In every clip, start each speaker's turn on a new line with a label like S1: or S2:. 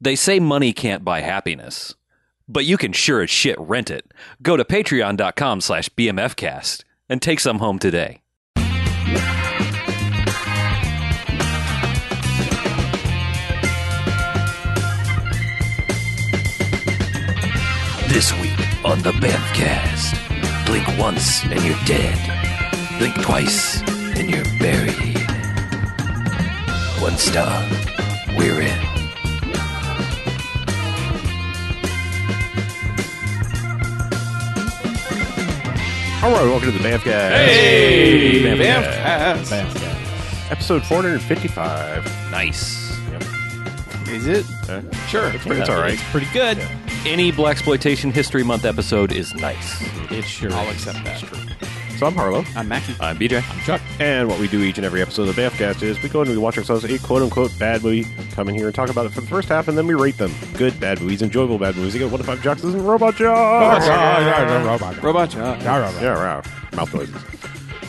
S1: They say money can't buy happiness, but you can sure as shit rent it. Go to patreon.com slash bmfcast and take some home today. This week on the Bamfcast, blink once and you're dead. Blink twice and you're buried. One star, we're in.
S2: All right, welcome to the Bamfcast.
S1: Hey!
S2: Bamfcast. Bamfcast. Episode 455.
S1: Nice.
S3: Is it?
S2: Uh,
S3: Sure.
S2: it's all right.
S4: Pretty good.
S1: Any Black Exploitation History Month episode is nice.
S3: Mm-hmm.
S4: It sure
S3: I'll
S4: is.
S3: accept that.
S2: So I'm Harlow,
S3: I'm Mackie.
S1: I'm BJ.
S4: Chuck.
S2: and what we do each and every episode of the Bamfcast is we go and we watch ourselves a quote-unquote bad movie, come in here and talk about it for the first half, and then we rate them. Good bad movies, enjoyable bad movies. You get one to five jocks and robot
S4: Oh,
S2: jocks. Oh,
S3: Robot John.
S2: Yeah, wow. Mouth noises.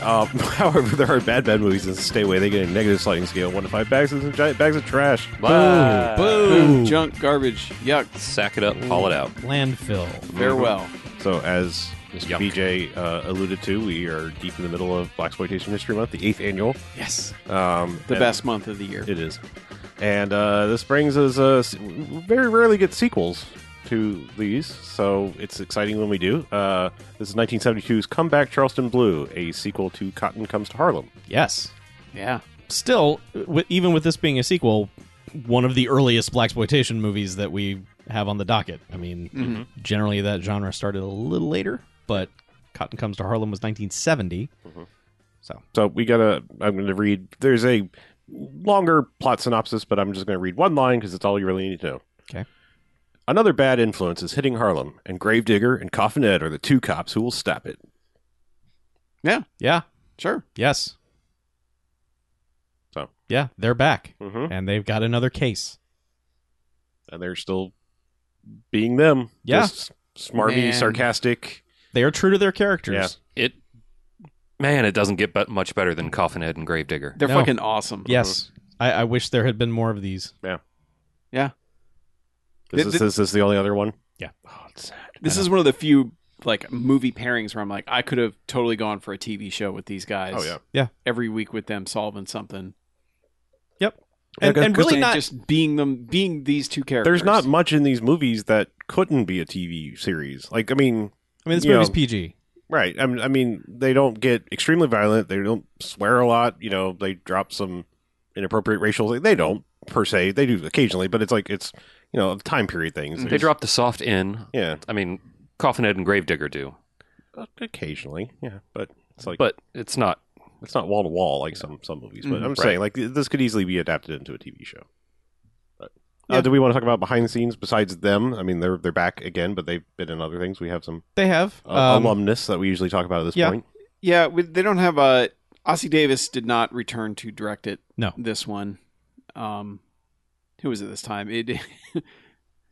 S2: Um, however, there are bad, bad movies and stay away. They get a negative sliding scale, one to five bags and giant bags of trash.
S1: Bye.
S3: Boom. Junk, garbage, yuck.
S5: Mm-hmm.
S1: Sack it up, haul it out.
S4: Landfill.
S3: Farewell.
S2: So, as Mr.
S1: Yuck.
S2: BJ uh, alluded to, we are deep in the middle of Black Exploitation History Month, the eighth annual.
S3: Yes.
S2: Um,
S3: The
S2: and-
S3: best month of the year.
S2: It is. And uh, this brings us, uh, s- we very rarely get sequels to these, so it's exciting when we do. Uh, this is 1972's Comeback Charleston Blue, a sequel to Cotton Comes to Harlem.
S4: Yes.
S3: Yeah.
S4: Still, w- even with this being a sequel, one of the earliest black exploitation movies that we have on the docket. I mean, generally that genre started a little later, but Cotton Comes to Harlem was 1970. So
S2: So we gotta. I'm gonna read. There's a longer plot synopsis, but I'm just gonna read one line because it's all you really need to know.
S4: Okay.
S2: Another bad influence is hitting Harlem, and Gravedigger and Coffin Ed are the two cops who will stop it.
S3: Yeah.
S4: yeah,
S3: Sure.
S4: yes,
S2: So,
S4: yeah, they're back,
S2: Mhm.
S4: and they've got another case.
S2: and they're still being them.
S4: Yeah.
S2: Just smarmy,
S3: Man.
S2: sarcastic.
S4: They are true to their characters.
S1: It, man, it doesn't get but much better than Coffinhead and Gravedigger.
S3: They're
S4: No.
S3: fucking awesome.
S4: Yes, I, I wish there had been more of these.
S3: Yeah.
S2: Is
S3: Th-
S2: this,
S3: th-
S2: is this the only other one?
S4: Yeah.
S2: Oh, it's sad.
S3: This is one of the few like movie pairings where I'm like, I could have totally gone for a TV show with these guys.
S2: Oh, yeah.
S4: Yeah.
S3: Every week with them solving something.
S4: Yep,
S2: Yeah,
S4: and,
S2: 'cause-
S4: and
S2: 'cause
S4: really
S3: And
S4: not
S3: just being them, being these two characters.
S2: There's not much in these movies that couldn't be a TV series. Like, I mean,
S4: I mean, this
S2: you
S4: movie's
S2: know,
S4: PG.
S2: Right. I mean, I mean, they don't get extremely violent. They don't swear a lot. You know, they drop some inappropriate racial. Like, they don't per se. They do occasionally, but it's like it's you know time period things.
S1: They drop the soft in.
S2: Yeah,
S1: I mean, Coffinhead and Gravedigger do,
S2: occasionally. Yeah, but it's like
S1: but it's not.
S2: it's not wall to wall like some some movies. But
S3: Mhm.
S2: I'm
S1: Right.
S2: saying like th- this could easily be adapted into a TV show. But, uh,
S4: Yeah.
S2: do we want to talk about behind the scenes besides them? I mean, they're they're back again, but they've been in other things. We have some
S4: They have
S2: uh,
S4: um,
S2: alumnus that we usually talk about at this
S4: yeah.
S2: point.
S3: Yeah. We, they don't have a. Ossie Davis did not return to direct it.
S4: No.
S3: This one. Um, who was it this time? It.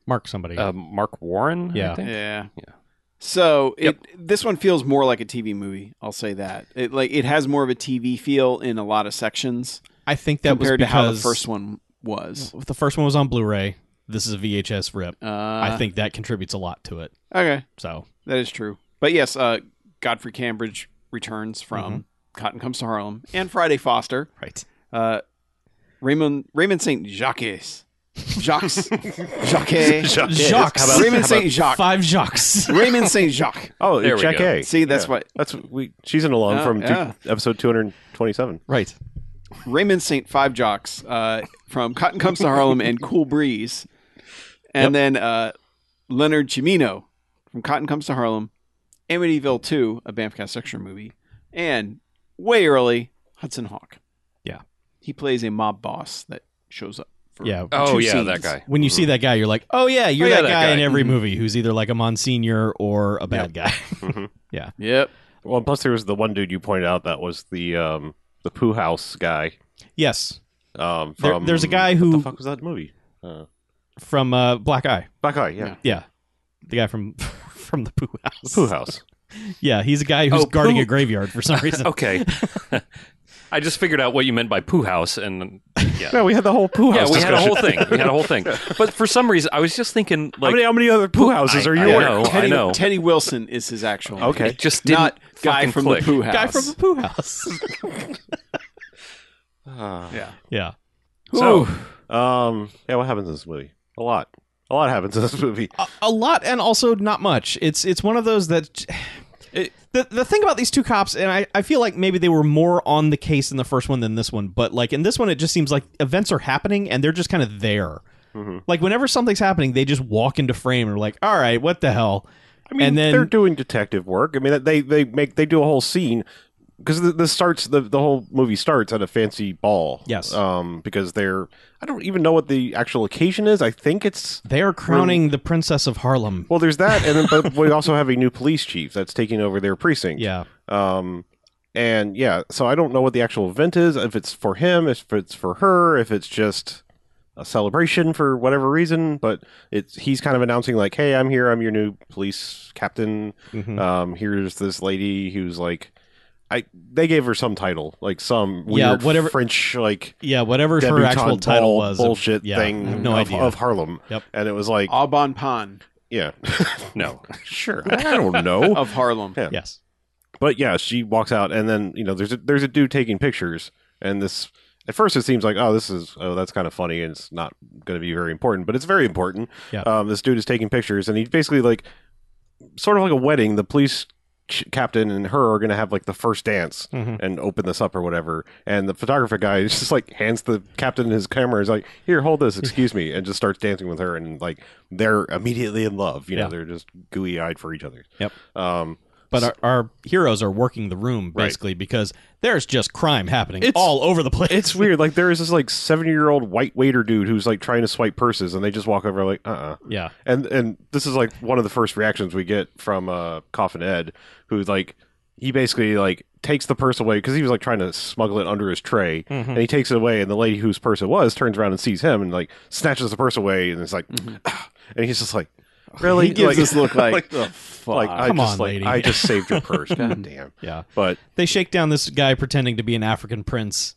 S4: Mark somebody.
S1: Uh, Mark Warren. I
S4: Yeah.
S1: think?
S3: Yeah.
S1: Yeah.
S3: So it this one feels more like a TV movie. I'll say that. It like it has more of a TV feel in a lot of sections
S4: I think that was
S3: compared to
S4: because
S3: how the first one was.
S4: the first one was on Blu-ray. This is a VHS rip.
S3: Uh,
S4: I think that contributes a lot to it.
S3: okay,
S4: So
S3: that is true. But yes, uh, Godfrey Cambridge returns from
S4: Mm-hmm.
S3: Cotton Comes to Harlem and Friday Foster.
S4: right,
S3: Uh, Raymond Raymond Saint Jacques. Jacques. Jacques.
S2: Jacques.
S4: Jacques.
S2: How about-
S3: Raymond Saint Jacques.
S4: five jocks.
S3: Raymond Saint Jacques.
S2: Oh,
S1: There
S2: there
S1: we
S2: Jack
S1: go.
S2: A.
S3: See, that's
S2: Yeah.
S3: what
S2: That's we. She's an alum
S3: Oh,
S2: from
S3: yeah.
S2: two, episode 227.
S4: right.
S3: Raymond Saint Five Jocks uh, from Cotton Comes to Harlem and Cool Breeze, and then uh, Leonard Chimino from Cotton Comes to Harlem, Amityville Two, a Bamfcast extra movie, and way early Hudson Hawk.
S4: Yeah.
S3: he plays a mob boss that shows up. For
S4: Yeah.
S1: Oh
S3: two
S1: yeah,
S3: scenes.
S1: that guy.
S4: When you see that guy, you're like, oh yeah, you're
S1: Oh, yeah,
S4: that,
S1: that
S4: guy, in
S1: guy.
S4: every
S3: Mhm.
S4: movie who's either like a monsignor or a bad guy.
S3: Yep.
S2: Well, and plus there was the one dude you pointed out that was the um the poo house guy.
S4: yes,
S2: Um,
S4: There-
S2: from,
S4: there's a guy
S2: What
S4: who-
S2: the fuck was that movie? Uh,
S4: from uh, Black Eye.
S2: Black Eye. Yeah,
S3: Yeah.
S4: Yeah, the guy from from the Pooh House.
S2: the poo house.
S4: Yeah, he's a guy who's
S1: Oh,
S4: guarding
S1: Pooh.
S4: a graveyard for some reason.
S1: Okay.
S5: I just figured out what you meant by poo house, and yeah,
S2: Yeah, we had the whole
S3: Oh,
S2: poo
S5: yeah,
S2: house.
S5: we had a
S2: discussion.
S5: whole thing. We had a whole thing. But for some reason, I was just thinking
S2: how,
S5: like
S2: many, how many other poo houses are you
S5: I
S2: aware
S5: know.
S2: of?
S5: I
S3: Teddy,
S5: know.
S3: Teddy Wilson is his actual name.
S2: Okay.
S5: it just didn't
S3: Not guy
S5: fucking
S3: from
S5: click.
S3: the poo house.
S4: Guy from the poo house.
S3: yeah.
S4: yeah.
S2: Ah. So, um, yeah, what happens in this movie? A lot. A lot happens in this movie.
S4: a, a lot and also not much. It's it's one of those that the the thing about these two cops, and I, I feel like maybe they were more on the case in the first one than this one, but like in this one, it just seems like events are happening and they're just kind of there.
S2: Mm-hmm.
S4: Like whenever something's happening, they just walk into frame and are like, all right, what the hell?
S2: I mean,
S4: and then
S2: they're doing detective work. I mean, they they make they do a whole scene because this starts the the whole movie starts at a fancy ball.
S4: Yes.
S2: Um, because they're I don't even know what the actual occasion is. I think it's
S4: they are crowning the princess of Harlem.
S2: well, there's that, and then but we also have a new police chief that's taking over their precinct.
S4: yeah,
S2: Um, and yeah, so I don't know what the actual event is. If it's for him, if it's for her, if it's just a celebration for whatever reason. But it's he's kind of announcing like, "Hey, I'm here. I'm your new police captain.
S4: Mhm.
S2: Um, here's this lady who's like." I, they gave her some title, like some weird
S4: Yeah, whatever-
S2: French like
S4: yeah, whatever her
S2: debutante
S4: actual title
S2: ball
S4: was,
S2: bullshit
S4: yeah,
S2: thing
S4: I have no
S2: of,
S4: idea.
S2: of Harlem.
S4: Yep.
S2: And it was like,
S3: Aubon Pan
S2: yeah,
S5: no.
S2: sure, I don't know.
S3: of Harlem.
S2: Yeah.
S4: yes,
S2: but yeah, she walks out, and then you know there's a, there's a dude taking pictures, and this at first it seems like oh this is oh that's kind of funny and it's not going to be very important, but it's very important.
S4: Yeah.
S2: Um, this dude is taking pictures, and he basically like sort of like a wedding. The police ch- captain and her are going to have like the first dance
S4: Mhm.
S2: and open this up or whatever. And the photographer guy is just like hands the captain his camera. Is like here, hold this, excuse me, and just starts dancing with her, and like they're immediately in love. You know,
S4: Yeah.
S2: they're just gooey eyed for each other.
S4: Yep.
S2: Um.
S4: but our, our heroes are working the room
S2: Right.
S4: basically because there's just crime happening
S2: It's-
S4: all over the place.
S2: It's weird. Like there is this like seventy year old white waiter dude who's like trying to swipe purses, and they just walk over like uh uh
S4: yeah,
S2: And and this is like one of the first reactions we get from uh Coffin Ed, who's like he basically like takes the purse away because he was like trying to smuggle it under his tray, and he takes it away, and the lady whose purse it was turns around and sees him and like snatches the purse away, and it's like, "Ah," and he's just like. Really?
S3: He gives
S2: like,
S3: this look like, "The
S2: like, I
S4: Come
S2: just,
S4: on,
S2: like,
S4: lady."
S2: I just saved your purse. God damn.
S4: yeah.
S2: But
S4: they shake down this guy pretending to be an African prince,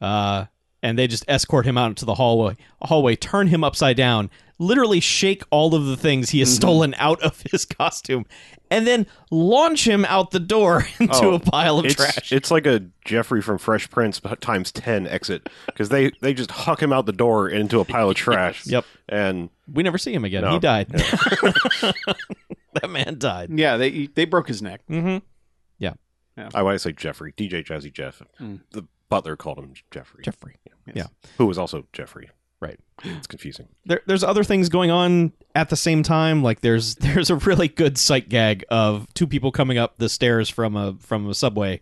S4: uh, and they just escort him out into the hallway. Hallway, turn him upside down, literally shake all of the things he has
S2: Mm-hmm.
S4: stolen out of his costume, and then launch him out the door into
S2: Oh,
S4: a pile of
S2: it's,
S4: trash.
S2: It's like a Jeffrey from Fresh Prince but times ten exit because they they just huck him out the door into a pile of trash.
S4: Yep.
S2: And
S4: we never see him again.
S2: No.
S4: He died. that man died.
S3: Yeah, they they broke his neck.
S4: Mm-hmm.
S2: I want to say Jeffrey, DJ Jazzy Jeff.
S3: Mm.
S2: The butler called him Jeffrey,
S4: Jeffrey.
S2: who was also Jeffrey.
S4: Right.
S2: It's confusing.
S4: there, there's other things going on at the same time. Like there's there's a really good sight gag of two people coming up the stairs from a from a subway,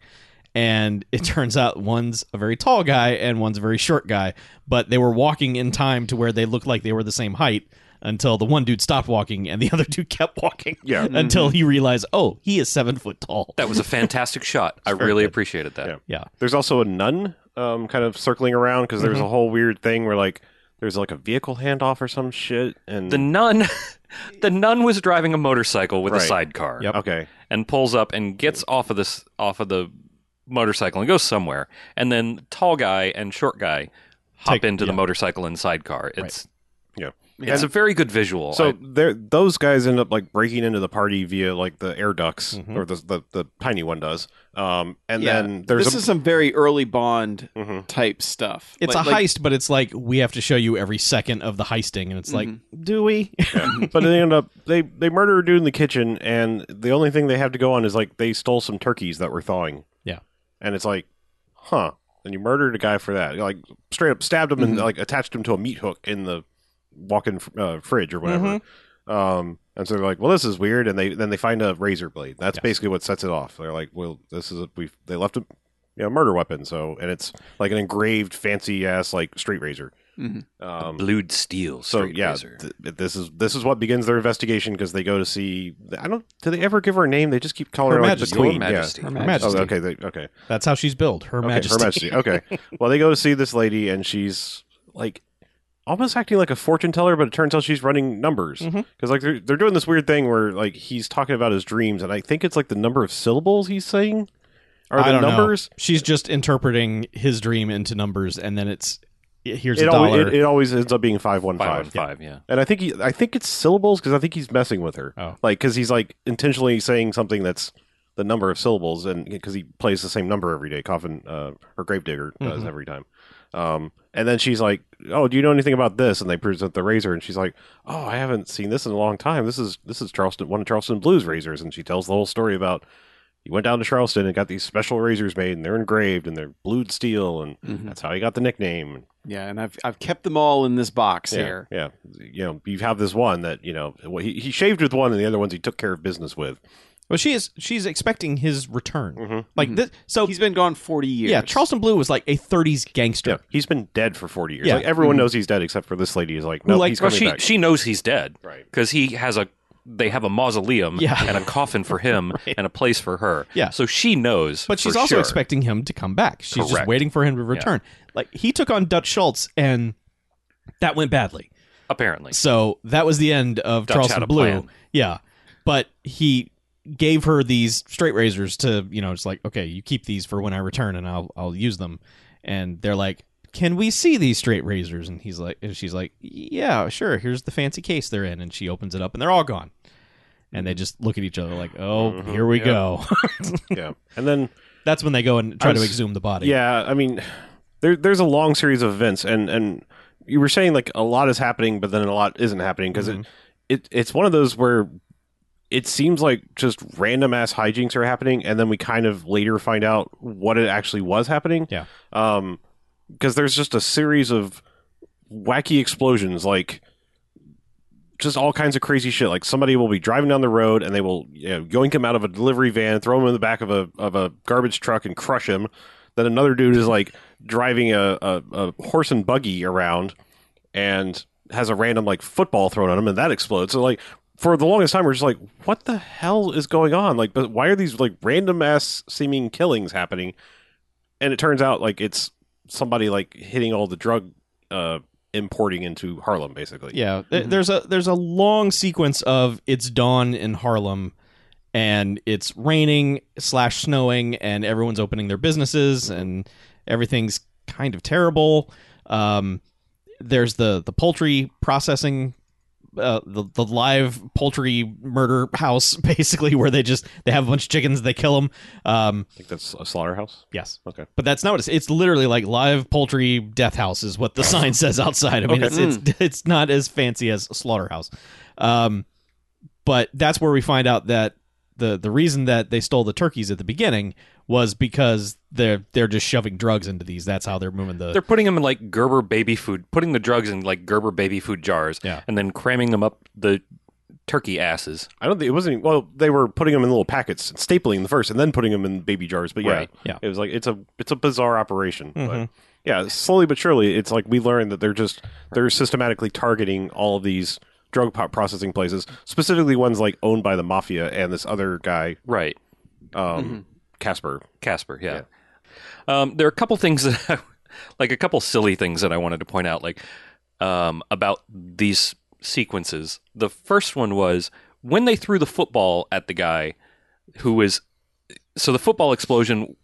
S4: and it turns out one's a very tall guy and one's a very short guy, but they were walking in time to where they looked like they were the same height until the one dude stopped walking and the other dude kept walking.
S2: Yeah.
S4: Until he realized, oh, he is seven foot tall.
S5: That was a fantastic shot. I really appreciated that.
S2: Yeah.
S4: Yeah.
S2: There's also a nun um, kind of circling around because there's a whole weird thing where like there's like a vehicle handoff or some shit and
S5: The nun, the nun was driving a motorcycle with a
S2: Right.
S5: sidecar.
S4: Yep.
S2: okay
S5: and pulls up and gets off of this off of the motorcycle and goes somewhere. And then tall guy and short guy hop
S4: Take-
S5: into the
S4: yeah.
S5: motorcycle and sidecar. It's
S2: yeah.
S5: it's a very good visual.
S2: So
S5: I-
S2: there, those guys end up like breaking into the party via like the air ducts, or the, the the tiny one does. Um, and
S3: yeah.
S2: then there's
S3: this
S2: a,
S3: is some very early Bond
S2: Mhm.
S3: type stuff.
S4: It's
S3: Like-
S4: a
S3: like-
S4: heist, but it's like we have to show you every second of the heisting, and it's like, do we?
S2: but they end up they they murder a dude in the kitchen, and the only thing they have to go on is like they stole some turkeys that were thawing,
S4: yeah.
S2: and it's like, huh? And you murdered a guy for that, like straight up stabbed him and like attached him to a meat hook in the walk-in fr- uh, fridge or whatever. Um, and so they're like, well, this is weird, and they then they find a razor blade. That's basically what sets it off. They're like, well, this is a, we they left a you know, murder weapon, so and it's like an engraved, fancy ass like street razor.
S3: Mhm.
S2: Um,
S5: blued steel.
S2: so
S5: straight
S2: yeah,
S5: razor.
S2: th- this is this is what begins their investigation because they go to see. I don't. Do they ever give her a name? They just keep calling
S4: Her
S2: her,
S4: Majesty.
S2: like
S5: Your
S2: the queen.
S5: Majesty.
S2: Yeah.
S4: Her
S2: Oh,
S4: Majesty.
S2: okay. They, okay.
S4: That's how she's billed. Her
S2: Okay,
S4: Majesty.
S2: Her Majesty. Okay. well, they go to see this lady, and she's like almost acting like a fortune teller, but it turns out she's running numbers because
S4: Mhm.
S2: like they're they're doing this weird thing where like he's talking about his dreams, and I think it's like the number of syllables he's saying. Are the
S4: I don't know.
S2: numbers?
S4: She's just interpreting his dream into numbers, and then it's here's
S2: It,
S4: a
S2: al-
S4: dollar.
S2: it, it always ends up being five one
S5: Five
S2: five.
S5: on five, yeah.
S2: And I think he, I think it's syllables because I think he's messing with her.
S4: Oh.
S2: Like because he's like intentionally saying something that's the number of syllables, and because he plays the same number every day. Coffin uh, or Gravedigger does
S4: Mhm.
S2: every time. Um, and then she's like, "Oh, do you know anything about this?" And they present the razor, and she's like, "Oh, I haven't seen this in a long time. This is this is Charleston, one of Charleston Blues razors." And she tells the whole story about he went down to Charleston and got these special razors made, and they're engraved and they're blued steel, and
S3: Mhm.
S2: that's how he got the nickname.
S3: Yeah, and I've I've kept them all in this box
S2: Yeah,
S3: here.
S2: Yeah, you know, you have this one that you know well, he he shaved with one, and the other ones he took care of business with.
S4: well, she is she's expecting his return.
S2: Mhm.
S4: Like
S3: Mhm.
S4: this, so
S3: He's been gone forty years.
S4: yeah, Charleston Blue was like a '30s gangster.
S2: Yeah, he's been dead for forty years.
S4: Yeah.
S2: Like everyone
S3: Mhm.
S2: knows he's dead, except for this lady. Is like, no,
S4: Like-
S2: he's
S5: Well,
S2: coming
S5: she
S2: back.
S5: she knows he's dead
S2: right.
S5: because he has a they have a mausoleum
S4: Yeah.
S5: and a coffin for him and a place for her.
S4: Yeah.
S5: so she knows.
S4: But she's
S5: for
S4: also
S5: sure.
S4: expecting him to come back. She's just
S5: Correct.
S4: waiting for him to return. Like he took on Dutch Schultz, and that went badly.
S5: apparently.
S4: So that was the end of
S5: Dutch
S4: Charleston
S5: had a
S4: Blue.
S5: plan.
S4: Yeah, but he gave her these straight razors to you know it's like okay you keep these for when I return and I'll I'll use them. And they're like, can we see these straight razors? And he's like, and she's like, yeah, sure. Here's the fancy case they're in, and she opens it up, and they're all gone. And they just look at each other like, oh,
S2: Mhm.
S4: here we
S2: Yeah.
S4: go.
S2: Yeah, and then
S4: That's when they go and try
S2: I
S4: to
S2: was-
S4: exhume the body.
S2: yeah, I mean, there there's a long series of events, and and you were saying like a lot is happening, but then a lot isn't happening because
S4: Mhm.
S2: it, it it's one of those where. It seems like just random ass hijinks are happening, and then we kind of later find out what it actually was happening.
S4: Yeah.
S2: Um, because there's just a series of wacky explosions like just all kinds of crazy shit like somebody will be driving down the road and they will you know, yoink him out of a delivery van throw him in the back of a of a garbage truck and crush him then another dude is like driving a, a, a horse and buggy around and has a random like football thrown at him and that explodes so like for the longest time we're just like what the hell is going on like but why are these like random ass seeming killings happening and it turns out like it's somebody like hitting all the drug uh importing into harlem basically
S4: Yeah, th- there's a there's a long sequence of it's dawn in Harlem, and it's raining slash snowing, and everyone's opening their businesses, and everything's kind of terrible. Um, there's the the poultry processing, uh, the the live poultry murder house, basically where they just they have a bunch of chickens, they kill them. Um,
S2: I think that's a slaughterhouse.
S4: yes.
S2: Okay.
S4: But that's not what it's. It's literally like live poultry death house is what the sign says outside. I mean,
S2: Okay.
S4: it's,
S5: Hmm.
S4: it's it's not as fancy as slaughterhouse, um, but that's where we find out that the the reason that they stole the turkeys at the beginning was because they're they're just shoving drugs into these. That's how they're moving the.
S5: They're putting them in like Gerber baby food, putting the drugs in like Gerber baby food jars,
S4: Yeah.
S5: and then cramming them up the turkey asses.
S2: I don't think it wasn't. Well, they were putting them in little packets, stapling them first, and then putting them in baby jars. But yeah,
S5: Right,
S4: yeah.
S2: it was like it's a it's a bizarre operation.
S4: Mhm.
S2: But yeah, slowly but surely, it's like we learned that they're just they're systematically targeting all of these drug pop processing places, specifically ones like owned by the mafia and this other guy,
S5: Right.
S2: um, Casper.
S5: Casper, yeah. Um, there are a couple things that, I, like a couple silly things that I wanted to point out, like um, about these sequences. The first one was when they threw the football at the guy who was. So the football explosion,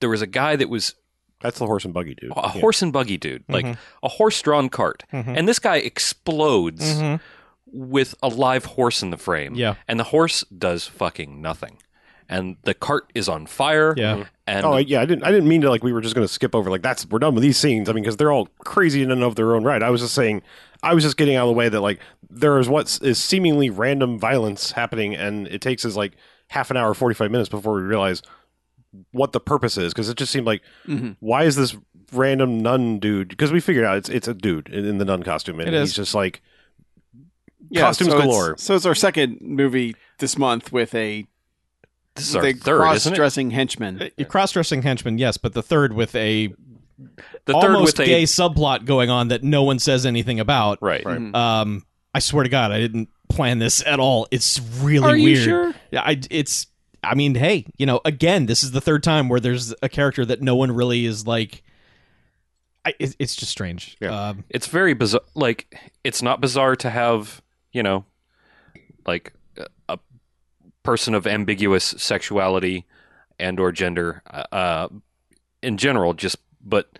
S5: there was a guy that was
S2: That's the horse and buggy dude.
S5: a
S2: Yeah.
S5: horse and buggy dude, like
S4: Mm-hmm.
S5: a horse drawn cart. And this guy explodes
S4: Mhm.
S5: with a live horse in the frame.
S4: Yeah.
S5: And the horse does fucking nothing. And the cart is on fire.
S4: Yeah.
S5: And
S2: Oh I- yeah, I didn't. I didn't mean to like we were just going to skip over like that's we're done with these scenes. I mean because they're all crazy in and of their own right. I was just saying, I was just getting out of the way that like there is what is seemingly random violence happening, and it takes us like half an hour, forty five minutes before we realize what the purpose is because it just seemed like
S3: Mhm.
S2: why is this random nun dude? Because we figured out it's it's a dude in, in the nun costume, and
S4: It
S2: he's
S4: is.
S2: just like
S3: Yeah,
S2: Costumes
S3: so it's-
S2: galore.
S3: so it's our second movie this month with a
S5: this is our
S3: the
S5: third, isn't it?
S3: cross-dressing henchman.
S4: Cross dressing henchman, Uh, yes, but the third with a
S5: The third
S4: almost
S5: with
S4: gay
S5: a
S4: subplot going on that no one says anything about.
S5: right.
S2: Right.
S3: Mm-hmm.
S4: Um, I swear to God, I didn't plan this at all. It's really
S5: Are you
S4: weird.
S5: sure?
S4: Yeah, I it's. I mean, hey, you know, again, this is the third time where there's a character that no one really is like. I, it, it's just strange.
S2: Yeah.
S4: Um,
S5: It's very bizarre. Like it's not bizarre to have you know, like a- a person of ambiguous sexuality and or gender uh, uh, in general just but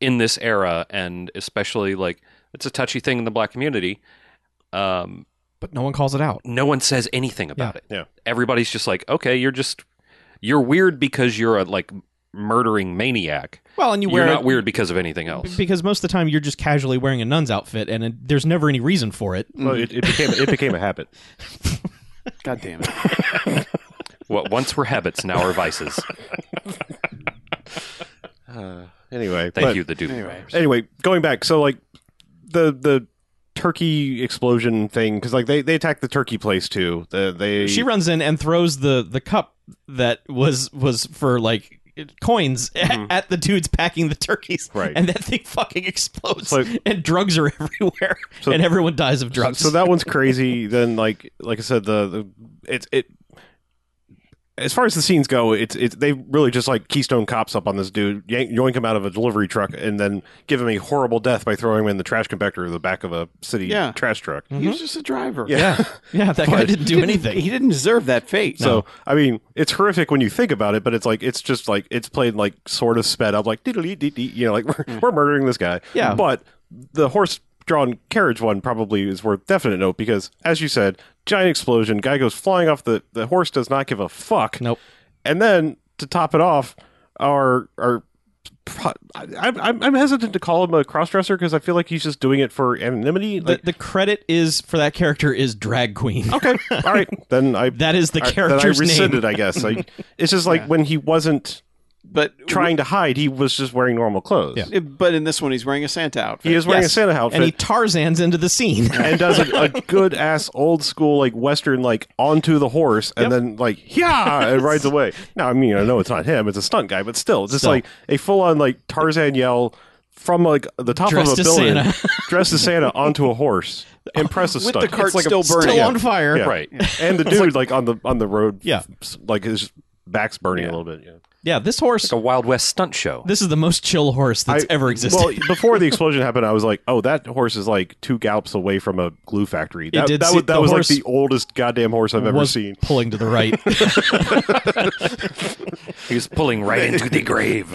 S5: in this era and especially like it's a touchy thing in the black community um,
S4: but no one calls it out.
S5: no one says anything about it.
S2: Yeah.
S5: Everybody's just like, okay, you're just you're weird because you're a like murdering maniac.
S4: Well, and you
S5: You are
S4: wear
S5: not
S4: it
S5: weird because of anything else.
S4: because most of the time you're just casually wearing a nun's outfit, and it, there's never any reason for it.
S5: Mm-hmm.
S2: Well, it, it became it became a habit.
S3: God damn it.
S5: what once were habits now are vices.
S2: Anyway,
S5: Thank
S2: but-
S5: you, the dude.
S3: Anyway.
S2: Anyway, going back, so like the the turkey explosion thing because like they they attacked the turkey place too. The, they
S4: She runs in and throws the the cup that was was for like coins at the dudes packing the turkeys
S2: Mm-hmm. Right.
S4: and that thing fucking explodes
S2: So-
S4: and drugs are everywhere
S2: So-
S4: and everyone dies of drugs
S2: So that one's crazy. then, like like I said, the, the it's it. As far as the scenes go, it's it's they really just like Keystone cops up on this dude, yank, yoink him out of a delivery truck, and then give him a horrible death by throwing him in the trash compactor of the back of a city
S3: Yeah. Mm-hmm.
S2: trash truck.
S3: He was just a driver.
S2: Yeah.
S4: yeah that guy didn't do anything
S3: He didn't deserve that fate.
S2: So I mean, it's horrific when you think about it, but it's like it's just like it's played like sort of sped up, like diddly-dee-dee, you know, like we're, we're murdering this guy.
S4: Yeah.
S2: But the horse drawn carriage one probably is worth definite note because, as you said, giant explosion, guy goes flying off the the horse does not give a fuck.
S4: Nope.
S2: And then to top it off, our our pro- I, I'm, I'm hesitant to call him a crossdresser because I feel like he's just doing it for anonymity.
S4: the,
S2: Like,
S4: the credit is for that character is drag queen
S2: okay, all right, then I
S4: that is the
S2: I-
S4: character's
S2: that I rescinded,
S4: name
S2: I guess. Like, it's just like when he wasn't
S3: but
S2: trying to hide, he was just wearing normal clothes.
S4: Yeah.
S3: but in this one he's wearing a Santa outfit.
S2: He is wearing
S4: Yes.
S2: a Santa outfit
S4: and he
S2: and,
S4: tarzans into the scene
S2: does a, a good ass old school like Western like onto the horse and then like yeah and rides away. Now I mean I know it's not him, it's a stunt guy, but still, it's just
S4: Still.
S2: like a full on like Tarzan yell from like the top
S4: Dressed
S2: of a
S4: as
S2: building,
S4: Santa.
S2: dressed as Santa onto a horse. Impressive
S3: with
S2: stunt.
S3: the cart
S2: It's like a-
S3: still burning.
S4: still on fire
S2: yeah.
S5: Right.
S2: and the dude like, on the on the road,
S4: Yeah.
S2: like his back's burning a little bit. Yeah.
S4: yeah this horse
S5: It's a Wild West stunt show.
S4: this is the most chill horse that's
S2: I-
S4: ever existed
S2: Well, before the explosion happened, I was like, "Oh, that horse is like two gallops away from a glue factory." That,
S4: did
S2: that,
S4: se-
S2: was, that
S4: the
S2: was like
S4: horse-
S2: the oldest goddamn horse I've ever
S4: was
S2: seen.
S4: pulling to the right
S5: He's pulling right into the grave.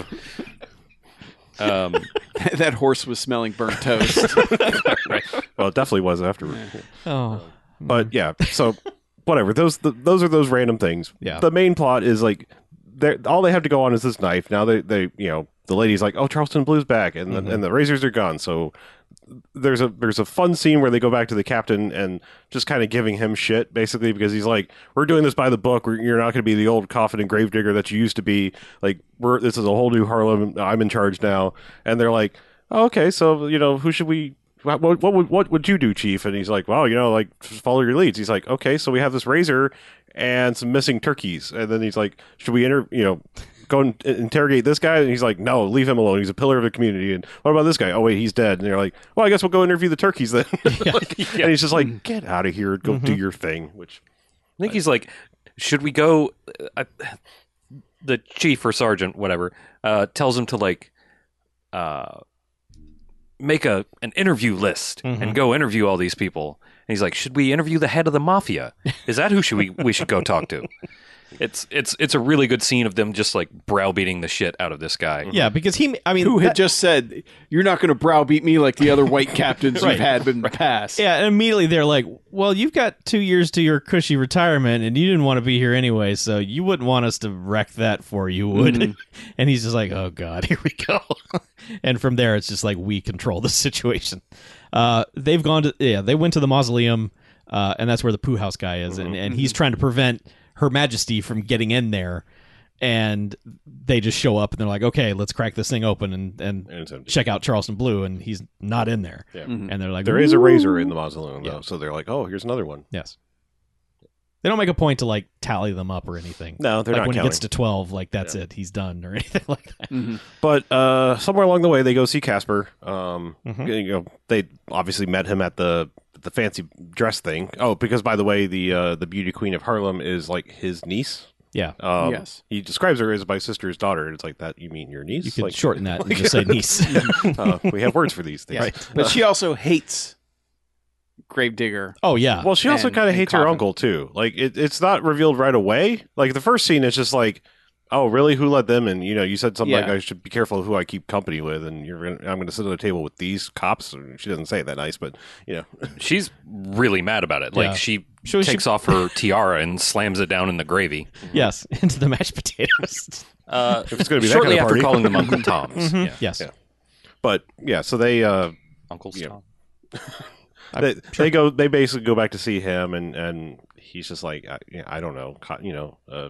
S5: Um,
S3: that horse was smelling burnt toast.
S2: Well, it definitely was afterward.
S4: oh
S2: But yeah, so whatever. Those th those are those random things.
S4: Yeah.
S2: The main plot is like, they're- all they have to go on is this knife. Now they they you know the lady's like, "Oh, Charleston Blue's back," and
S4: Mm-hmm.
S2: the, and the razors are gone. So there's a there's a fun scene where they go back to the captain and just kind of giving him shit basically because he's like we're doing this by the book we're, you're not going to be the old coffin and gravedigger that you used to be like we're this is a whole new harlem i'm in charge now and they're like oh, okay so you know who should we what, what, what would what would you do chief and he's like well you know like just follow your leads he's like okay so we have this razor and some missing turkeys and then he's like should we enter you know go and interrogate this guy and he's like no leave him alone he's a pillar of the community and what about this guy oh wait he's dead and they're like well i guess we'll go interview the turkeys then Like, and he's just
S4: Mm-hmm.
S2: like get out of here go do your thing which
S5: I think he's like, should we go? I, the chief or sergeant, whatever, uh, tells him to like uh, make a an interview list and go interview all these people. And he's like, should we interview the head of the mafia? Is that who should we we should go talk to? It's it's it's a really good scene of them just like browbeating the shit out of this guy.
S4: yeah because he i mean
S3: Who
S4: that-
S3: had just said, "You're not going to browbeat me like the other white captains
S4: Right.
S3: you've had in the past."
S4: Yeah, and immediately they're like, "Well, you've got two years to your cushy retirement, and you didn't want to be here anyway, so you wouldn't want us to wreck that for you, would?"
S2: Mm-hmm.
S4: and he's just like, "Oh God, here we go." and from there, it's just like we control the situation. Uh, they've gone to yeah, they went to the mausoleum, uh, and that's where the poo house guy is, and, and
S2: Mm-hmm.
S4: he's trying to prevent Her Majesty from getting in there. And they just show up and they're like, okay, let's crack this thing open and, and
S2: and it's empty.
S4: check out Charleston Blue. And he's not in there.
S2: Yeah.
S4: And they're like,
S2: there is a
S4: "Woo!"
S2: razor in the mausoleum though so they're like oh here's another one
S4: Yes. They don't make a point to like tally them up or anything.
S2: no they're
S4: like
S2: not
S4: when
S2: counting.
S4: he gets to twelve, like that's it, he's done or anything like that.
S3: Mm-hmm.
S2: But uh, somewhere along the way, they go see Casper. Um,
S4: Mhm.
S2: you know, they obviously met him at the the fancy dress thing. Oh, because by the way, the uh, the beauty queen of Harlem is like his niece.
S4: Yeah,
S2: Um,
S3: Yes.
S2: he describes her as my sister's daughter, and it's like that. You mean your niece?
S4: you could
S2: like,
S4: shorten that and just say niece.
S2: uh, we have words for these things.
S3: But she also hates Gravedigger.
S4: oh yeah,
S2: Well, she also
S3: And-
S2: kind of
S3: and
S2: hates her
S3: coffin.
S2: uncle too. Like it, it's not revealed right away. Like the first scene is just like, oh really who let them in you know you said something like
S3: Yeah.
S2: i should be careful of who i keep company with and you're gonna i'm gonna sit at a table with these cops and she doesn't say it that nice but you know
S5: She's really mad about it. Like
S4: Yeah.
S5: she
S4: She- she-
S5: takes off her tiara and slams it down in the gravy.
S4: Yes, into the mashed potatoes.
S5: Uh,
S2: if it's gonna be that
S5: shortly
S2: kind of
S5: after
S2: party. Mm-hmm.
S5: calling them Uncle Tom's. Yeah.
S4: yes.
S2: Yeah. but yeah so they uh
S5: Uncle
S2: Yeah.
S5: Tom.
S2: they, they go they basically go back to see him and and he's just like i, yeah, I don't know cotton, you know uh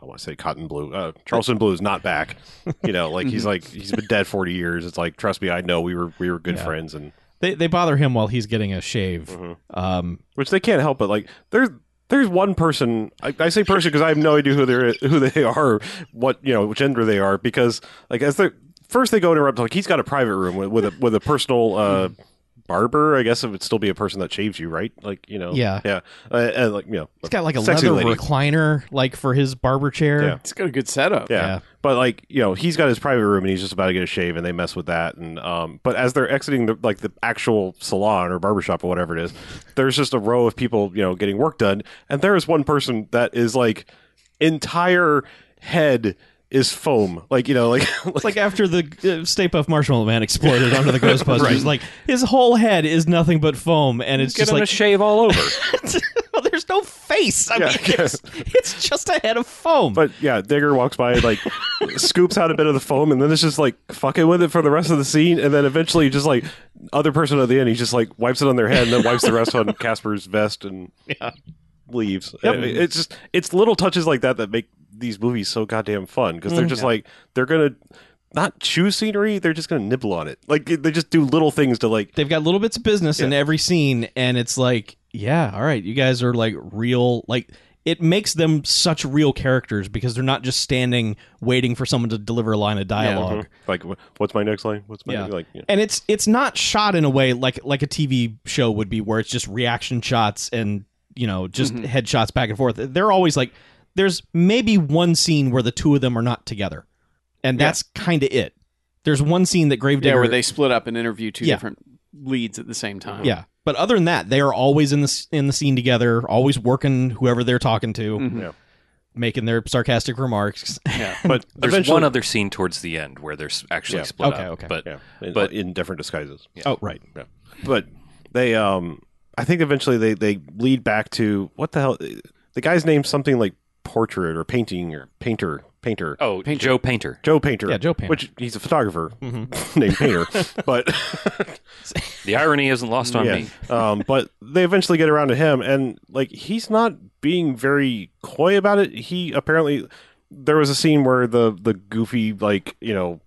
S2: I want to say Cotton Blue. Uh, Charleston Blue is not back. You know, like he's like he's been dead forty years. It's like trust me, I know we were we were good
S4: Yeah.
S2: friends, and
S4: They they bother him while he's getting a shave.
S2: Mm-hmm.
S4: Um,
S2: which they can't help but like there's there's one person I, I say person because I have no idea who they're who they are, what you know, which gender they are because like as they first they go interrupt like he's got a private room with, with a with a personal uh, barber I guess it would still be a person that shaves you right like you know
S4: Yeah.
S2: yeah uh, and like you know
S4: he's got like a
S2: sexy
S4: leather
S2: lady.
S4: recliner, like for his barber chair.
S2: Yeah.
S3: It's got a good setup.
S2: Yeah.
S4: Yeah.
S2: But like, you know, he's got his private room and he's just about to get a shave and they mess with that and um but as they're exiting the like the actual salon or barbershop or whatever it is, there's just a row of people, you know, getting work done and there is one person that is like entire head is foam. Like, you know, like,
S4: It's like after the uh, Stay Puft Marshmallow Man exploded onto the Ghostbusters, like his whole head is nothing but foam, and it's
S5: Get
S4: just
S5: him
S4: like
S5: a shave all over.
S4: well, there's no face. I
S2: Yeah.
S4: mean, it's, it's just a head of foam.
S2: but yeah, Digger walks by and like scoops out a bit of the foam and then it's just like fucking with it for the rest of the scene and then eventually just like other person at the end he just like wipes it on their head and then wipes the rest on Casper's vest and leaves. I mean, It's just it's little touches like that that make these movies so goddamn fun because they're just like they're gonna not choose scenery, they're just gonna nibble on it. Like they just do little things to like
S4: They've got little bits of business in every scene, and it's like, yeah, all right, you guys are like real. Like it makes them such real characters because they're not just standing waiting for someone to deliver a line of dialogue.
S2: like wh- what's my next line? What's my
S4: Yeah.
S2: like yeah.
S4: and it's it's not shot in a way like like a TV show would be, where it's just reaction shots and you know just
S3: Mm-hmm.
S4: headshots back and forth. They're always like, there's maybe one scene where the two of them are not together, and that's kind of it. There's one scene that
S3: Yeah,
S4: Gravedigger,
S3: where they split up and interview two
S4: Yeah.
S3: different leads at the same time.
S4: yeah, but other than that, they are always in the s- in the scene together, always working whoever they're talking to,
S3: Mhm.
S2: Yeah.
S4: making their sarcastic remarks.
S2: but
S5: There's
S2: eventually
S5: one other scene towards the end where they're s- actually
S2: Yeah.
S5: split
S4: Okay,
S5: up.
S4: okay.
S5: But
S2: yeah, in-
S5: but-
S2: in different disguises.
S4: Oh, right.
S2: but they um i think eventually they they lead back to what the hell the guy's named something like portrait or painting or painter painter
S5: oh, Joe Painter.
S2: joe painter
S4: Yeah, Joe Painter.
S2: which he's a photographer named painter but
S5: The irony isn't lost on
S2: yeah
S5: me.
S2: um but they eventually get around to him and like he's not being very coy about it he apparently there was a scene where the the goofy like you know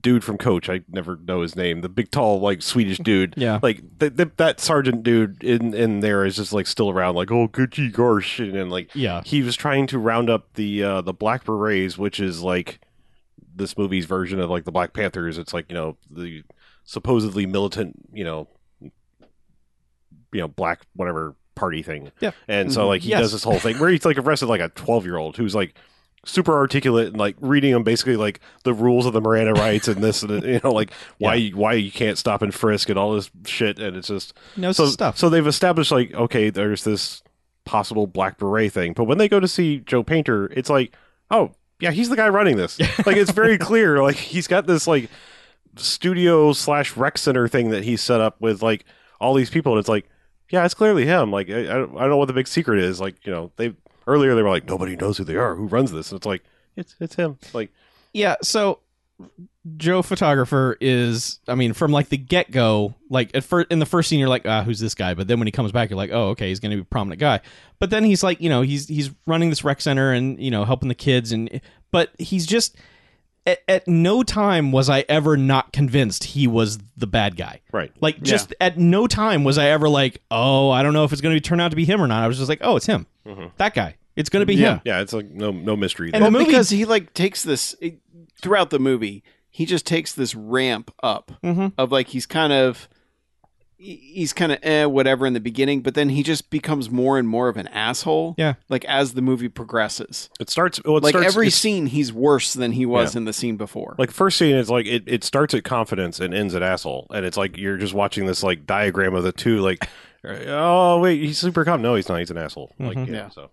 S2: dude from coach i never know his name the big tall like swedish dude
S4: Yeah.
S2: like th- th- that sergeant dude in in there is just like still around like oh good gee gosh and, then like
S4: Yeah.
S2: he was trying to round up the uh the black berets which is like this movie's version of like the black panthers it's like you know the supposedly militant you know you know black whatever party thing
S4: Yeah. Mm-hmm.
S2: and so like he
S4: Yes.
S2: does this whole thing where he's like arrested like a 12 year old who's like super articulate and like reading him basically like the rules of the Miranda rights and this and you know like why why you can't stop and frisk and all this shit and it's just
S4: No
S2: so
S4: stuff.
S2: so they've established like okay there's this possible black beret thing but when they go to see Joe Painter it's like oh yeah he's the guy running this like it's very clear like he's got this like studio slash rec center thing that he set up with like all these people and it's like yeah it's clearly him like I, I don't I don't know what the big secret is like you know they earlier they were like nobody knows who they are who runs this and it's like it's it's him like
S4: Yeah, so Joe photographer is I mean from like the get-go, like at first in the first scene you're like, "Ah, who's this guy?" But then when he comes back you're like, "Oh, okay, he's going to be a prominent guy." But then he's like, you know, he's he's running this rec center and, you know, helping the kids and but he's just at, at no time was I ever not convinced he was the bad guy.
S2: right
S4: Like just at no time was I ever like, "Oh, I don't know if it's going to turn out to be him or not." I was just like, "Oh, it's him." That guy. It's going to be him.
S2: yeah it's like no no mystery
S4: And
S2: there.
S4: the movie-
S3: because he like takes this it- throughout the movie. He just takes this ramp up
S4: Mhm.
S3: of like he's kind of he- he's kind of eh, whatever in the beginning, but then he just becomes more and more of an asshole.
S4: Yeah.
S3: like as the movie progresses,
S2: it starts well, it
S3: like
S2: starts,
S3: every
S2: it's-
S3: scene he's worse than he was in the scene before.
S2: Like first scene, it's like it, it starts at confidence and ends at asshole, and it's like you're just watching this like diagram of the two. Like, oh wait, he's super calm. No, he's not. He's an asshole. Like yeah,
S3: Yeah.
S2: so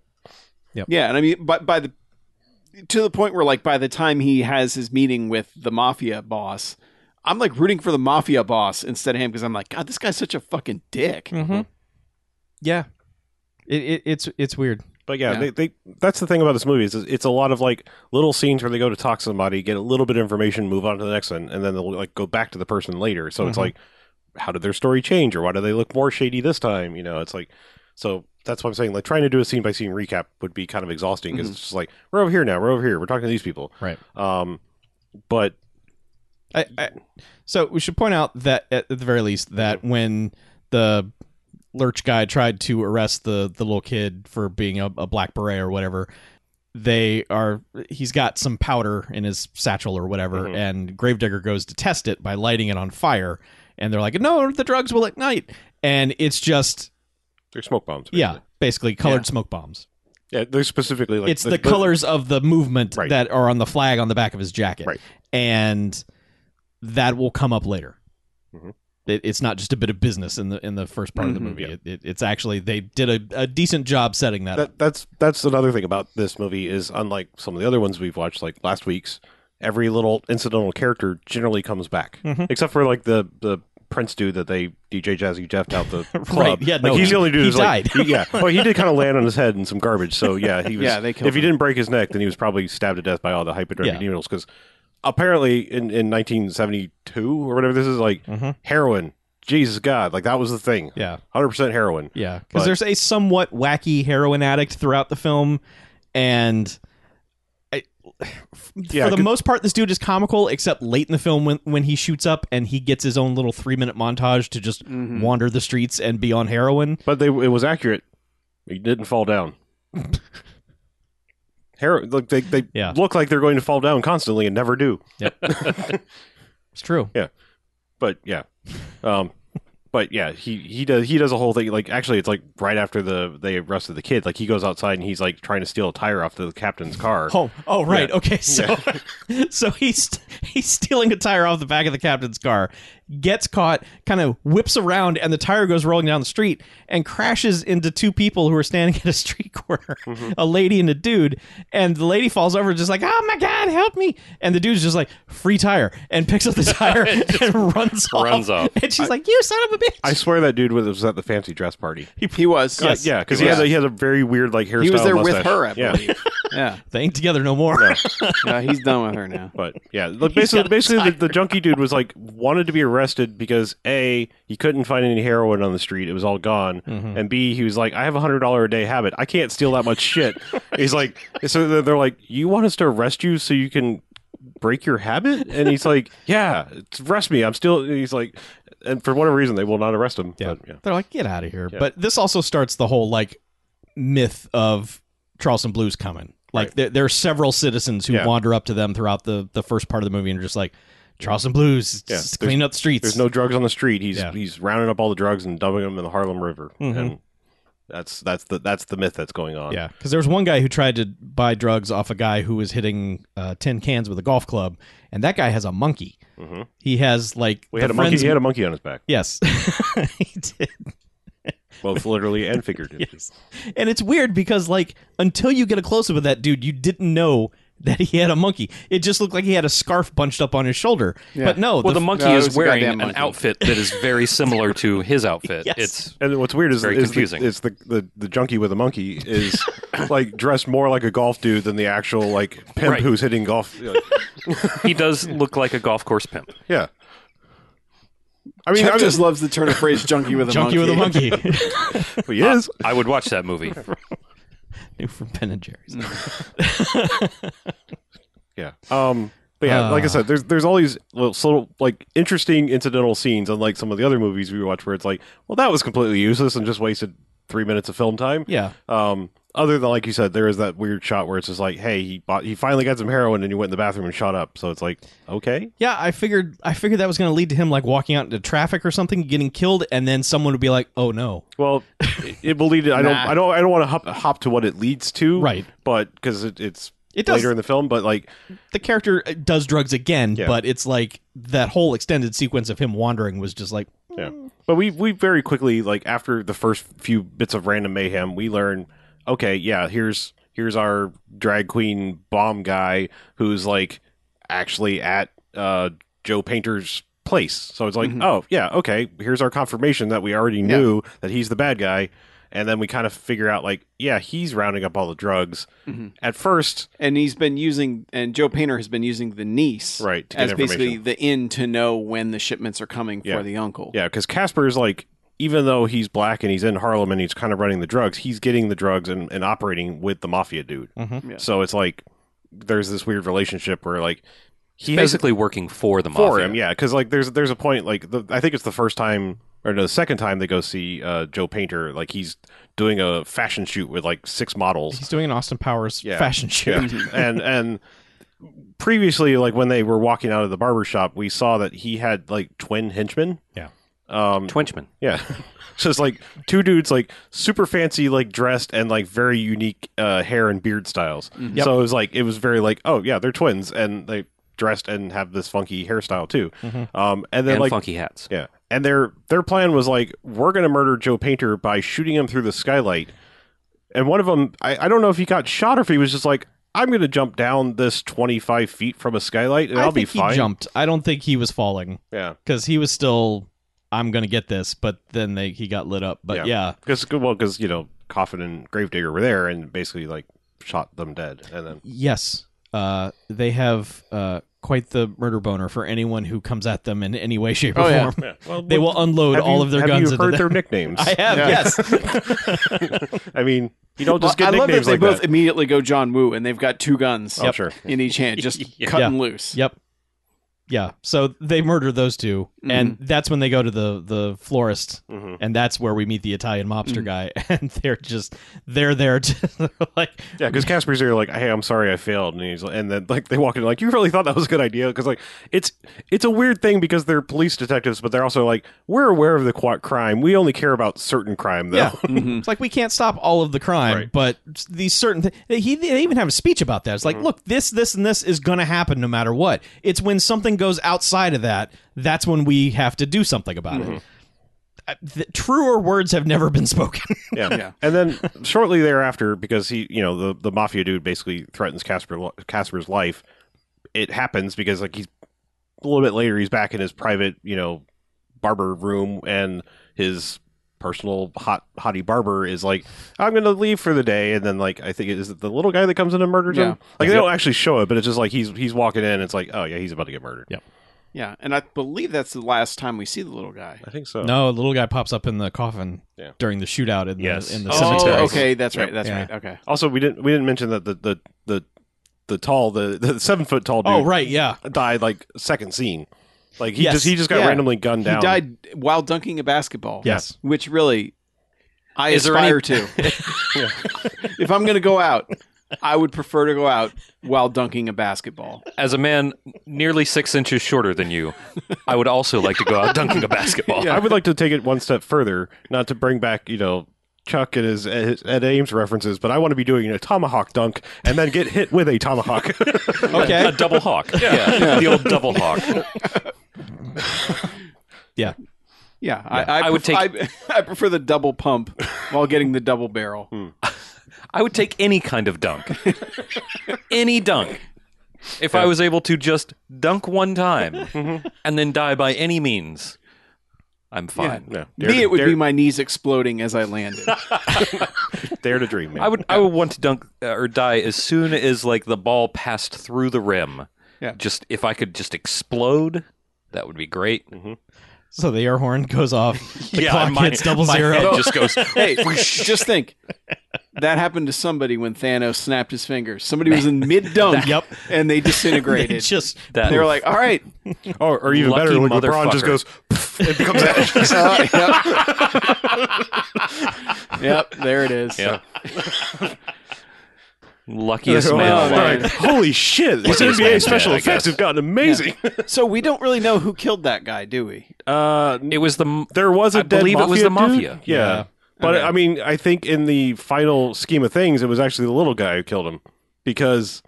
S3: yeah, and I mean, by by the to the point where like by the time he has his meeting with the mafia boss, I'm like rooting for the mafia boss instead of him because I'm like, God, this guy's such a fucking dick.
S4: Mm-hmm. Yeah, it, it, it's it's weird.
S2: But yeah,
S3: Yeah.
S2: They, they that's the thing about this movie is it's a lot of like little scenes where they go to talk to somebody, get a little bit of information, move on to the next one, and then they'll like go back to the person later. So it's
S4: Mhm.
S2: like, how did their story change, or why do they look more shady this time? You know, it's like so that's what I'm saying. Like trying to do a scene by scene recap would be kind of exhausting because it's just like we're over here now, we're over here, we're talking to these people,
S4: Mm-hmm. Right.
S2: Um, but
S4: I, I, so we should point out that at the very least that when the lurch guy tried to arrest the the little kid for being a, a black beret or whatever they are he's got some powder in his satchel or whatever
S2: Mhm.
S4: and gravedigger goes to test it by lighting it on fire and they're like no the drugs will ignite and it's just
S2: they're smoke bombs.
S4: yeah basically colored
S3: Yeah.
S4: smoke bombs
S2: Yeah, they're specifically like
S4: it's the, colors of the movement
S2: Right.
S4: that are on the flag on the back of his jacket,
S2: Right.
S4: and that will come up later.
S2: Mhm.
S4: It, it's not just a bit of business in the in the first part of
S3: Mhm.
S4: the movie.
S2: Mm-hmm. Yeah.
S4: It, it, it's actually they did a, a decent job setting that. up.
S2: that, that's that's another thing about this movie is unlike some of the other ones we've watched, like last week's. Every little incidental character generally comes back,
S4: Mhm.
S2: except for like the the Prince dude that they DJ Jazzy Jeff out the club.
S4: yeah,
S2: like,
S4: no,
S2: he's
S4: he-
S2: the only dude.
S4: he
S2: who's like-
S4: died.
S2: he- yeah, well, he did kind of land on his head in some garbage. So yeah, he was.
S3: Yeah, they killed
S2: if he
S3: him.
S2: didn't break his neck, then he was probably stabbed to death by all the hypodermic
S4: Yeah.
S2: needles. Because apparently, in in 1972 or whatever this is, like
S4: Mhm.
S2: heroin. Jesus God, like that was the thing.
S4: Yeah,
S2: 100 percent heroin.
S4: yeah,
S2: But-
S4: because there's a somewhat wacky heroin addict throughout the film, and. I-
S2: Yeah,
S4: For the
S2: 'cause-
S4: most part, this dude is comical, except late in the film when, when he shoots up and he gets his own little three minute montage to just
S2: Mm-hmm.
S3: Mhm.
S4: wander the streets and be on heroin.
S2: But they, it was accurate. He didn't fall down. Hero, look, they, they
S4: Yeah.
S2: look like they're going to fall down constantly and never do.
S4: It's true.
S2: But yeah, um, but yeah, he he does he does a whole thing. Like actually, it's like right after the they arrested the kid. Like he goes outside and he's like trying to steal a tire off the captain's car.
S4: Oh, oh, right.
S2: Yeah.
S4: Okay, so so he's he's stealing a tire off the back of the captain's car, gets caught, kind of whips around, and the tire goes rolling down the street and crashes into two people who are standing at a street corner, a lady and a dude. And the lady falls over, just like, "Oh my god, help me!" And the dude's just like, "Free tire," and picks up the tire and runs off.
S5: runs off.
S4: And she's like, "You son of a bitch!"
S2: I swear that dude was at the fancy dress party.
S3: He was.
S2: Uh, yeah, because he had a, he had a very weird like hairstyle.
S3: He was there
S2: mustache.
S3: with her, I
S2: Yeah,
S3: believe. yeah.
S4: they ain't together no more.
S3: No, he's done with her now.
S2: But yeah, look, basically, basically the, the junkie dude was like wanted to be arrested because a he couldn't find any heroin on the street; it was all gone.
S4: Mm-hmm.
S2: And b he was like, I have a hundred dollar a day habit; I can't steal that much shit. he's like, so they're- they're like, you want us to arrest you so you can break your habit? And he's like, yeah, it's- arrest me. I'm still. and he's like, and for whatever reason, they will not arrest him.
S4: Yeah.
S2: But, yeah.
S4: They're like, get out of here.
S2: Yeah.
S4: But this also starts the whole like myth of Charleston Blues coming. Like
S2: Right.
S4: there, there are several citizens who
S2: Yeah.
S4: wander up to them throughout the, the first part of the movie and are just like, Charleston Blues,
S2: Yeah.
S4: it's cleaning up the streets.
S2: There's no drugs on the street. He's
S4: Yeah.
S2: he's rounding up all the drugs and dumping them in the Harlem River.
S4: Mhm.
S2: And that's that's the that's the myth that's going on.
S4: Yeah, because there was one guy who tried to buy drugs off a guy who was hitting uh, tin cans with a golf club, and that guy has a monkey.
S2: hmm
S4: He has like
S2: We
S4: the
S2: had a monkey.
S4: friends-
S2: He had a monkey on his back,
S4: yes, he did.
S2: both literally and figuratively.
S4: Yes. And it's weird because like until you get a close up of that dude, you didn't know that he had a monkey. It just looked like he had a scarf bunched up on his shoulder.
S3: Yeah.
S4: But no,
S5: Well, the
S4: f-
S5: monkey
S3: No, it was
S5: is
S3: a
S5: wearing
S3: goddamn
S5: an
S3: monkey.
S5: outfit that is very similar to his outfit.
S4: Yes.
S5: It's
S2: And what's weird is,
S5: Very
S2: is, the,
S5: confusing.
S2: is the, the the junkie with a monkey is like dressed more like a golf dude than the actual like pimp
S5: Right.
S2: who's hitting golf. like,
S5: he does look like a golf course pimp.
S2: yeah, I mean,
S3: Chuck
S2: I'm
S3: just
S2: just
S3: loves the turn of phrase "junkie with a
S4: junkie with a monkey,
S2: he is.
S5: I would watch that movie.
S4: new from Ben and Jerry's.
S2: Mm. Yeah. Um. But yeah, like I
S4: Ah.
S2: said, there's there's all these little, little like interesting incidental scenes, unlike some of the other movies we watch, where it's like, well, that was completely useless and just wasted three minutes of film time.
S4: Yeah,
S2: Um, other than like you said, there is that weird shot where it's just like, hey, he bought, he finally got some heroin and he went in the bathroom and shot up. So it's like, okay,
S4: yeah. I figured I figured that was going to lead to him like walking out into traffic or something, getting killed, and then someone would be like, "Oh no."
S2: well, it- it will lead. I don't,
S3: Nah.
S2: I don't, I don't want to hop, hop to what it leads to,
S4: Right.
S2: But because it, it's
S4: It does-
S2: later in the film, but like,
S4: The character uh, does drugs again,
S2: Yeah.
S4: but it's like that whole extended sequence of him wandering was just like,
S2: yeah. But we we very quickly like after the first few bits of random mayhem, we learn, okay, yeah, here's here's our drag queen bomb guy who's like actually at uh, Joe Painter's place. So it's like,
S3: Mhm.
S2: oh yeah, okay. Here's our confirmation that we already knew that he's the bad guy, and then we kind of figure out like, yeah, he's rounding up all the drugs.
S3: Mhm.
S2: At first,
S3: and he's been using and Joe Painter has been using the niece
S2: right? To get
S3: as basically
S2: information.
S3: the in to know when the shipments are coming
S2: Yeah.
S3: for the uncle.
S2: Yeah, because Casper is like, even though he's black and he's in Harlem and he's kind of running the drugs, he's getting the drugs and, and operating with the mafia dude.
S4: Mhm.
S3: Yeah.
S2: So it's like there's this weird relationship where like he has
S5: basically working for the mafia.
S2: for him, yeah. Because like there's there's a point like the, I think it's the first time or no, the second time they go see uh, Joe Painter. Like he's doing a fashion shoot with like six models
S4: He's doing an Austin Powers
S2: Yeah.
S4: fashion shoot.
S2: and and previously like when they were walking out of the barber shop we saw that he had like twin henchmen
S4: Yeah.
S2: um
S5: Twinchman.
S2: yeah. so it's like two dudes like super fancy like dressed and like very unique uh hair and beard styles.
S4: Mm-hmm.
S3: Mhm.
S2: So it was like it was very like, oh yeah, they're twins and they dressed and have this funky hairstyle too.
S4: Mhm.
S2: Um and then
S5: and
S2: like
S5: funky hats.
S2: yeah. And their their plan was like, we're gonna murder Joe Painter by shooting him through the skylight. And one of them, I, I don't know if he got shot or if he was just like, I'm gonna jump down this 25 feet from a skylight and
S4: I
S2: will
S4: think
S2: be fine.
S4: he jumped. I don't think he was falling
S2: Yeah,
S4: because he was still. I'm gonna get this, but then they he got lit up. But
S2: Yeah.
S4: yeah,
S2: because well, because you know, Coffin and Gravedigger were there and basically like shot them dead, and then
S4: yes, uh, they have uh, quite the murder boner for anyone who comes at them in any way, shape, or
S3: Oh, yeah.
S4: form. They will unload
S2: have
S4: all
S2: you-
S4: of their
S2: have
S4: guns
S2: You
S4: into
S2: heard
S4: them.
S2: their nicknames.
S4: I have
S3: Yeah.
S4: yes.
S2: I mean, you don't just
S3: Well,
S2: get
S3: I love that
S2: nicknames
S3: they
S2: like
S3: both
S2: that.
S3: immediately go John Woo, and they've got two guns
S2: Oh, sure.
S3: in each hand, just
S5: Yeah.
S3: cutting
S4: Yeah.
S3: loose.
S4: Yep. Yeah. So they murder those 2
S2: Mm-hmm.
S4: and that's when they go to the the florist,
S2: Mhm.
S4: and that's where we meet the Italian mobster
S2: Mm.
S4: guy, and they're just they're there to they're like
S2: Yeah, because Casper's there, like, hey, I'm sorry, I failed, and he's, and then like they walk in, like, you really thought that was a good idea, because like it's it's a weird thing because they're police detectives, but they're also like, we're aware of the qu- crime, we only care about certain crime though.
S4: yeah. It's like we can't stop all of the crime,
S2: Right.
S4: but these certain things. He they even have a speech about that. It's like, look, this, this, and this is going to happen no matter what. It's when something goes outside of that that's when we have to do something about it. Uh, th- truer words have never been spoken.
S2: yeah.
S3: Yeah.
S2: And then shortly thereafter, because he, you know, the, the mafia dude basically threatens Casper li- Casper's life. It happens because like he's a little bit later, he's back in his private, you know, barber room, and his personal hot hottie barber is like, "I'm going to leave for the day," and then like I think is it the little guy that comes in and murders
S3: Yeah.
S2: him? Like they don't actually show it, but it's just like he's he's walking in, and it's like, oh yeah, he's about to get murdered.
S4: Yeah.
S3: Yeah, and I believe that's the last time we see the little guy.
S2: I think so.
S4: No, a little guy pops up in the coffin
S2: Yeah.
S4: during the shootout in
S2: Yes.
S4: the in the
S2: Oh,
S4: cemetery.
S3: Oh, okay, that's right,
S2: Yep.
S3: that's
S4: Yeah.
S3: right. Okay,
S2: Also, we didn't we didn't mention that the the the, the tall the, the seven foot tall dude.
S4: Oh, right, yeah.
S2: died like second scene. Like he
S4: Yes.
S2: just he just got
S3: Yeah.
S2: randomly gunned
S3: he
S2: down.
S3: died while dunking a basketball.
S4: Yes.
S3: which really I
S5: Is there
S3: aspire
S5: any-
S3: to. If I'm going to go out, I would prefer to go out while dunking a basketball.
S5: As a man nearly six inches shorter than you, I would also like to go out dunking a basketball.
S2: I would like to take it one step further, not to bring back you know Chuck and his, his Ed Ames references, but I want to be doing a tomahawk dunk and then get hit with a tomahawk.
S5: A
S4: Okay.
S5: double hawk. Yeah. The old double hawk.
S4: yeah.
S3: Yeah, I, I,
S5: I would
S3: pref- I, I prefer the double pump while getting the double barrel.
S5: I would take any kind of dunk. any dunk. If I was able to just dunk one time
S2: Mm-hmm.
S5: and then die by any means, I'm fine.
S2: no, dare,
S3: Me,
S2: to,
S3: it would
S2: dare,
S3: be my knees exploding as I landed.
S2: dare to dream. Man.
S5: I would I would want to dunk uh, or die as soon as like the ball passed through the rim.
S3: Yeah.
S5: Just if I could just explode, that would be great.
S2: Mm-hmm.
S4: So the air horn goes off. The
S5: yeah,
S4: clock
S5: my,
S4: hits double
S5: my
S4: zero.
S5: head just goes
S3: hey, just think. That happened to somebody when Thanos snapped his fingers. Somebody was in mid dunk.
S4: Yep.
S3: And they
S4: They
S3: disintegrated. they,
S4: just
S5: that
S3: were like, all right.
S2: or, "Oh, or even
S5: Lucky
S2: better, when LeBron just
S5: motherfucker.
S2: goes, pff, it becomes ashes.
S3: Uh, yep. yep. There it is.
S5: yeah. luckiest
S2: Well,
S5: man
S3: Oh,
S5: alive.
S2: like,
S3: man.
S2: Holy shit! This
S5: Luckiest man's
S2: NBA special
S5: dead, I
S2: effects
S5: guess.
S2: have gotten amazing.
S3: So we don't really know who killed that guy, do we?
S2: Uh,
S5: It was the m-
S2: There was a
S5: I
S2: dead
S5: believe it was the
S2: mafia dude?
S5: mafia.
S2: Yeah.
S4: Yeah.
S2: But I mean, I think in the final scheme of things, it was actually the little guy who killed him because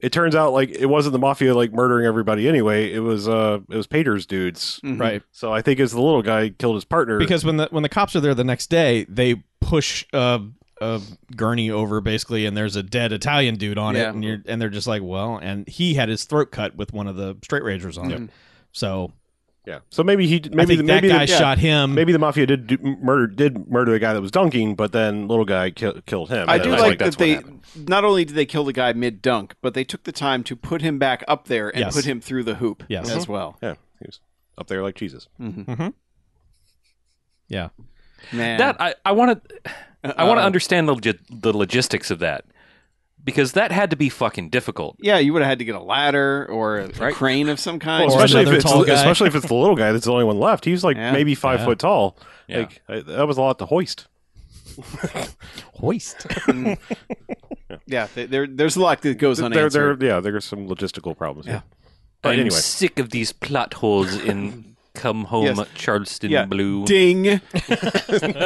S2: it turns out like it wasn't the mafia like murdering everybody anyway. It was uh it was Pater's dudes.
S4: right.
S2: So I think it's the little guy who killed his partner.
S4: because when the when the cops are there the next day, they push uh, a gurney over basically, and there's a dead Italian dude on
S3: Yeah.
S4: it, and you're and they're just like, well, and he had his throat cut with one of the straight razors on it. So
S2: Yeah. So maybe he
S4: I
S2: maybe
S4: think
S2: the, maybe the-
S4: that guy
S2: yeah.
S4: shot him.
S2: Maybe the mafia did do, murder did murder the guy that was dunking, but then little guy kill, killed him.
S3: I
S2: And
S3: do
S2: it's
S5: I
S3: like
S5: think that's
S3: that they
S5: what happened.
S3: not only did they kill the guy mid dunk, but they took the time to put him back up there and
S4: Yes.
S3: put him through the hoop
S4: Yes.
S3: as well.
S2: yeah, he was up there like Jesus.
S4: yeah,
S3: Man,
S5: That I I want to
S2: Uh,
S5: I want to understand the logi- the logistics of that because that had to be fucking difficult.
S3: yeah, you would have had to get a ladder or a, a
S5: Right.
S3: crane of some kind.
S2: Well,
S4: Or
S2: especially if
S4: another
S2: it's
S4: tall guy.
S2: especially if it's the little guy that's the only one left. He's like
S3: Yeah.
S2: maybe five
S4: Yeah.
S2: foot tall.
S5: Yeah.
S2: Like I, that was a lot to hoist.
S4: hoist.
S3: yeah, th- there, there's a lot that goes
S2: There,
S3: unanswered.
S2: there, yeah, there's some logistical problems. Yeah. But
S5: I'm
S2: anyway,
S5: sick of these plot holes in Come Home
S3: Yes.
S5: Charleston
S3: yeah.
S5: Blue.
S3: Ding.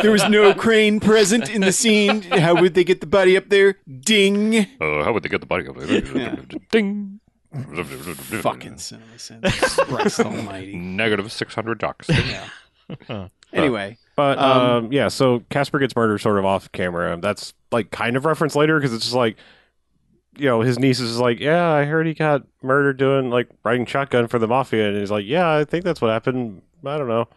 S3: there was no crane present in the scene. How would they get the body up there? Ding.
S5: Uh, how would they get the body up there?
S3: Yeah.
S5: Ding.
S3: Fucking cinema sense. Christ almighty.
S5: Negative 600 docs.
S3: Anyway,
S2: but um, yeah, so Casper gets murdered sort of off camera. That's like kind of reference later because it's just like, you know, his niece is just like, yeah, I heard he got murdered doing like riding shotgun for the mafia, and he's like, yeah, I think that's what happened. I don't know.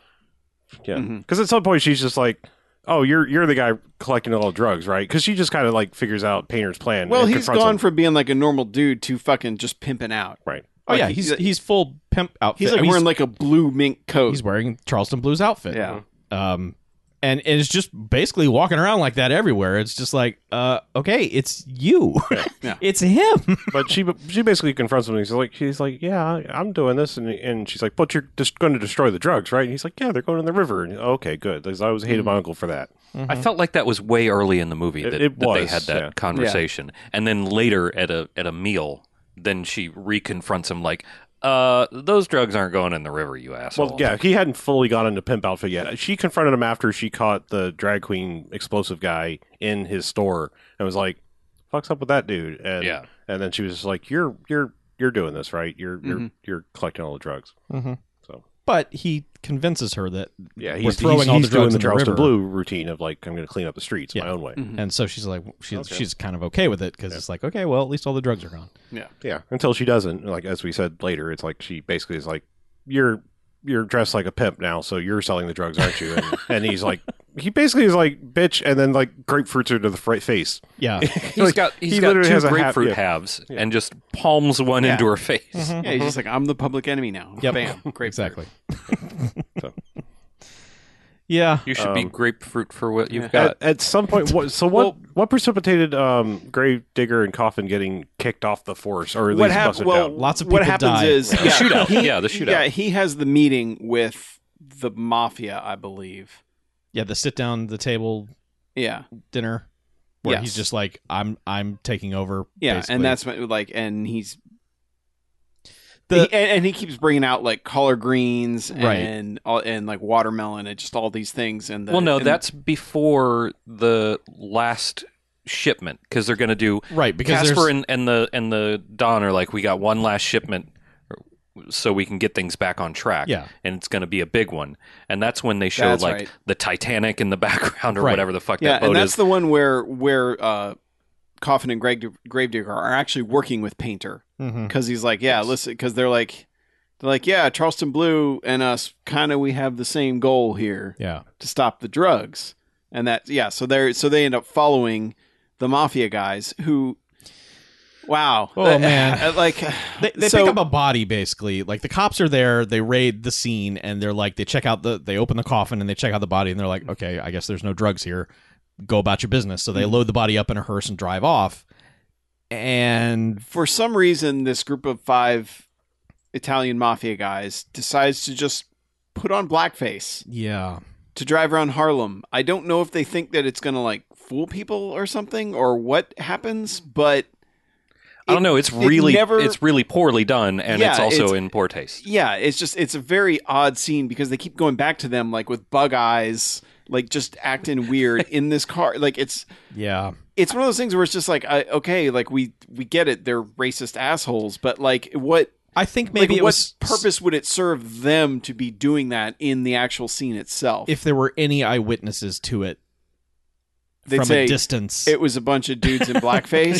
S2: Yeah, because
S3: Mhm.
S2: at some point she's just like. Oh, you're you're the guy collecting all the drugs, right? Because she just kind of like figures out Painter's plan.
S3: well,
S2: and
S3: he's
S2: confronts
S3: gone
S2: him.
S3: from being like a normal dude to fucking just pimping out.
S2: right.
S4: Oh yeah,
S3: Like,
S4: he's he's full pimp outfit.
S3: He's like
S4: I mean,
S3: wearing like a blue mink coat.
S4: he's wearing Charleston Blues outfit.
S3: Yeah.
S4: Um, and and it's just basically walking around like that everywhere. It's just like, uh, okay, it's you.
S3: Yeah.
S4: it's him.
S2: but she she basically confronts him. And he's like, he's like, yeah, I- I'm doing this, and and she's like, but you're just going to destroy the drugs, right? And he's like, yeah, they're going in the river. And, okay, good. 'cause I always hated my uncle for that.
S5: I felt like that was way early in the movie
S2: Mm-hmm. It-
S5: that,
S2: it
S5: that they
S2: was,
S5: had that
S2: yeah.
S5: conversation, and then later at a at a meal, then she reconfronts him like, "Uh, those drugs aren't going in the river, you asshole."
S2: Well, yeah, he hadn't fully gone into pimp outfit yet. She confronted him after she caught the drag queen explosive guy in his store and was like, "Fucks up with that dude." And,
S5: Yeah.
S2: and then she was just like, "You're you're you're doing this right. You're you're you're collecting all the drugs."
S4: But he convinces her that
S2: Yeah,
S4: We're
S2: he's
S4: throwing
S2: he's,
S4: all the
S2: he's doing
S4: drugs
S2: the
S4: in the
S2: Charleston
S4: river.
S2: Blue routine of like, "I'm going to clean up the streets my own way."
S4: And so she's like, she's
S2: Okay.
S4: she's kind of okay with it because it's like, okay, well, at least all the drugs are gone.
S3: yeah.
S2: Yeah, until she doesn't. Like as we said later, it's like she basically is like, "You're you're dressed like a pimp now, so you're selling the drugs, aren't you?" And, and he's like, he basically is like, "Bitch," and then like grapefruits her to the fr- face.
S4: Yeah,
S5: He's
S2: Like,
S5: got he's
S2: he
S5: got
S2: literally
S5: two
S2: has a hat-
S5: grapefruit
S2: yeah. Mm-hmm.
S5: halves and just palms one into her face.
S3: Yeah, he's just like, I'm the public enemy now.
S4: Yep.
S3: Bam. Great.
S4: exactly.
S2: So.
S4: yeah,
S5: You should be
S2: Um,
S5: grapefruit for what you've got.
S2: At, at some point, what, so what? what precipitated um, Grave Digger and Coffin getting kicked off the force, or at
S3: What
S2: least
S3: happened?
S2: busted
S3: Well,
S2: down?
S4: Lots of
S3: what
S4: people
S3: happens
S4: die.
S3: is
S5: The shootout. Yeah, the shootout.
S3: Yeah, he has the meeting with the mafia, I believe.
S4: yeah. The sit down, the table
S3: Yeah,
S4: dinner, where
S3: Yes.
S4: he's just like, I'm I'm taking over.
S3: yeah,
S4: basically.
S3: and that's what, like, and he's
S4: The-
S3: he- and, and he keeps bringing out like collard greens
S4: Right.
S3: and all and like watermelon and just all these things. And the,
S5: well, no,
S3: and-
S5: that's before the last shipment because they're going to do
S4: right because
S5: Casper
S4: there's-
S5: and, and the and the Don are like, we got one last shipment, so we can get things back on track.
S4: Yeah.
S5: and it's going to be a big one. And that's when they show
S3: That's
S5: like
S3: right.
S5: the Titanic in the background or
S4: Right.
S5: whatever the fuck
S3: yeah,
S5: that boat
S3: and that's
S5: is.
S3: the one where where uh, Coffin and Greg Gravedigger are actually working with Painter.
S4: Mhm.
S3: because he's like, yeah, listen, because they're like, they're like, yeah, Charleston Blue and us kind of we have the same goal here
S4: yeah,
S3: to stop the drugs, and that yeah, so they're so they end up following the mafia guys who, wow,
S4: Oh, man.
S3: like
S4: they, they
S3: So-
S4: pick up a body basically. Like the cops are there, they raid the scene, and they're like, they check out the, they open the coffin and they check out the body, and they're
S3: Mm.
S4: like, okay, I guess there's no drugs here. Go about your business. So they load the body up in a hearse and drive off. And
S3: for some reason this group of five Italian mafia guys decides to just put on blackface
S4: yeah,
S3: to drive around Harlem. I don't know if they think that it's gonna like fool people or something or what happens, but
S5: I don't know. It's really
S3: never-
S5: it's really poorly done, and
S3: Yeah,
S5: it's also
S3: it's-
S5: in poor taste.
S3: yeah, it's just it's a very odd scene because they keep going back to them like with bug eyes, like just acting weird in this car. Like it's
S4: yeah.
S3: it's one of those things where it's just like I, okay, like we we get it, they're racist assholes, but like what
S4: I think maybe
S3: like
S4: it
S3: what
S4: was
S3: purpose would it serve them to be doing that in the actual scene itself?
S4: if there were any eyewitnesses to it
S3: They'd
S4: from
S3: say
S4: a distance.
S3: It was a bunch of dudes in blackface.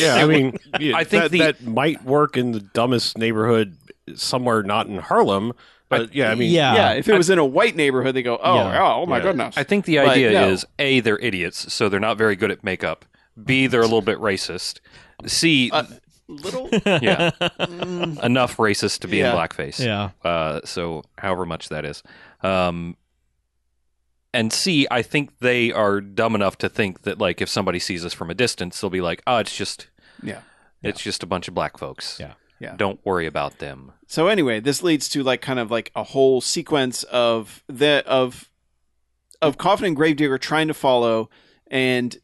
S2: Yeah, I mean, yeah,
S5: I think
S2: that,
S5: the-
S2: that might work in the dumbest neighborhood somewhere not in Harlem. But yeah, I mean,
S4: yeah.
S3: yeah. If it was in a white neighborhood, they go, "Oh,
S4: Yeah.
S3: oh, my
S2: Yeah.
S3: goodness."
S5: I think the
S3: But
S5: idea
S3: no.
S5: is a they're idiots, so they're not very good at makeup. B they're a little bit racist. C
S3: Uh, little. mm,
S5: yeah, enough racist to be
S3: Yeah.
S5: in blackface.
S4: yeah.
S5: Uh, so however much that is, um, and C I think they are dumb enough to think that like if somebody sees us from a distance, they'll be like, oh, it's just
S3: Yeah.
S5: it's just a bunch of black folks.
S4: Yeah.
S3: Yeah.
S5: Don't worry about them.
S3: So anyway, this leads to like kind of like a whole sequence of the of of Coffin and Gravedigger trying to follow and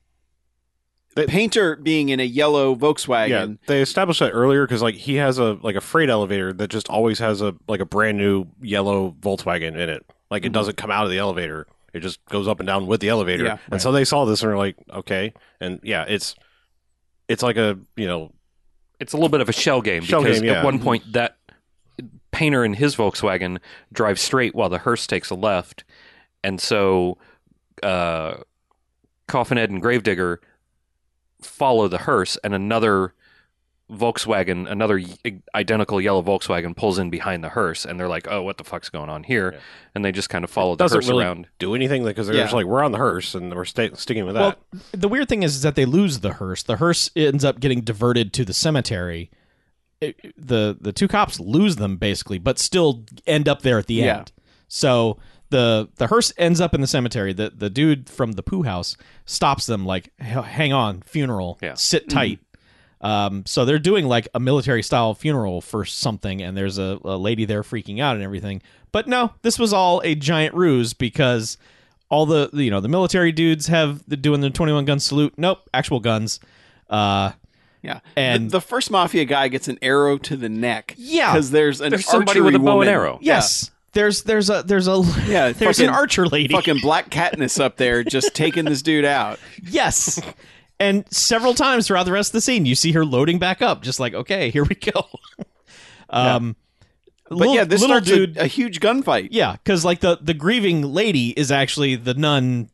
S2: They-
S3: Painter being in a yellow
S2: yeah.
S3: Volkswagen.
S2: They established that earlier because like he has a like a freight elevator that just always has a like a brand new yellow Volkswagen in it. Like it doesn't come out of the elevator; it just goes up and down with the elevator.
S3: Yeah.
S2: and so they saw this and were like, okay, and yeah, it's it's like a you know
S5: It's a little bit of a shell game
S2: Shell
S5: because
S2: game, yeah.
S5: at one point that painter in his Volkswagen drives straight while the hearse takes a left, and so uh, Coffinhead and Gravedigger follow the hearse, and another Volkswagen, another y- identical yellow Volkswagen, pulls in behind the hearse, and they're like, "Oh, what the fuck's going on here?"
S2: Yeah.
S5: And they just kind of follow the
S2: doesn't
S5: hearse
S2: really
S5: around.
S2: do anything because they're
S3: Yeah.
S2: just like we're on the hearse and we're sta sticking with that.
S4: Well, the weird thing is, is that they lose the hearse. The hearse ends up getting diverted to the cemetery. It- the the two cops lose them basically, but still end up there at the
S3: Yeah.
S4: end. So the the hearse ends up in the cemetery. The the dude from the poo house stops them like, "H- "Hang on, funeral,
S5: Yeah.
S4: sit tight." Um, so they're doing like a military style funeral for something, and there's a, a lady there freaking out and everything. But no, this was all a giant ruse because all the you know the military dudes have the, doing the 21 gun salute. Nope, actual guns. Uh,
S3: Yeah.
S4: And-
S3: the, the first mafia guy gets an arrow to the neck.
S4: Yeah.
S3: Because there's an
S5: There's somebody with
S3: archery
S5: a bow
S3: woman.
S5: and arrow.
S4: yes, there's there's a there's a
S3: Yeah,
S4: there's
S3: fucking-
S4: an archer lady.
S3: Fucking black Katniss up there just taking this dude out.
S4: Yes. And several times throughout the rest of the scene, you see her loading back up, just like, okay, here we go. um,
S3: But
S4: little,
S3: yeah, this
S4: little
S3: starts a-
S4: dude,
S3: a, huge gunfight.
S4: yeah, because like the the grieving lady is actually the nun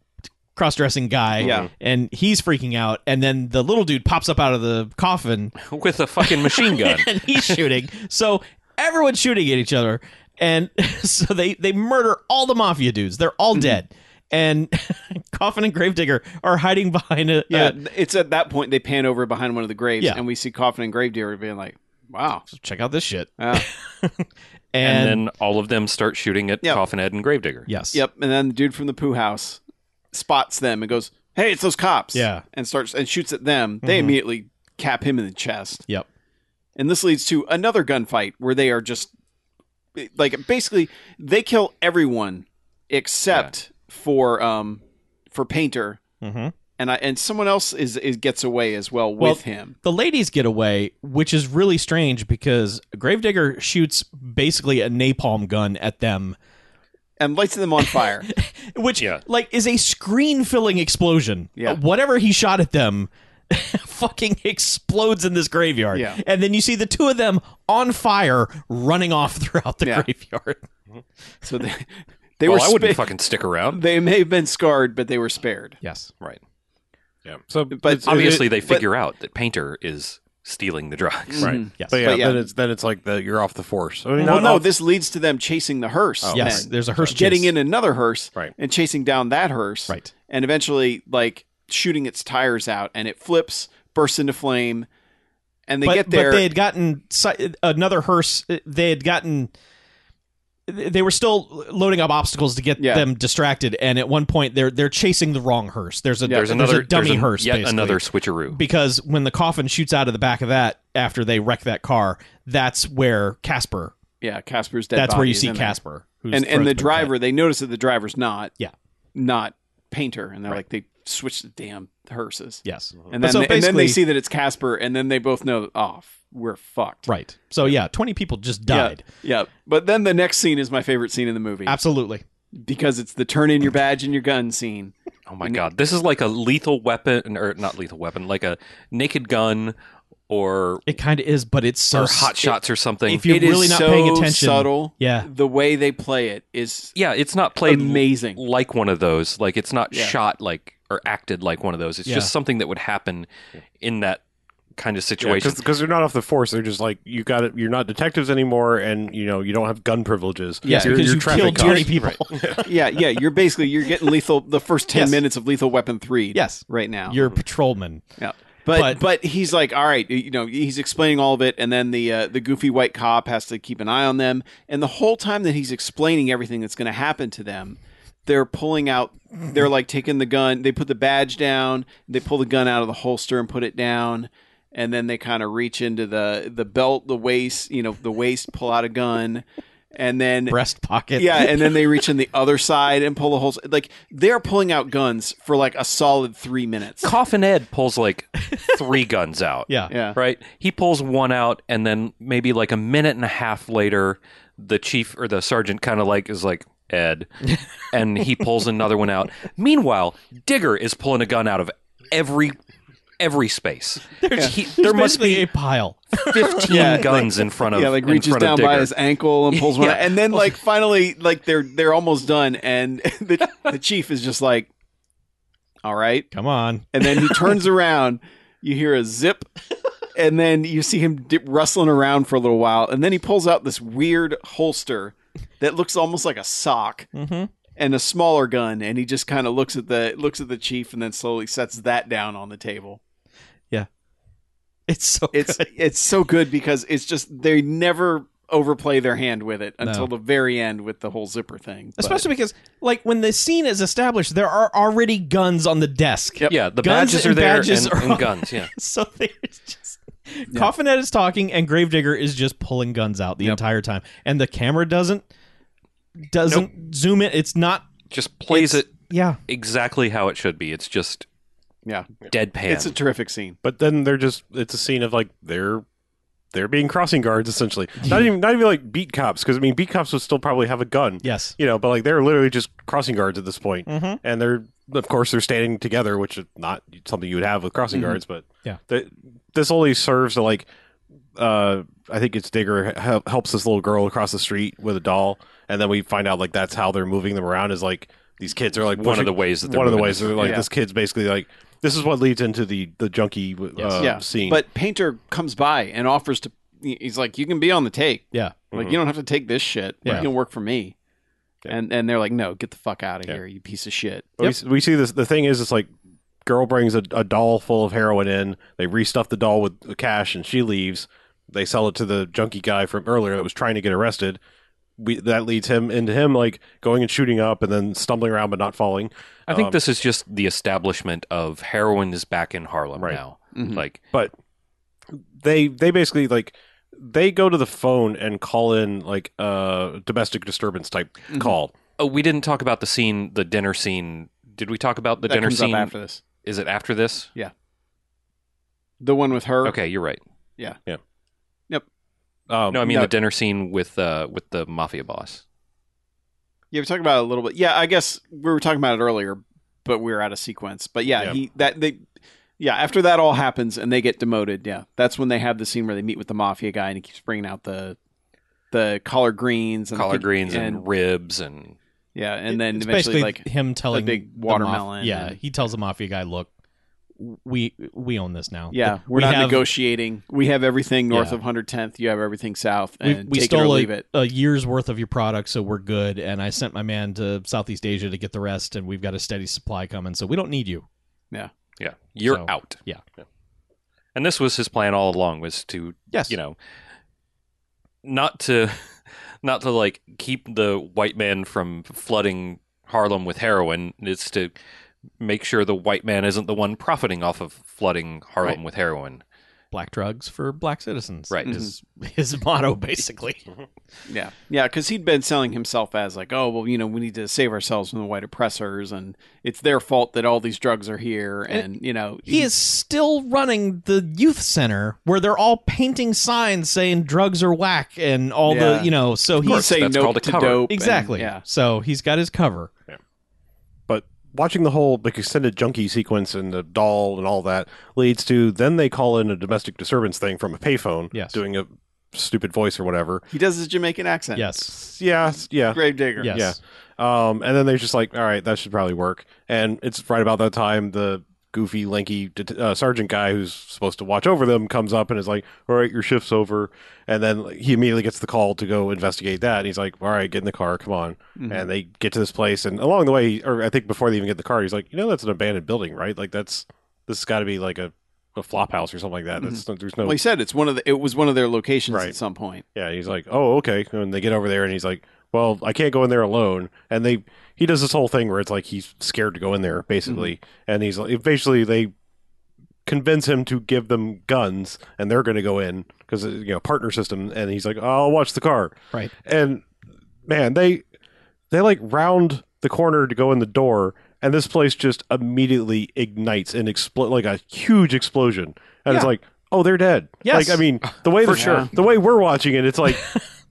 S4: cross dressing guy,
S3: Yeah.
S4: and he's freaking out, and then the little dude pops up out of the coffin
S5: with a fucking machine gun.
S4: and he's shooting, so everyone's shooting at each other, and so they they murder all the mafia dudes. They're
S3: Mm-hmm.
S4: all dead, and coffin and gravedigger are hiding behind a
S3: Yeah,
S4: a-
S3: Uh, it's at that point they pan over behind one of the graves,
S4: Yeah.
S3: and we see Coffin and Gravedigger being like, "Wow,
S4: check out this shit.
S3: Yeah.
S5: and,
S4: and,
S5: then all of them start shooting at
S3: Yeah.
S5: Coffinhead and Gravedigger.
S4: yes,
S3: Yep. And then the dude from the poo house spots them and goes, Hey, it's those cops.
S4: Yeah.
S3: And starts and shoots at them. They
S5: Mm-hmm.
S3: immediately cap him in the chest.
S4: yep,
S3: And this leads to another gunfight where they are just like basically they kill everyone except for um for Painter.
S4: hmm
S3: And I and someone else is, is gets away as well with
S4: Well,
S3: him.
S4: The ladies get away, which is really strange because Gravedigger shoots basically a napalm gun at them,
S3: And lights them on fire.
S4: which
S5: Yeah.
S4: like is a screen-filling explosion.
S3: Yeah.
S4: Uh, whatever he shot at them. fucking explodes in this graveyard
S3: Yeah.
S4: and then you see the two of them on fire running off throughout the
S3: Yeah.
S4: graveyard
S3: so they they
S5: well,
S3: were
S5: I wouldn't
S3: spa-
S5: fucking stick around.
S3: they may have been scarred, but they were spared.
S4: yes
S5: Right.
S2: yeah, so
S3: But
S2: it's-
S5: Obviously, they
S3: but- mm-hmm.
S5: figure out that Painter is stealing the drugs.
S2: right.
S4: yes
S2: But yeah,
S3: But yeah.
S2: then it's then it's like the you're off the force. I mean,
S3: Well,
S2: not
S3: no,
S2: off-
S3: this leads to them chasing the hearse.
S4: Oh. yes
S3: then.
S4: there's a hearse chase.
S3: Oh, getting in another hearse
S2: Right.
S3: and chasing down that hearse
S4: right
S3: and eventually like shooting its tires out and it flips bursts into flame and they
S4: but,
S3: get there
S4: But they had gotten si- another hearse. They had gotten. They were still loading up obstacles to get
S3: Yeah.
S4: them distracted, and at one point they're they're chasing the wrong hearse. There's a
S5: There's
S4: there's
S5: another
S4: a dummy
S5: there's an-
S4: hearse,
S5: Yet
S4: basically.
S5: another switcheroo.
S4: Because when the coffin shoots out of the back of that after they wreck that car, that's where Casper.
S3: yeah casper's dead
S4: that's where
S3: body
S4: you
S3: is
S4: see
S3: in there.
S4: Casper, who's
S3: and and the
S4: throat's been cut.
S3: driver they notice that the driver's not
S4: Yeah.
S3: not painter and they're like they switched the damn hearses
S4: Yes,
S3: and
S4: But
S3: then,
S4: so
S3: they, and then they
S4: basically-
S3: see that it's casper and then they both know oh f- we're fucked
S4: right. So yeah, twenty people just
S3: Yeah.
S4: died.
S3: yeah but then the next scene is my favorite scene in the movie
S4: Absolutely.
S3: because it's the turn in your badge and your gun scene
S5: Oh my god, this is like a lethal weapon, or not lethal weapon, like a naked gun or
S4: It kind of is, but it's so
S5: or hot
S4: s-
S5: shots or something.
S4: If you're
S3: It is
S4: really not
S3: so
S4: paying attention,
S3: subtle.
S4: yeah,
S3: The way they play it is
S5: yeah, it's not played l-
S3: amazing.
S5: like one of those. Like it's not
S3: Yeah.
S5: shot like or acted like one of those. It's
S4: Yeah.
S5: just something that would happen in that kind of situation.
S2: because they're not off the force. They're just like you got it. You're not detectives anymore, and you know you don't have gun privileges.
S3: Yeah,
S2: you're,
S4: because
S2: you're
S4: you
S2: traffic
S4: killed
S2: cops.
S4: 20 people.
S3: yeah, yeah. You're basically you're getting lethal the first ten
S4: Yes.
S3: minutes of Lethal Weapon three.
S4: Yes.
S3: right now.
S4: You're a patrolman.
S3: yeah. But,
S4: but-
S3: but he's like, all right, you know, he's explaining all of it, and then the uh, the goofy white cop has to keep an eye on them, and the whole time that he's explaining everything that's going to happen to them, they're pulling out, they're like taking the gun, they put the badge down, they pull the gun out of the holster and put it down, and then they kind of reach into the the belt, the waist, you know, the waist, pull out a gun, and then
S4: breast pocket.
S3: yeah, and then they reach in the other side and pull a whole. Like they're pulling out guns for like a solid three minutes.
S5: Coffin Ed pulls like three guns out.
S4: yeah,
S3: Yeah,
S5: Right? He pulls one out and then maybe like a minute and a half later the chief or the sergeant kind of like is like Ed and he pulls another one out. Meanwhile, Digger is pulling a gun out of every every space. He- there
S4: There's
S5: must
S4: basically
S5: be
S4: a pile.
S5: 15
S3: Yeah, like-
S5: guns in front of
S3: yeah, like
S5: in
S3: reaches
S5: front of
S3: down by
S5: Digger.
S3: his ankle and pulls one,
S5: Yeah.
S3: out. and then like finally, like they're they're almost done, and the the chief is just like, "All right,"
S4: Come on.
S3: and then he turns around. You hear a zip, and then you see him dip, rustling around for a little while, and then he pulls out this weird holster that looks almost like a sock.
S4: Mm-hmm.
S3: and a smaller gun and he just kind of looks at the looks at the chief and then slowly sets that down on the table
S4: It's so.
S3: it's
S4: good.
S3: it's so good because it's just they never overplay their hand with it
S4: No.
S3: until the very end with the whole zipper thing but-
S4: especially because like when the scene is established, there are already guns on the desk.
S3: Yep.
S5: Yeah, the
S4: Guns
S5: badges
S4: and
S5: are there
S4: badges
S5: and,
S4: are
S5: and
S4: on-
S5: guns, yeah.
S4: So there's just. Coffinhead is talking, and Gravedigger is just pulling guns out the entire time, and the camera doesn't doesn't zoom in. It's not.
S5: Just plays
S4: It's-
S5: it
S4: Yeah,
S5: exactly how it should be. It's just
S3: yeah
S5: deadpan.
S3: it's a terrific scene
S2: But then they're just it's a scene of like they're they're being crossing guards essentially. Not even not even like beat cops because I mean beat cops would still probably have a gun.
S4: Yes.
S2: you know, but like they're literally just crossing guards at this point,
S4: Mhm.
S2: and they're of course they're standing together, which is not something you would have with crossing guards. But
S4: Yeah.
S2: th- this only serves to like uh, I think it's Digger hel- helps this little girl across the street with a doll, and then we find out like that's how they're moving them around is like these kids are like
S5: One of
S2: pushing-
S5: the ways that they're
S2: one of the
S5: moving
S2: ways
S5: them.
S2: they're like
S3: Yeah.
S2: this kid's basically like this is what leads into the the junkie uh,
S3: yeah
S2: scene.
S3: but painter comes by and offers to he's like you can be on the take
S4: yeah.
S3: like you don't have to take this shit
S4: Yeah.
S3: you can work for me
S2: Yeah.
S3: and and they're like no get the fuck out of
S2: Yeah.
S3: here you piece of shit
S2: But we, we see this. The thing is, it's like girl brings a, a doll full of heroin in. They restuff the doll with the cash, and she leaves. They sell it to the junkie guy from earlier that was trying to get arrested. We, that leads him into him like going and shooting up, and then stumbling around but not falling.
S5: I think
S2: Um,
S5: this is just the establishment of heroin is back in Harlem
S2: Right.
S5: now.
S3: Mhm.
S5: Like
S2: But they they basically like they go to the phone and call in like a domestic disturbance type call.
S5: Oh, we didn't talk about the scene, the dinner scene. Did we talk about the
S3: that
S5: dinner
S3: comes
S5: scene?
S3: up after this
S5: Is it after this?
S3: the one with her
S5: Okay, you're right.
S2: Um,
S5: No, I mean
S3: no.
S5: the dinner scene with uh, with the mafia boss.
S3: Yeah, we talked about it a little bit. Yeah, I guess we were talking about it earlier, but we were out of sequence. But yeah,
S2: Yeah.
S3: he that they yeah after that all happens and they get demoted. Yeah, that's when they have the scene where they meet with the mafia guy and he keeps bringing out the the collard greens and
S5: Collard greens and, ribs and
S3: yeah, and then
S4: it's
S3: eventually
S4: basically
S3: like
S4: him telling
S3: big
S4: the maf-
S3: watermelon
S4: yeah,
S3: and-
S4: he tells the mafia guy, "Look, we we own this now.
S3: yeah, we're
S4: we
S3: not
S4: have-
S3: negotiating. We have everything north
S4: Yeah.
S3: of 110th. You have everything south,
S4: We,
S3: and
S4: we
S3: take
S4: stole
S3: it or
S4: a,
S3: leave it.
S4: a year's worth of your product, so we're good. And I sent my man to Southeast Asia to get the rest, and we've got a steady supply coming, so we don't need you.
S5: yeah, you're
S4: So,
S5: out.
S4: yeah.
S5: And this was his plan all along was to
S4: Yes,
S5: you know not to not to like keep the white man from flooding Harlem with heroin. It's to make sure the white man isn't the one profiting off of flooding Harlem with heroin.
S4: black drugs for black citizens.
S5: Right.
S4: is his motto basically.
S3: Yeah, yeah, because he'd been selling himself as like, oh well, you know, we need to save ourselves from the white oppressors, and it's their fault that all these drugs are here, and you know,
S4: he is still running the youth center where they're all painting signs saying drugs are whack and all
S3: Yeah.
S4: the you know. So
S3: he'd
S4: he's
S3: say
S5: that's
S3: no
S5: called a
S3: to
S5: cover.
S3: dope. and-
S4: exactly.
S3: yeah,
S4: So he's got his cover.
S2: but watching the whole like extended junkie sequence and the doll and all that leads to then they call in a domestic disturbance thing from a payphone,
S4: Yes.
S2: doing a stupid voice or whatever.
S3: He does his Jamaican accent.
S4: Yes.
S2: Yeah, s- yeah.
S3: Gravedigger.
S4: Yes.
S2: Yeah. Um, and then they're just like, all right, that should probably work. And it's right about that time the goofy, lanky det- uh, sergeant guy who's supposed to watch over them comes up and is like, all right, your shift's over. And then like, he immediately gets the call to go investigate that. And he's like, all right, get in the car, come on.
S3: Mhm.
S2: And they get to this place. And along the way, or I think before they even get in the car, he's like, you know, that's an abandoned building, right? Like, that's this has got to be like a, a flop house or something like that. That's, There's no
S3: Well, he said it's one of the. It was one of their locations
S2: Right.
S3: at some point.
S2: yeah, he's like, oh, okay. And they get over there, and he's like, well, I can't go in there alone. And they he does this whole thing where it's like he's scared to go in there, basically. And he's like, basically they convince him to give them guns, and they're going to go in because you know partner system. And he's like, I'll watch the car.
S4: Right.
S2: And man, they they like round the corner to go in the door, and this place just immediately ignites and explode like a huge explosion. And it's
S4: Yeah.
S2: like, oh, they're dead.
S4: Yes.
S2: Like I mean, the way
S3: For
S2: the,
S3: sure.
S2: the way we're watching it, it's like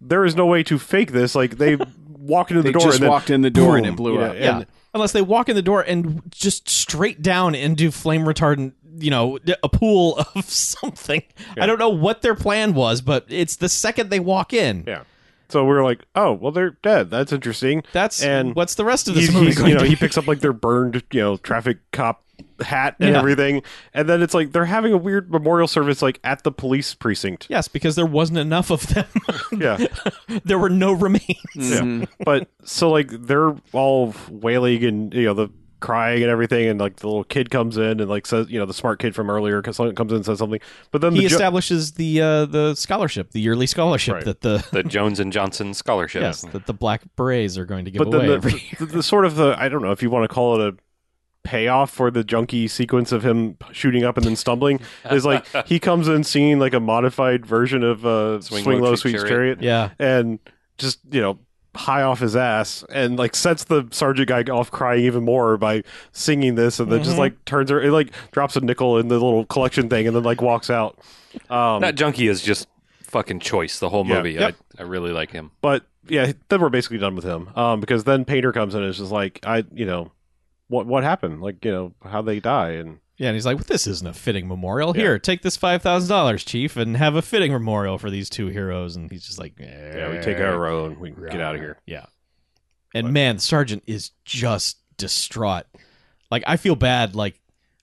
S2: there is no way to fake this. Like they walk into
S3: They
S2: the door
S3: just
S2: and then
S3: walked in the door and
S2: boom,
S3: it blew
S2: you know,
S3: up.
S2: and-
S4: yeah. Unless they walk in the door and just straight down into flame retardant, you know, a pool of something. I don't know what their plan was, but it's the second they walk in.
S2: yeah. So we were like, oh, well, they're dead. That's interesting.
S4: That's
S2: and
S4: what's the rest of
S2: he,
S4: this movie
S2: he's-
S4: going
S2: you know,
S4: to
S2: he
S4: be?
S2: picks up like their burned, you know, traffic cop hat and
S4: Yeah.
S2: everything, and then it's like they're having a weird memorial service like at the police precinct.
S4: Yes, because there wasn't enough of them.
S2: Yeah,
S4: there were no remains. Mm.
S2: yeah. But so like they're all wailing and you know the crying and everything, and like the little kid comes in and like says, you know, the smart kid from earlier comes comes in and says something, but then
S4: He
S2: the ju-
S4: establishes the uh, the scholarship, the yearly scholarship
S2: Right.
S4: that the
S5: The Jones and Johnson scholarship.
S4: yes, that the Black Berets are going to give
S2: but
S4: away
S2: then the,
S4: every
S2: the, the sort of the I don't know if you want to call it a payoff for the junkie sequence of him shooting up and then stumbling is like he comes in singing like a modified version of uh, Swing, Low, Sweet Chariot,
S4: Yeah.
S2: and just you know high off his ass and like sets the sergeant guy off crying even more by singing this and then just like turns her it like drops a nickel in the little collection thing and then like walks out um
S5: That junkie is just fucking choice the whole
S2: Yeah.
S5: movie.
S4: Yep.
S5: I, I really like him.
S2: but yeah, then we're basically done with him. Um, because then Painter comes in and is just like, I, you know, what what happened? Like, you know, how they die and
S4: Yeah, and he's like, "This isn't a fitting memorial. Here, take this five thousand dollars, chief, and have a fitting memorial for these two heroes." And he's just like,
S2: yeah, we take our own, we get out of here.
S4: Yeah, and man, the sergeant is just distraught. Like, I feel bad. Like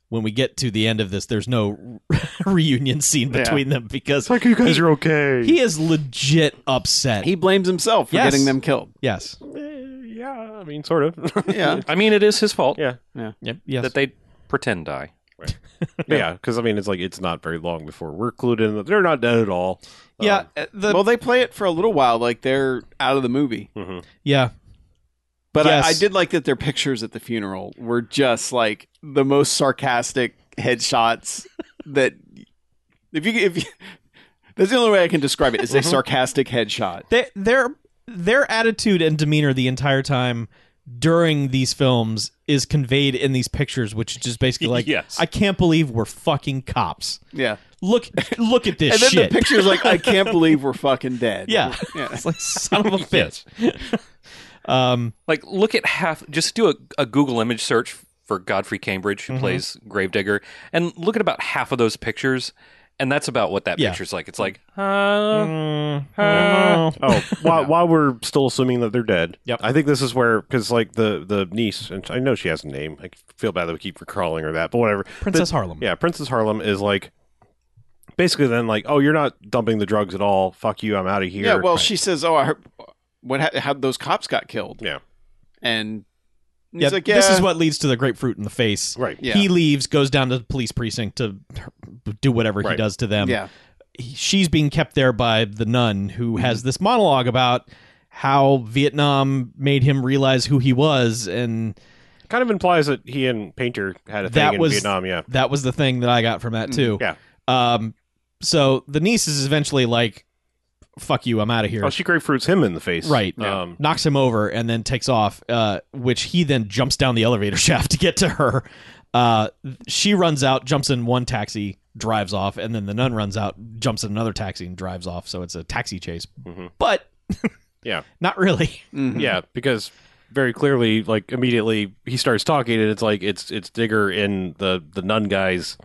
S4: when we get to the end of this, there's no reunion scene
S2: Yeah.
S4: between them because
S2: It's like you guys
S4: He-
S2: are okay.
S4: he is legit upset.
S3: He blames himself for
S4: Yes.
S3: getting them killed.
S4: yes,
S2: Eh, yeah, I mean, sort of.
S3: Yeah.
S5: I mean, it is his fault
S2: yeah,
S4: yep, yes.
S5: that they pretend die.
S2: yeah, because I mean, it's like it's not very long before we're clued in that they're not dead at all. Um,
S4: yeah, uh, the
S3: well, they play it for a little while, like they're out of the movie.
S2: hmm
S4: yeah.
S3: But
S4: Yes.
S3: I, I did like that their pictures at the funeral were just like the most sarcastic headshots that if you if you, that's the only way I can describe it is
S4: Mm-hmm.
S3: a sarcastic headshot.
S4: they, their their attitude and demeanor the entire time during these films is conveyed in these pictures, which is just basically like,
S5: Yes.
S4: I can't believe we're fucking cops.
S3: Yeah.
S4: Look, look at this
S3: And then
S4: shit.
S3: the picture's like I can't believe we're fucking dead.
S4: yeah.
S3: Yeah.
S4: it's like son of a bitch. um,
S5: Like, look at half. Just do a, a Google image search for Godfrey Cambridge,
S4: Mm-hmm.
S5: who plays Gravedigger, and look at about half of those pictures. And that's about what that
S4: Yeah.
S5: picture's like. It's like, uh,
S4: mm,
S5: Uh,
S4: no.
S2: Oh, while, while we're still assuming that they're dead,
S4: Yep.
S2: I think this is where because like the the niece, and I know she has a name. I feel bad that we keep recalling her that, but whatever.
S4: Princess
S2: The-
S4: Harlem.
S2: Yeah, Princess Harlem is like basically then like, oh, you're not dumping the drugs at all. Fuck you, I'm out of here.
S3: Yeah, well, she says, "Oh, I heard, what ha- how those cops got killed?"
S2: yeah,
S3: And he's
S4: Yeah,
S3: like, "Yeah,
S4: This is what leads to the grapefruit in the face.
S2: right.
S3: Yeah.
S4: He leaves, goes down to the police precinct to do whatever he
S2: Right.
S4: does to them.
S3: yeah,
S2: Mm-hmm. Kind of implies that he and Painter had a thing
S4: That
S2: in
S4: was-
S2: Vietnam. Yeah,
S4: that was the thing that I got from that too.
S2: Mm, yeah.
S4: Um so the niece is eventually like fuck you, I'm out of here.
S2: Oh, she grapefruits him in the face.
S4: Right.
S2: Um,
S4: knocks him over and then takes off uh, which he then jumps down the elevator shaft to get to her uh, she runs out jumps in one taxi drives off and then the nun runs out jumps in another taxi and drives off so it's a taxi chase
S2: Mhm.
S4: but
S2: Yeah.
S4: not really
S3: Mhm.
S2: Yeah, because very clearly, like immediately he starts talking, and it's like it's it's Digger in the the nun guy's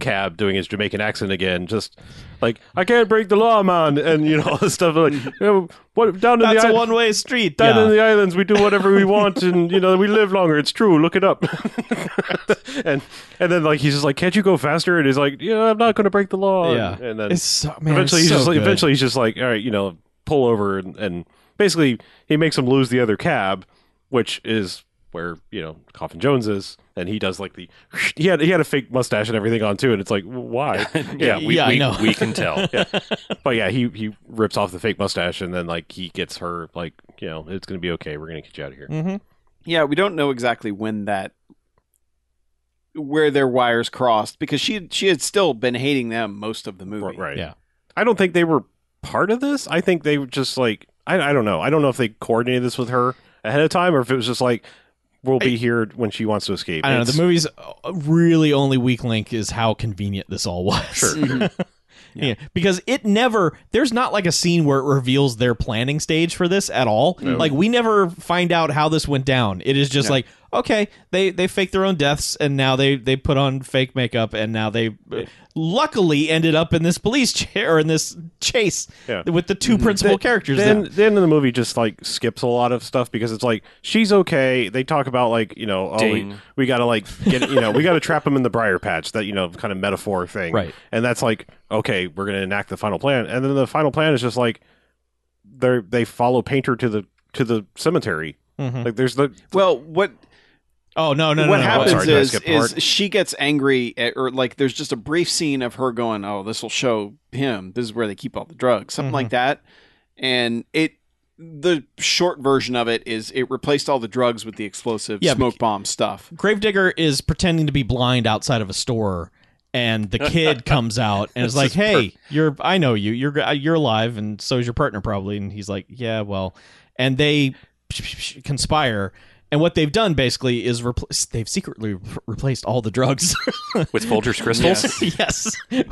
S2: cab doing his Jamaican accent again, just like I can't break the law, man, and you know all this stuff. Like you know, what down in the
S4: That's a
S2: island-
S4: one way street.
S2: down in
S4: yeah.
S2: the islands, we do whatever we want, and you know we live longer. It's true. Look it up. and and then like he's just like, can't you go faster? And he's like, yeah, I'm not going to break the law.
S4: yeah.
S2: And, and then
S4: it's so, man,
S2: eventually he's
S4: it's so
S2: just like,
S4: good.
S2: eventually he's just like all right you know pull over and, and basically he makes him lose the other cab which is where you know coffin jones is and he does like the he had he had a fake mustache and everything on too and it's like why yeah
S5: we,
S4: Yeah, I
S5: we,
S4: know.
S5: we can tell.
S2: but yeah he he rips off the fake mustache and then like he gets her like you know it's gonna be okay we're gonna get you out of here
S4: Mhm.
S3: Yeah, we don't know exactly when that where their wires crossed because she she had still been hating them most of the movie.
S2: right, right.
S4: Yeah.
S2: i don't think they were part of this i think they were just like I, I don't know i don't know if they coordinated this with her ahead of time or if it was just like we'll be here when she wants to escape
S4: I don't know.
S2: It's-
S4: The movie's uh, really only weak link is how convenient this all was.
S3: Mhm.
S4: Yeah. because it never there's not like a scene where it reveals their planning stage for this at all. Like we never find out how this went down. It is just
S3: No.
S4: like okay, they they fake their own deaths and now they they put on fake makeup and now they uh, luckily ended up in this police chair or in this chase
S2: Yeah.
S4: with the two principal
S2: Then-
S4: characters.
S2: Then
S4: there.
S2: the end of the movie just like skips a lot of stuff because it's like she's okay. They talk about like you know oh we,
S5: Ding.
S2: we gotta like get you know we gotta trap him in the briar patch that you know kind of metaphor thing
S4: Right.
S2: And that's like okay we're gonna enact the final plan and then the final plan is just like they they follow Painter to the to the cemetery
S4: Mhm.
S2: like there's the
S3: Well, what
S4: Oh no no no,
S3: what
S4: no, no.
S3: happens
S2: sorry, did I
S3: is,
S2: skip the
S3: is
S2: part?
S3: she gets angry at, or like there's just a brief scene of her going, "Oh, this will show him. This is where they keep all the drugs." Something like
S4: Mm-hmm.
S3: that. And it the short version of it is it replaced all the drugs with the explosive
S4: Yeah,
S3: smoke bomb stuff.
S4: Gravedigger is pretending to be blind outside of a store, and the kid comes out and is like, "Hey, you're I know you. You're uh, you're alive, and so is your partner probably." And he's like, "Yeah, well," and they conspire. And what they've done basically is repl- they've secretly re- replaced all the drugs.
S5: With Folger's crystals.
S4: yes,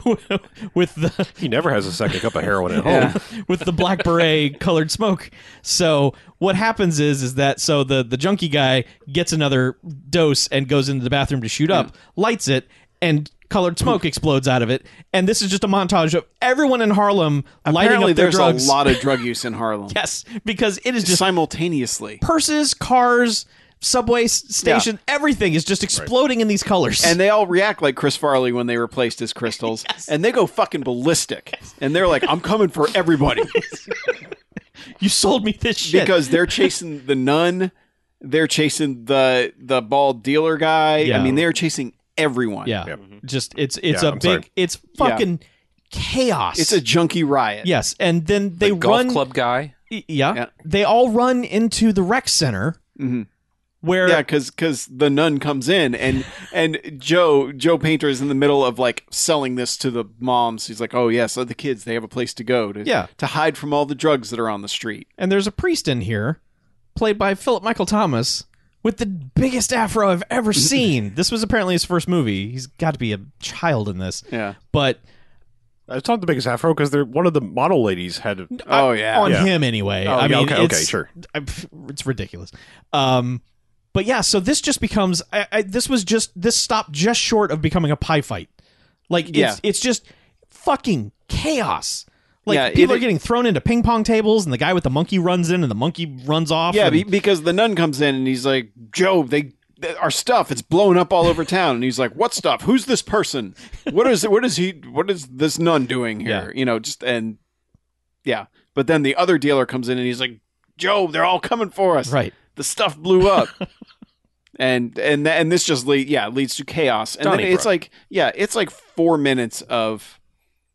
S4: with the
S2: he never has a second cup of heroin at home.
S4: with the black beret colored smoke. So what happens is is that so the the junkie guy gets another dose and goes into the bathroom to shoot up, lights it, and colored smoke explodes out of it. And this is just a montage of everyone in Harlem lighting
S3: Apparently,
S4: up their
S3: there's
S4: drugs.
S3: a lot of drug use in Harlem.
S4: yes, because it is just
S3: simultaneously.
S4: purses, cars, subway s- station, everything is just exploding in these colors.
S3: And they all react like Chris Farley when they replaced his crystals, and they go fucking ballistic. And they're like, "I'm coming for everybody,"
S4: you sold me this shit.
S3: because they're chasing the nun, they're chasing the the bald dealer guy.
S4: Yeah.
S3: I mean, they're chasing everyone.
S4: yeah, just it's it's
S2: Yeah,
S4: a
S2: I'm
S4: big
S2: sorry.
S4: it's fucking chaos.
S3: it's a junkie riot.
S4: Yes, and then they
S5: The golf
S4: run.
S5: club guy.
S4: y- Yeah,
S3: Yeah.
S4: they all run into the rec center
S3: Mhm.
S4: where
S3: yeah, because the nun comes in and and Joe Joe Painter is in the middle of like selling this to the moms. He's like, "Oh yeah, so the kids they have a place to go to
S4: Yeah.
S3: to hide from all the drugs that are on the street."
S4: and there's a priest in here, played by Philip Michael Thomas, with the biggest afro I've ever seen. this was apparently his first movie. He's got to be a child in this,
S3: Yeah.
S4: but
S2: It's not the biggest afro because they're one of the model ladies had.
S3: Oh yeah. Oh,
S4: on
S2: Yeah.
S4: him anyway. I
S2: yeah,
S4: mean,
S2: okay, okay,
S4: it's-
S2: sure.
S4: I- pff, it's ridiculous. Um, but yeah, so this just becomes. I, I, this was just this stopped just short of becoming a pie fight. Like it's
S3: Yeah.
S4: it's just fucking chaos. Like
S3: Yeah,
S4: people
S3: it-
S4: are getting thrown into ping pong tables, and the guy with the monkey runs in, and the monkey runs off.
S3: Yeah,
S4: and-
S3: be- because the nun comes in and he's like, "Joe, they th- our stuff it's blown up all over town." And he's like, "What stuff? Who's this person? What is what is he? What is this nun doing here?" You know, just and yeah. But then the other dealer comes in and he's like, "Joe, they're all coming for us.
S4: right.
S3: The stuff blew up." and and th- and this just lead yeah leads to chaos. And then
S5: Donnybrook.
S3: it's like yeah, it's like four minutes of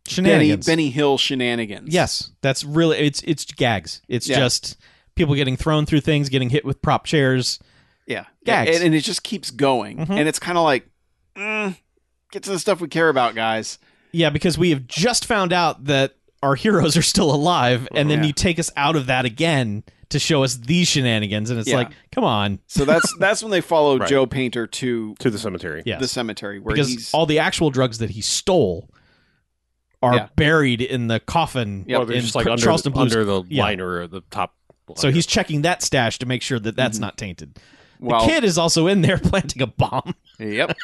S3: Benny
S4: Shenanigans.
S3: Benny Hill shenanigans.
S4: Yes, that's really it's it's gags. It's
S3: Yeah.
S4: just people getting thrown through things, getting hit with prop chairs.
S3: Yeah.
S4: Gags.
S3: And, and it just keeps going.
S2: Mm-hmm.
S4: Mhm.
S3: And it's kind of like, mm, get to the stuff we care about, guys.
S4: Yeah, because we have just found out that our heroes are still alive, and then
S3: Yeah.
S4: you take us out of that again to show us these shenanigans, and it's
S3: Yeah.
S4: like, come on,
S3: So that's that's when they follow
S2: Right.
S3: Joe Painter to
S2: To the cemetery.
S4: yeah,
S3: the cemetery where
S4: because
S3: he's
S4: all the actual drugs that he stole are
S3: Yeah.
S4: buried in the coffin
S3: Yeah,
S4: in Charleston Blues.
S2: the
S4: yeah.
S2: liner, the Mm-hmm. top
S4: So he's checking that stash to make sure that that's not tainted. The
S3: Well-
S4: kid is also in there planting a bomb.
S3: Yep.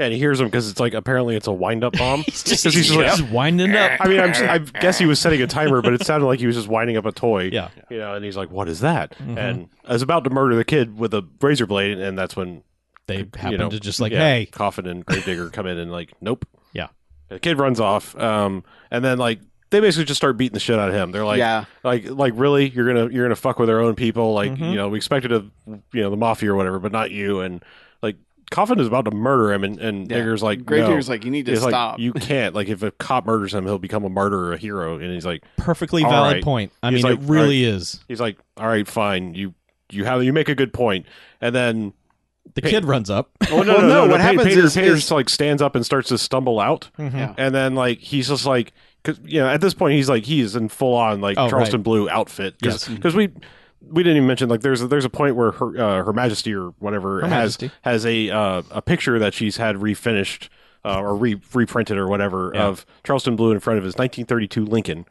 S2: and he hears him because it's like apparently it's a wind up bomb.
S4: He's just,
S2: 'Cause he's just like,
S4: just winding up.
S2: I mean, I'm, I guess he was setting a timer, but it sounded like he was just winding up a toy.
S4: Yeah. Mm-hmm.
S2: You know, and he's like, "What is that?" And I was about to murder the kid with a razor blade, and that's when
S4: They happen
S2: you know,
S4: to just like,
S2: yeah,
S4: hey,
S2: coffin and gravedigger come in and like, nope.
S4: Yeah.
S2: The kid runs off, um, and then like they basically just start beating the shit out of him. They're like,
S3: yeah.
S2: like, like really, you're gonna you're gonna fuck with our own people? Like,
S3: Mm-hmm.
S4: Mhm.
S2: you know, we expected a, you know, the mafia or whatever, but not you. And like, coffin is about to murder him, and and
S3: Yeah.
S2: Digger's like,
S3: Great
S2: no.
S3: Digger's like, you need to
S2: It's like,
S3: stop.
S2: you can't. Like, if a cop murders him, he'll become a murderer, a hero. And he's like,
S4: perfectly
S2: All
S4: valid
S2: right.
S4: point. I
S2: He's
S4: mean,
S2: like,
S4: it really is.
S2: he's like, all right, fine. You, you have, you make a good point. And then,
S4: The
S2: Hey.
S4: kid runs up.
S2: well,
S3: no, no, what
S2: Pa-
S3: happens
S2: Pater,
S3: is-
S2: Pater
S3: is-
S2: just, like stands up and starts to stumble out,
S4: Mm-hmm.
S3: Yeah.
S2: and then like he's just like, because you know, at this point he's like he's in full on like
S4: Oh, right.
S2: Charleston blue outfit, because we. We didn't even mention like there's a, there's a point where her uh, her Majesty or whatever
S4: Her
S2: has
S4: Majesty.
S2: has a uh, a picture that she's had refinished uh, or re- reprinted or whatever
S4: Yeah. Mm-hmm.
S2: of Charleston Blue in front of his 1932 Lincoln.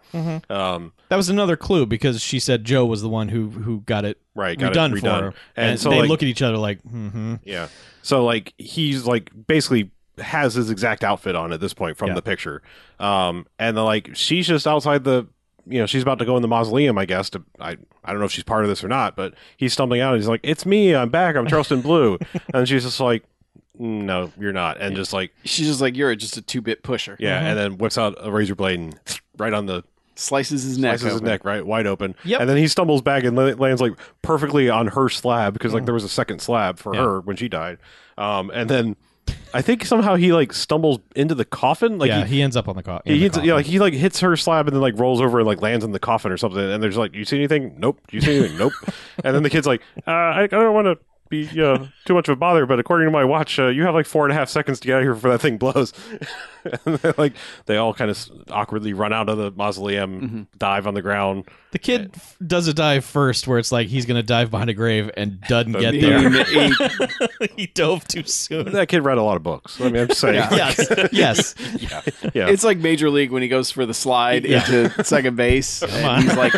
S2: Um,
S4: That was another clue because she said Joe was the one who who got it
S2: right, got it
S4: redone, for
S2: redone.
S4: her.
S2: And,
S4: And,
S2: so
S4: they
S2: like,
S4: look at each other like, mm-hmm.
S2: Yeah. So like he's like basically has his exact outfit on at this point from
S4: Yeah.
S2: the picture. Um and the, like she's just outside the you know, she's about to go in the mausoleum, I guess. To I, I don't know if she's part of this or not, but he's stumbling out and he's like, "It's me, I'm back, I'm Charleston Blue," and she's just like, "No, you're not," and just like,
S3: She's just like, you're just a two bit pusher.
S2: yeah, and then whips out a razor blade and right on the
S3: Slices his neck.
S2: slices his
S3: open.
S2: neck right wide open,
S4: Yep.
S2: and then he stumbles back and la- lands like perfectly on her slab because like there was a second slab for
S4: Yeah.
S2: her when she died, um, and then I think somehow he like stumbles into the coffin, like
S4: yeah,
S2: he.
S4: he, ends up on the, co-
S2: He
S4: in the
S2: hits,
S4: coffin.
S2: yeah, like he like hits her slab and then like rolls over and like lands in the coffin or something. And there's like, "Do you see anything? Nope. Do you see anything? nope. And then the kid's like, uh, I, I don't want to be uh, too much of a bother, but according to my watch, uh, you have like four and a half seconds to get out of here before that thing blows. and then, like they all kind of awkwardly run out of the mausoleum,
S4: Mm-hmm.
S2: dive on the ground.
S4: The kid f- does a dive first where it's like he's going to dive behind a grave and doesn't get
S3: He-
S4: there.
S3: he-
S4: he dove too soon.
S2: That kid read a lot of books. I mean, I'm just saying, yeah.
S4: yes. Yes.
S3: It's like Major League when he goes for the slide into second base.
S4: on.
S3: and he's like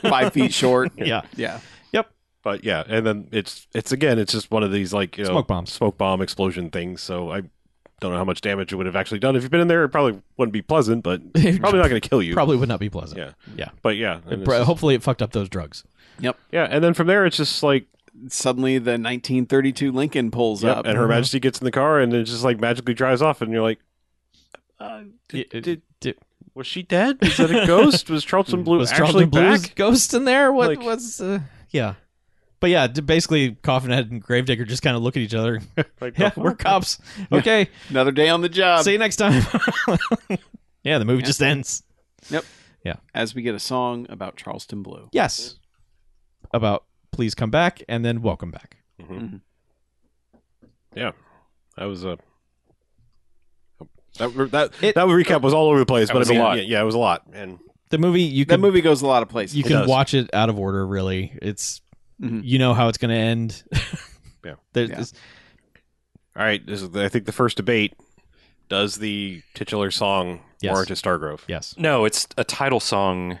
S3: five feet short.
S4: Yeah.
S3: Yeah.
S4: Yep.
S2: But yeah, and then it's it's again, it's just one of these like you know,
S4: Smoke bombs.
S2: smoke bomb explosion things. So I don't know how much damage it would have actually done. If you've been in there, it probably wouldn't be pleasant, but probably not going to kill you.
S4: Probably would not be pleasant.
S2: Yeah.
S4: Yeah.
S2: But yeah, and it's
S4: Bro,
S2: just-
S4: hopefully it fucked up those drugs.
S2: yeah, and then from there it's just like,
S3: Suddenly the 1932 Lincoln pulls
S2: yep,
S3: up.
S2: and Her Majesty gets in the car and it just like magically drives off, and you're like,
S4: It-
S2: did-
S4: did-
S2: was she dead? Was that a ghost? Was Charleston Blue
S4: was
S2: actually
S4: Charlton Blue's
S2: back?
S4: ghost in there? What
S2: Like-
S4: was? Uh, yeah, but yeah, d- basically, Coffinhead and Gravedigger just kind of look at each other.
S2: Like,
S4: yeah,
S2: the
S4: we're
S2: fuck?
S4: cops. Okay,
S3: Another day on the job.
S4: see you next time. yeah, the movie just ends.
S3: As we get a song about Charleston Blue.
S4: Yes, about please come back and then welcome back.
S2: Yeah, that was a. That that
S4: It-
S2: that recap was all over the place, but
S5: was
S2: I
S5: a
S2: mean,
S5: lot.
S2: yeah, yeah, it was a lot, and
S4: The movie you
S3: That
S4: can
S3: movie goes a lot of places.
S4: you
S2: it
S4: can
S2: does.
S4: watch it out of order. Really, it's
S3: Mhm.
S4: you know how it's going to end.
S2: Yeah.
S4: There's,
S3: Yeah.
S2: All right, this is the, I think the first debate: does the titular song
S4: Yes.
S2: warrant a Stargrove?
S4: Yes.
S5: No, it's a title song.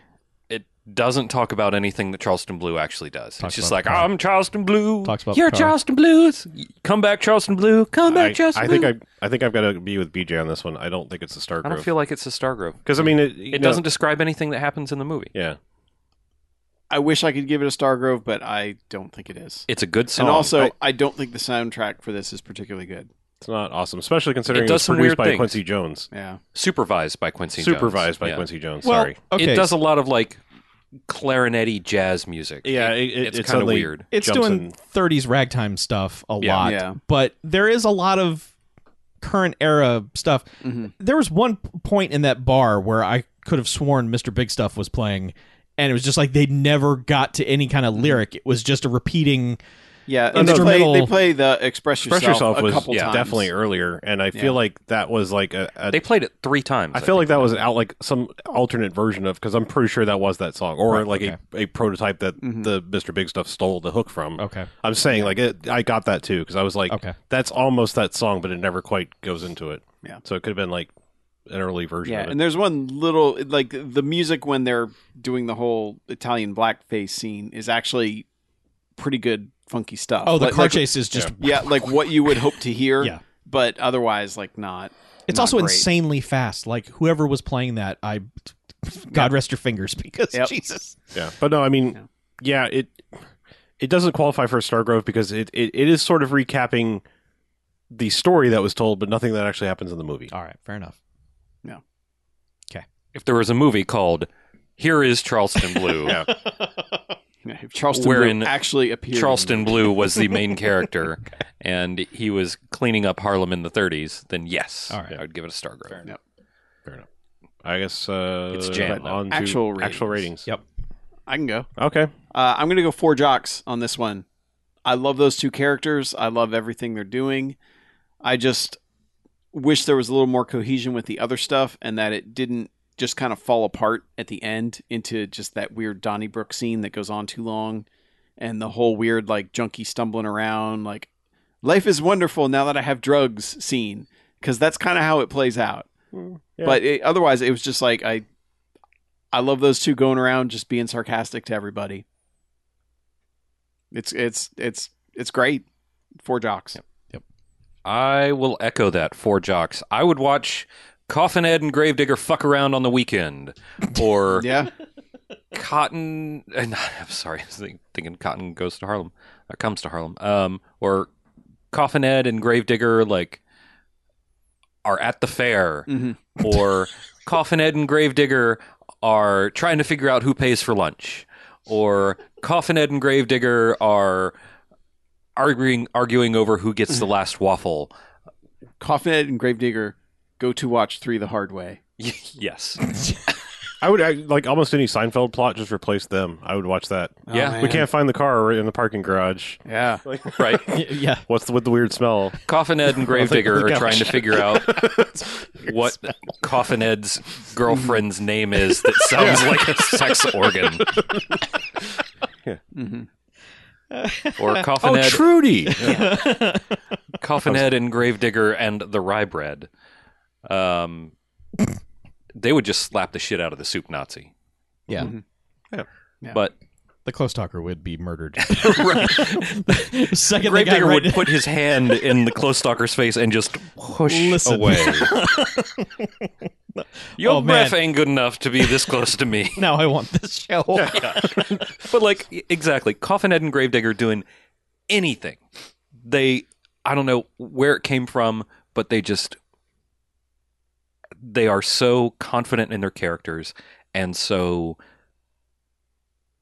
S5: It doesn't talk about anything that Charleston Blue actually does.
S4: Talks
S5: it's just
S4: about
S5: like
S4: the car.
S5: I'm Charleston Blue.
S4: Talks about
S5: you're
S4: the car.
S5: Charleston Blues. Come back, Charleston Blue. Come back,
S2: I,
S5: Charleston
S2: I
S5: Blue.
S2: think I, I think I've got to be with BJ on this one. I don't think it's
S5: I
S2: a
S5: don't
S2: Stargrove
S5: feel like it's a Stargrove.
S2: because I mean it, you
S5: It
S2: know-
S5: doesn't describe anything that happens in the movie.
S2: Yeah,
S3: I wish I could give it a Stargrove, but I don't think it is.
S5: It's a good song.
S3: and also,
S2: I-
S3: I, don't think the soundtrack for this is particularly good.
S2: it's not awesome, especially considering
S5: It
S2: it,
S5: does
S2: was
S5: some
S2: produced
S5: weird
S2: by
S5: things.
S2: Quincy Jones,
S3: Yeah.
S5: supervised by Quincy. Jones.
S2: supervised by
S5: Yeah.
S2: Quincy Jones.
S4: Well,
S2: sorry,
S4: okay.
S5: It does a lot of like clarinetty jazz music.
S2: yeah, it, it,
S5: it's kind
S2: it
S5: of
S2: suddenly
S5: weird.
S4: it's
S2: jumps
S4: doing
S2: in.
S4: 30s ragtime stuff a
S5: Yeah.
S4: lot
S3: Yeah.
S4: but there is a lot of current era stuff
S3: Mhm.
S4: there was one p- point in that bar where i could have sworn mr big stuff was playing and it was just like they never got to any kind of
S3: Mm-hmm.
S4: lyric it was just a repeating
S3: Yeah. And they play,
S4: Instrumental-
S3: they play the Express Yourself,
S2: Express Yourself
S3: a
S2: was
S3: couple
S2: yeah,
S3: times.
S2: definitely earlier, and I
S3: Yeah.
S2: feel like that was like a. a
S5: They played it three times.
S2: I feel like that was an out like some alternate version of because I'm pretty sure that was that song or like a, a prototype that
S3: Mm-hmm.
S2: the Mr. Big Stuff stole the hook from.
S4: okay
S2: I'm saying like it, I got that too because I was like,
S4: Okay.
S2: that's almost that song, but it never quite goes into it.
S3: Yeah.
S2: So it could have been like an early version.
S3: Yeah,
S2: of it.
S3: and there's one little like the music when they're doing the whole Italian blackface scene is actually pretty good funky stuff.
S4: Oh, the
S3: Like-
S4: car
S3: like-
S4: chase is just.
S3: Yeah, like what you would hope to hear.
S4: Yeah.
S3: but otherwise, like not.
S4: It's
S3: not
S4: also
S3: great.
S4: insanely fast. Like whoever was playing that, I. God rest your fingers, because
S3: Yep.
S4: Jesus.
S2: Yeah, but no, I mean, yeah, it it doesn't qualify for Stargrove because it, it it is sort of recapping the story that was told, but nothing that actually happens in the movie.
S4: All right, fair enough.
S5: If there was a movie called "Here Is Charleston Blue,"
S2: Yeah.
S3: You know, if Charleston
S5: Wherein
S3: Blue actually appeared.
S5: Charleston Blue was the main character, and he was cleaning up Harlem in the 30s, then yes,
S4: All right.
S5: I would give it a Stargrove.
S3: enough.
S2: I guess uh,
S5: It's Jan, though.
S2: on
S3: Actual
S2: to actual ratings.
S3: ratings.
S4: Yep.
S3: I can go.
S2: Okay.
S3: Uh, I'm gonna go four jocks on this one. I love those two characters. I love everything they're doing. I just wish there was a little more cohesion with the other stuff and that it didn't just kind of fall apart at the end into just that weird Donnybrook scene that goes on too long and the whole weird like junkie stumbling around like life is wonderful now that I have drugs scene because that's kind of how it plays out.
S2: yeah.
S3: But it, otherwise, it was just like I, I love those two going around just being sarcastic to everybody. It's it's it's it's great. Four jocks.
S5: I will echo that for jocks. I would watch Coffinhead and Gravedigger fuck around on the weekend, or
S3: Yeah,
S5: Cotton. uh, no, I'm sorry, I was think- thinking Cotton goes to Harlem or comes to Harlem, um, or Coffinhead and Gravedigger like are at the fair,
S3: Mhm.
S5: or Coffinhead and Gravedigger are trying to figure out who pays for lunch, or Coffinhead and Gravedigger are arguing arguing over who gets the last waffle.
S3: Coffinhead and Gravedigger go to watch Three the Hard Way.
S5: Y- yes.
S2: I would I, like almost any Seinfeld plot. Just replace them. I would watch that.
S5: yeah,
S2: We can't find the car we're in the parking garage.
S3: Yeah,
S5: right.
S4: Yeah.
S2: What's the, with the weird smell?
S5: Coffinhead and Gravedigger
S2: Like,
S5: are
S2: oh,
S5: trying to
S2: shit.
S5: figure out what Coffinhead's girlfriend's name is that sounds like a sex organ.
S3: Mhm.
S4: Mm-hmm.
S5: Or
S2: Oh,
S5: Coffinhead,
S2: Trudy.
S5: Coffinhead and Gravedigger and the Rye Bread. Um, they would just slap the shit out of the soup Nazi.
S4: Yeah.
S3: Mhm.
S5: But
S4: The close talker would be murdered. Second they got
S5: Gravedigger
S4: right,
S5: would put his hand in the close stalker's face and just push
S4: Listen.
S5: away. Your
S4: Oh, man.
S5: breath ain't good enough to be this close to me.
S4: now I want this show.
S5: But like e- exactly, Coffinhead and Gravedigger doing anything. They I don't know where it came from, but they just they are so confident in their characters and so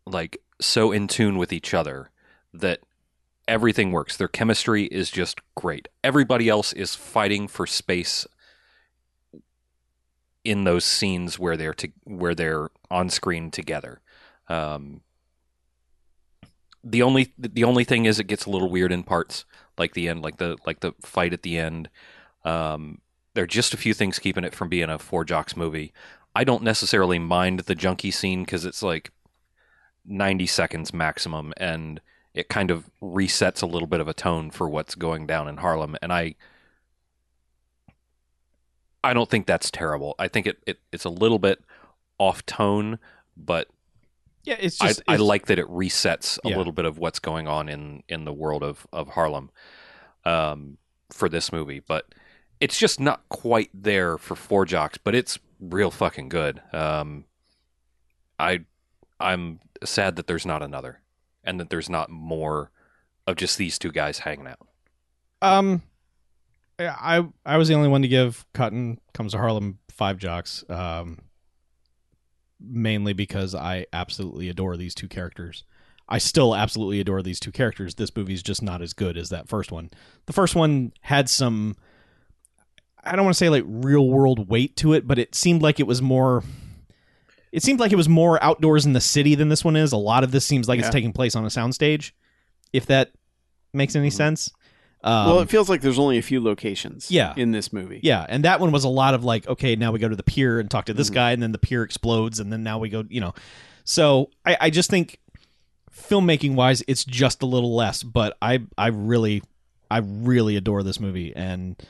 S5: like so in tune with each other that everything works. Their chemistry is just great. Everybody else is fighting for space in those scenes where they're to, where they're on screen together. Um, the only the only thing is it gets a little weird in parts, like the end, like the like the fight at the end. Um, there are just a few things keeping it from being a four jocks movie. I don't necessarily mind the junkie scene because it's like ninety seconds maximum, and it kind of resets a little bit of a tone for what's going down in Harlem. And I I don't think that's terrible. I think it, it it's a little bit off tone, but
S4: Yeah, it's
S5: I,
S4: just
S5: I
S4: it's-
S5: like that it resets a
S4: Yeah.
S5: little bit of what's going on in in the world of of Harlem um, for this movie, but it's just not quite there for Four Jocks, but it's real fucking good. Um, I I'm sad that there's not another, and that there's not more of just these two guys hanging out.
S4: Um, I I was the only one to give Cotton Comes to Harlem five jocks. Um, mainly because I absolutely adore these two characters. I still absolutely adore these two characters. This movie's just not as good as that first one. The first one had some I don't want to say like real world weight to it, but it seemed like it was more it seemed like it was more outdoors in the city than this one is. A lot of this seems like it's
S3: Yeah.
S4: taking place on a soundstage, if that makes any sense. Um,
S3: Mm-hmm. well, it feels like there's only a few locations.
S4: Yeah.
S3: in this movie.
S4: yeah, and that one was a lot of like, okay, now we go to the pier and talk to this
S3: Mhm.
S4: guy, and then the pier explodes, and then now we go, you know. So I, I just think filmmaking wise, it's just a little less, but I I really I really adore this movie, and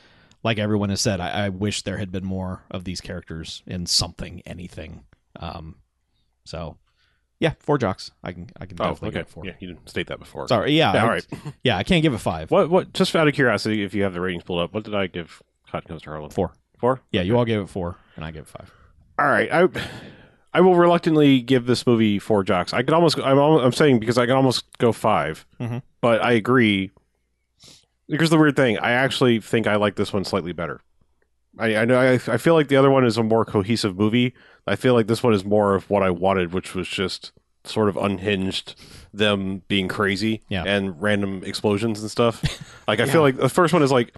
S4: like everyone has said, I, I wish there had been more of these characters in something, anything. Um, so yeah, four jocks. I can I can
S2: Oh,
S4: definitely
S2: okay.
S4: go four.
S2: Yeah, you didn't state that before.
S4: Sorry, yeah,
S2: Yeah,
S4: I-
S2: all right.
S4: yeah. I can't give a five.
S2: What? What? Just out of curiosity, if you have the ratings pulled up, what did I give? Cotton Comes to Harlem.
S4: Four.
S2: Four.
S4: Yeah, you all gave it four, and I gave it five.
S2: All right. I I will reluctantly give this movie four jocks. I could almost. I'm. al- I'm saying because I could almost go 5
S4: Mhm.
S2: But I agree. Here's the weird thing. I actually think I like this one slightly better. I, I know. I, I feel like the other one is a more cohesive movie. I feel like this one is more of what I wanted, which was just sort of unhinged them being crazy
S4: Yeah.
S2: and random explosions and stuff. Like I feel like the first one is like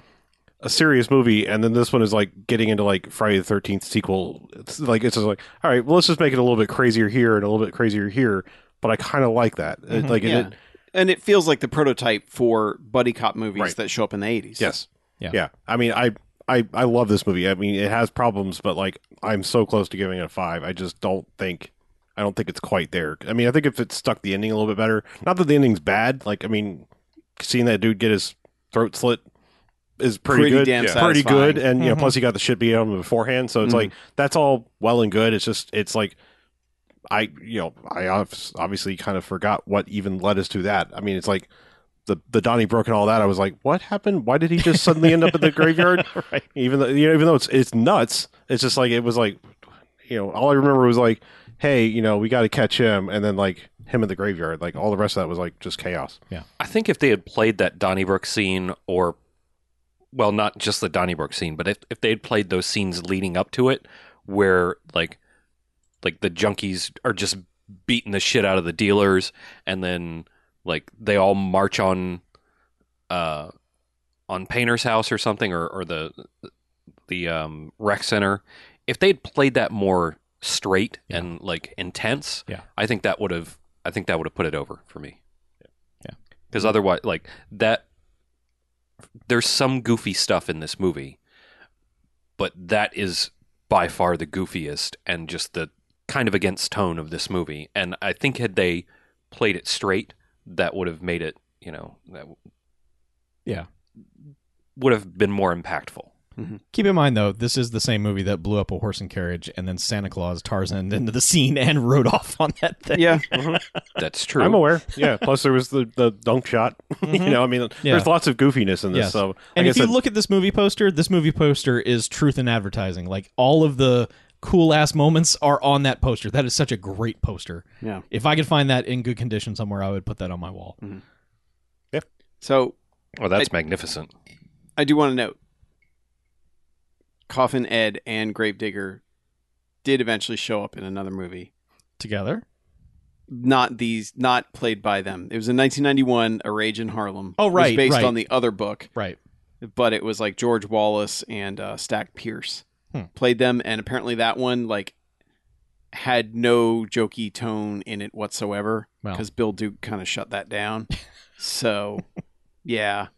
S2: a serious movie, and then this one is like getting into like Friday the Thirteenth sequel. It's like it's just like all right, well, let's just make it a little bit crazier here and a little bit crazier here. But I kind of like that. It- like
S3: Yeah.
S2: it, it,
S3: and it feels like the prototype for buddy cop movies
S2: Right.
S3: that show up in the 80s.
S2: yes,
S4: Yeah.
S2: yeah. I mean, I. I, I love this movie. I mean, it has problems, but like I'm so close to giving it a five. I just don't think, I don't think it's quite there. I mean, I think if it stuck the ending a little bit better, not that the ending's bad. Like, I mean, seeing that dude get his throat slit is pretty,
S3: Pretty
S2: good.
S3: damn
S2: pretty
S3: satisfying. Mm-hmm.
S2: good. And you know, plus he got the shit beat out of him beforehand. So it's
S3: Mhm.
S2: like that's all well and good. It's just it's like I you know I obv- obviously kind of forgot what even led us to that. I mean, it's like. The, the Donnybrook and all that, I was like, what happened? Why did he just suddenly end up in the graveyard?
S4: Right.
S2: Even though you know, even though it's it's nuts, it's just like it was like, you know, all I remember was like, hey, you know, we got to catch him, and then like him in the graveyard. Like all the rest of that was like just chaos.
S5: I think if they had played that Donnybrook scene, or well, not just the Donnybrook scene, but if, if they had played those scenes leading up to it, where like like the junkies are just beating the shit out of the dealers, and then like they all march on uh on Painter's house or something, or or the the um, rec center. If they'd played that more straight
S4: Yeah.
S5: and like intense,
S4: Yeah.
S5: I think that would have I think that would have put it over for me
S4: Yeah.
S5: because otherwise like that there's some goofy stuff in this movie but that is by far the goofiest and just the kind of against tone of this movie and i think had they played it straight that would have made it you know that w-
S4: Yeah.
S5: would have been more impactful
S4: Keep in mind though, this is the same movie that blew up a horse and carriage, and then Santa Claus Tarzan into the scene and rode off on that thing.
S3: Yeah.
S5: that's true
S2: I'm aware. Yeah. Plus, there was the, the dunk shot. you know, I mean,
S4: Mm-hmm. Yeah.
S2: there's lots of goofiness in this.
S4: Yes.
S2: So, like
S4: And
S2: I
S4: if you
S2: said,
S4: look at this movie poster, this movie poster is truth in advertising. Like all of the cool ass moments are on that poster. That is such a great poster.
S3: Yeah.
S4: If I could find that in good condition somewhere, I would put that on my wall.
S3: So
S5: well that's magnificent
S3: I do want to note Coffin Ed and Gravedigger did eventually show up in another movie.
S4: Together.
S3: Not these, not played by them. It was in 1991, A Rage in Harlem.
S4: Oh,
S3: It was
S4: right,
S3: based
S4: right.
S3: on the other book,
S4: Right.
S3: but it was like George Wallace and uh, Stack Pierce
S4: Hmm.
S3: played them, and apparently that one like had no jokey tone in it whatsoever
S4: Well.
S3: because Bill Duke kind of shut that down. so, yeah.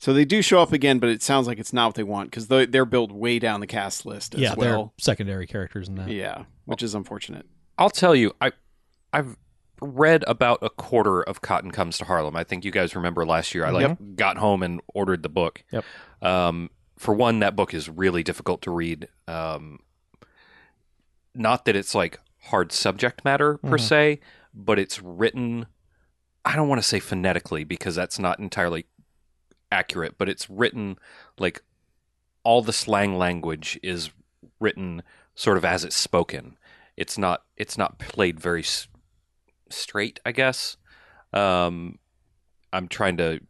S3: So they do show up again, but it sounds like it's not what they want because they, they're billed way down the cast list as
S4: yeah,
S3: well.
S4: they're secondary characters in that.
S3: Yeah, which is unfortunate.
S5: I'll tell you, I I've read about a quarter of Cotton Comes to Harlem. I think you guys remember last year. I like got home and ordered the book.
S4: Yep.
S5: Um, for one, that book is really difficult to read. Um, not that it's like hard subject matter per
S4: Mhm.
S5: se, but it's written. I don't want to say phonetically because that's not entirely accurate, but it's written like all the slang language is written sort of as it's spoken. It's not it's not played very s- straight, I guess. Um, I'm trying to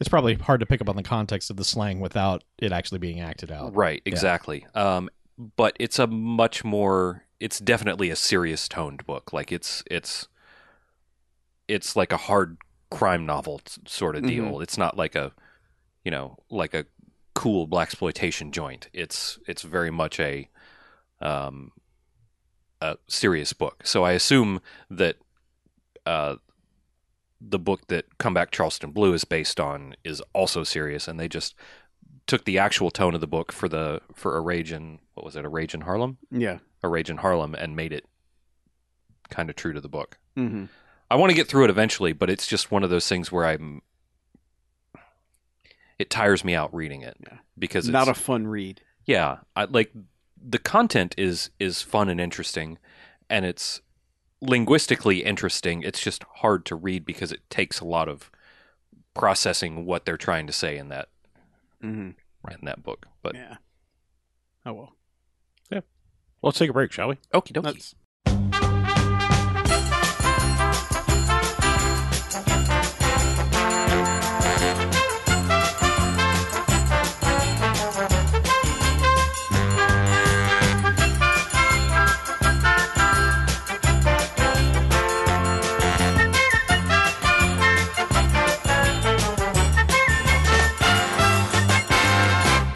S4: It's probably hard to pick up on the context of the slang without it actually being acted out.
S5: right exactly. Um, but it's a much more it's definitely a serious toned book. Like it's it's it's like a hard crime novel s- sort of deal. It's not like a you know like a cool black exploitation joint. It's it's very much a um, a serious book. So I assume that uh, the book that Come Back Charleston Blue is based on is also serious, and they just took the actual tone of the book for the for a rage in what was it a rage in Harlem
S3: Yeah.
S5: a rage in Harlem and made it kind of true to the book.
S3: Mm-hmm.
S5: I want to get through it eventually, but it's just one of those things where I'm. it tires me out reading it because it's
S3: Not a fun read.
S5: yeah I, like the content is is fun and interesting and it's linguistically interesting it's just hard to read because it takes a lot of processing what they're trying to say in that
S3: Mm-hmm.
S5: in that book but
S3: Yeah. Oh well.
S2: Well, let's take a break, shall we?
S5: okie dokie
S3: That's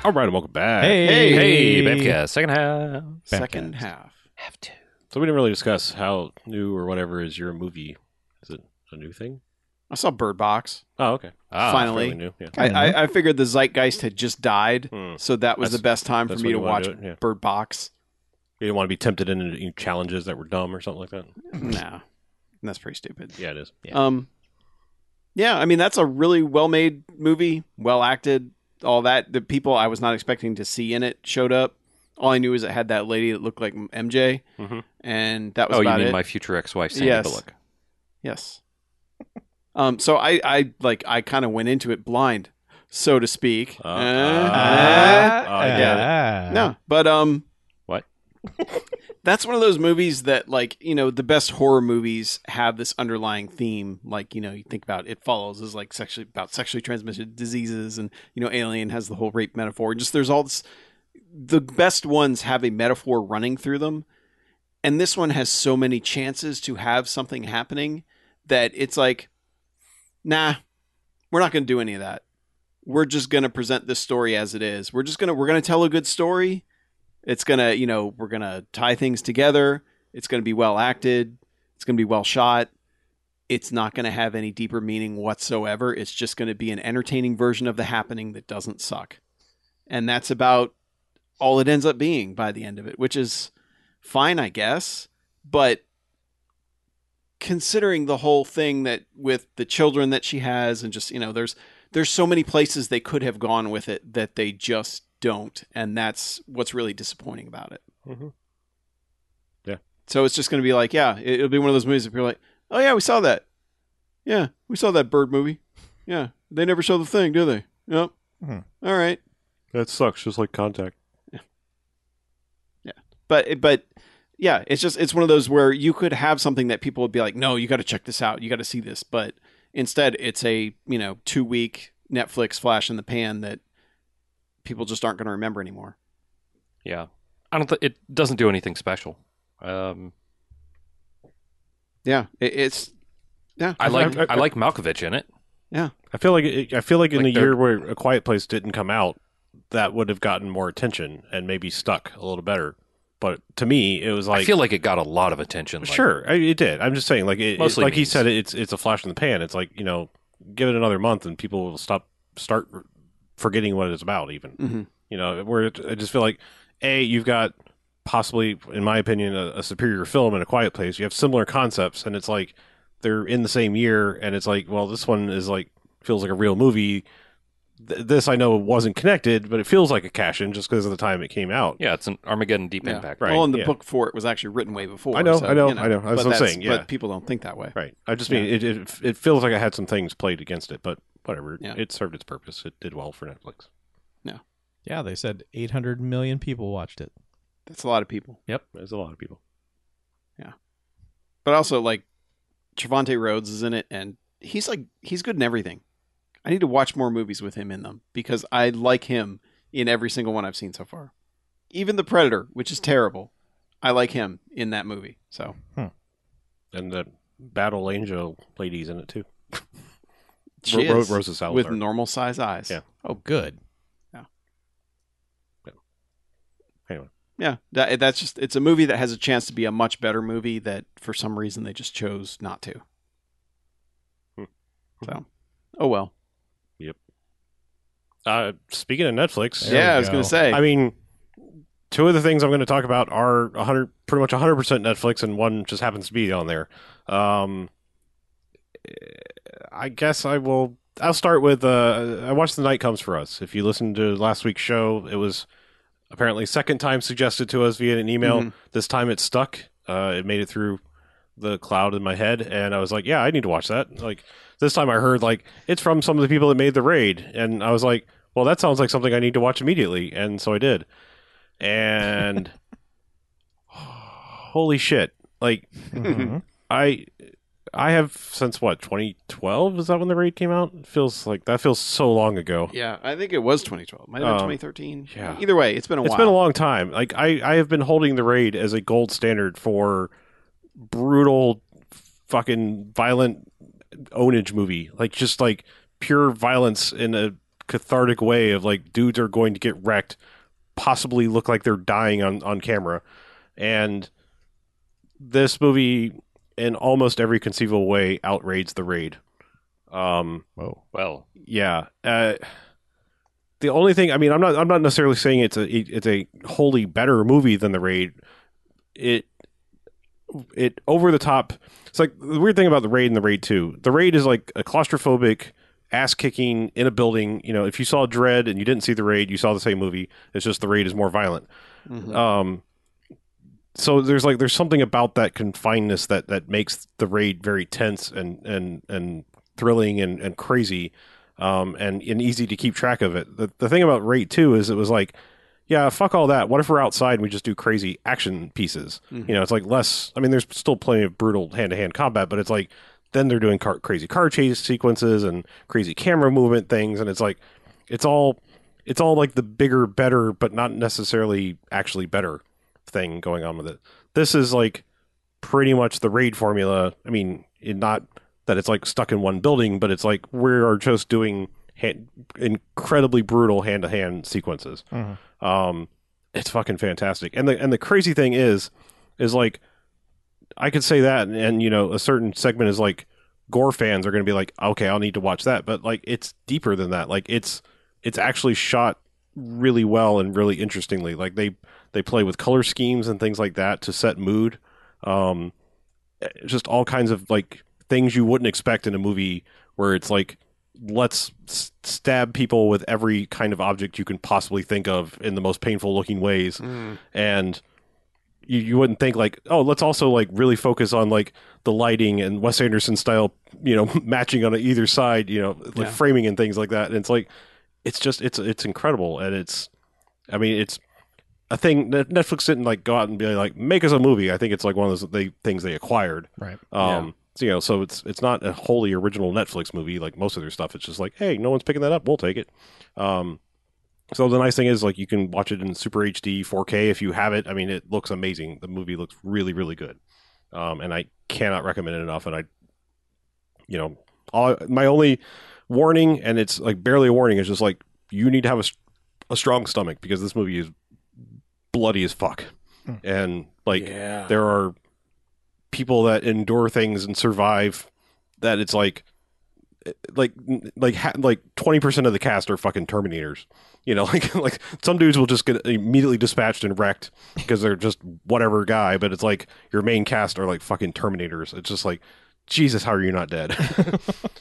S2: All right, and welcome back.
S4: Hey,
S5: hey Bebcast, second half
S3: second half.
S5: have to
S2: So we didn't really discuss how new or whatever is your movie. Is it a new thing?
S3: I saw Bird Box.
S2: Oh, okay.
S5: ah,
S3: Final-
S2: Fairly
S3: Finally.
S2: new. Yeah.
S3: I, I, I figured the zeitgeist had just died,
S2: Hmm.
S3: so that was
S2: That's-
S3: the best time for
S2: that's
S3: me
S2: when
S3: to
S2: you wanna
S3: watch
S2: do it, yeah.
S3: Bird Box.
S2: You didn't want to be tempted into any challenges that were dumb or something like that.
S3: nah, that's pretty stupid.
S2: Hmm. Yeah, it is.
S4: Yeah.
S3: Um, yeah, I mean that's a really well-made movie, well acted, all that. The people I was not expecting to see in it showed up. All I knew is it had that lady that looked like MJ,
S2: Mhm.
S3: and that was
S5: oh you
S3: about
S5: mean
S3: it.
S5: my future ex-wife Sandy
S3: Yes.
S5: Bullock
S3: Yes. um. So I, I like, I kind of went into it blind, so to speak.
S2: Uh,
S3: Uh,
S2: uh,
S3: uh,
S2: Oh, I get it.
S4: Ah.
S3: no, but um,
S5: What?
S3: that's one of those movies that, like, you know, the best horror movies have this underlying theme. Like, you know, you think about it follows is like sexually about sexually transmitted diseases, and you know, Alien has the whole rape metaphor. Just there's all this. The best ones have a metaphor running through them, and this one has so many chances to have something happening that it's like, nah, we're not going to do any of that. We're just going to present this story as it is. We're just going to we're going to tell a good story. It's going to, you know, we're going to tie things together. It's going to be well acted. It's going to be well shot. It's not going to have any deeper meaning whatsoever. It's just going to be an entertaining version of the happening that doesn't suck. And that's about all it ends up being by the end of it, which is fine, I guess, but considering the whole thing that with the children that she has and just, you know, there's there's so many places they could have gone with it that they just don't and that's what's really disappointing about it
S2: Mhm. Yeah.
S3: so it's just going to be like yeah it- it'll be one of those movies if you're like oh yeah we saw that yeah we saw that bird movie yeah they never show the thing do they nope
S4: Hmm.
S3: all right
S2: That sucks, just like contact.
S3: but but yeah it's just it's one of those where you could have something that people would be like no you got to check this out you got to see this but instead it's a you know two week netflix flash in the pan that people just aren't going to remember anymore
S5: yeah I don't think it doesn't do anything special um
S3: yeah it, it's yeah
S5: I like
S2: I-
S5: I like Malkovich in it
S2: I feel like it, I feel like in
S5: Like
S2: the
S5: they're-
S2: year where A Quiet Place didn't come out, that would have gotten more attention and maybe stuck a little better. But to me, it was like
S5: I feel like it got a lot of attention like,
S2: sure I, it did. I'm just saying, like it, it-
S5: Mostly
S2: like he
S5: memes.
S2: said, it's it's a flash in the pan. It's like you know, give it another month and people will stop start forgetting what it's about. Even
S3: hmm
S2: you know, where it, I just feel like a you've got possibly, in my opinion, a, a superior film in A Quiet Place. You have similar concepts, and it's like they're in the same year, and it's like, well, this one is like feels like a real movie. Th- this I know wasn't connected, but it feels like a cash in just because of the time it came out.
S5: yeah it's an Armageddon Deep
S3: Yeah.
S5: Impact
S2: Right.
S3: well and the
S2: yeah.
S3: book for it was actually written way before
S2: I know,
S3: so,
S2: I know,
S3: you
S2: I know. That's
S3: but
S2: what I'm
S3: that's-
S2: saying, yeah.
S3: but people don't think that way
S2: Right. I just mean it, it. It feels like I had some things played against it, but whatever.
S3: Yeah.
S2: It served its purpose. It did well for Netflix.
S4: Yeah, they said 800 million people watched it.
S3: that's a lot of people
S2: There's a lot of people.
S3: but also like Trevante Rhodes is in it, and he's like he's good in everything. I need to watch more movies with him in them because I like him in every single one I've seen so far. Even The Predator, which is terrible, I like him in that movie. So
S2: And the Battle Angel ladies in it too.
S3: she
S2: Ro- Ro-
S3: is,
S2: Rosa Salazar.
S3: with normal size eyes.
S2: Yeah.
S4: Oh, good.
S3: Yeah, that, that's just it's a movie that has a chance to be a much better movie that for some reason they just chose not to.
S2: Hmm.
S3: So, oh well.
S2: Uh, speaking of Netflix,
S4: There
S3: yeah,
S4: we
S3: I was
S4: go.
S3: gonna say.
S2: I mean, two of the things I'm going to talk about are 100, pretty much 100% Netflix, and one just happens to be on there. Um, I eh, guess I will I'll start with uh, I watched The Night Comes for Us. If you listened to last week's show, it was apparently second time suggested to us via an
S3: Mm-hmm.
S2: email. This time it stuck. Uh, it made it through the cloud in my head, and I was like, "Yeah, I need to watch that." Like this time, I heard like it's from some of the people that made the raid, and I was like, "Well, that sounds like something I need to watch immediately," and so I did. And holy shit! Like
S4: Mm-hmm.
S2: I I have since what 2012 is that when the raid came out? It feels like that feels so long ago.
S3: Yeah, I think it was 2012. Might have been
S2: Um,
S3: 2013.
S2: yeah.
S3: Either way, it's been a
S2: It's
S3: while.
S2: been a long time. Like I I have been holding the raid as a gold standard for brutal fucking violent ownage movie. Like just like pure violence in a cathartic way of like dudes are going to get wrecked, possibly look like they're dying on on camera. And this movie in almost every conceivable way outraids the raid. Um
S4: Whoa.
S5: Well,
S2: yeah. Uh, the only thing, I mean, I'm not, I'm not necessarily saying it's a, it's a wholly better movie than the raid. It, it over the top. It's like the weird thing about the raid and the raid two. The raid is like a claustrophobic, ass kicking in a building. You know, if you saw Dread and you didn't see the raid, you saw the same movie. It's just the raid is more violent
S3: Mhm.
S2: um so there's like there's something about that confinedness that that makes the raid very tense and and and thrilling and and crazy um and and easy to keep track of it the, the thing about raid 2 is it was like yeah fuck all that what if we're outside and we just do crazy action pieces you know it's like less i mean there's still plenty of brutal hand-to-hand combat but it's like then they're doing car, crazy car chase sequences and crazy camera movement things and it's like it's all it's all like the bigger better but not necessarily actually better thing going on with it this is like pretty much the raid formula i mean it not that it's like stuck in one building but it's like we are just doing hand, incredibly brutal hand-to-hand sequences
S4: Mm-hmm.
S2: um it's fucking fantastic and the and the crazy thing is is like i could say that and, and you know a certain segment is like gore fans are going to be like okay i'll need to watch that but like it's deeper than that like it's it's actually shot really well and really interestingly. Like they they play with color schemes and things like that to set mood. Um, eh, just all kinds of like things you wouldn't expect in a movie where it's like let's s- stab people with every kind of object you can possibly think of in the most painful looking ways
S3: Mm.
S2: and you, you wouldn't think like oh let's also like really focus on like the lighting and wes anderson style you know matching on either side you know like
S3: Yeah.
S2: framing and things like that and it's like it's just it's it's incredible and it's i mean it's a thing Net- netflix didn't like go out and be like make us a movie i think it's like one of those they, things they acquired
S4: Right.
S2: um so, you know so it's it's not a wholly original netflix movie like most of their stuff it's just like hey no one's picking that up we'll take it um so the nice thing is like you can watch it in super hd 4k if you have it i mean it looks amazing the movie looks really really good um and i cannot recommend it enough and i you know all, my only warning and it's like barely a warning is just like you need to have a, s- a strong stomach because this movie is bloody as fuck
S4: Hmm.
S2: and like
S3: yeah.
S2: there are people that endure things and survive that it's like eh, like like ha- like 20% of the cast are fucking terminators you know like like some dudes will just get immediately dispatched and wrecked because they're just whatever guy but it's like your main cast are like fucking terminators it's just like jesus how are you not dead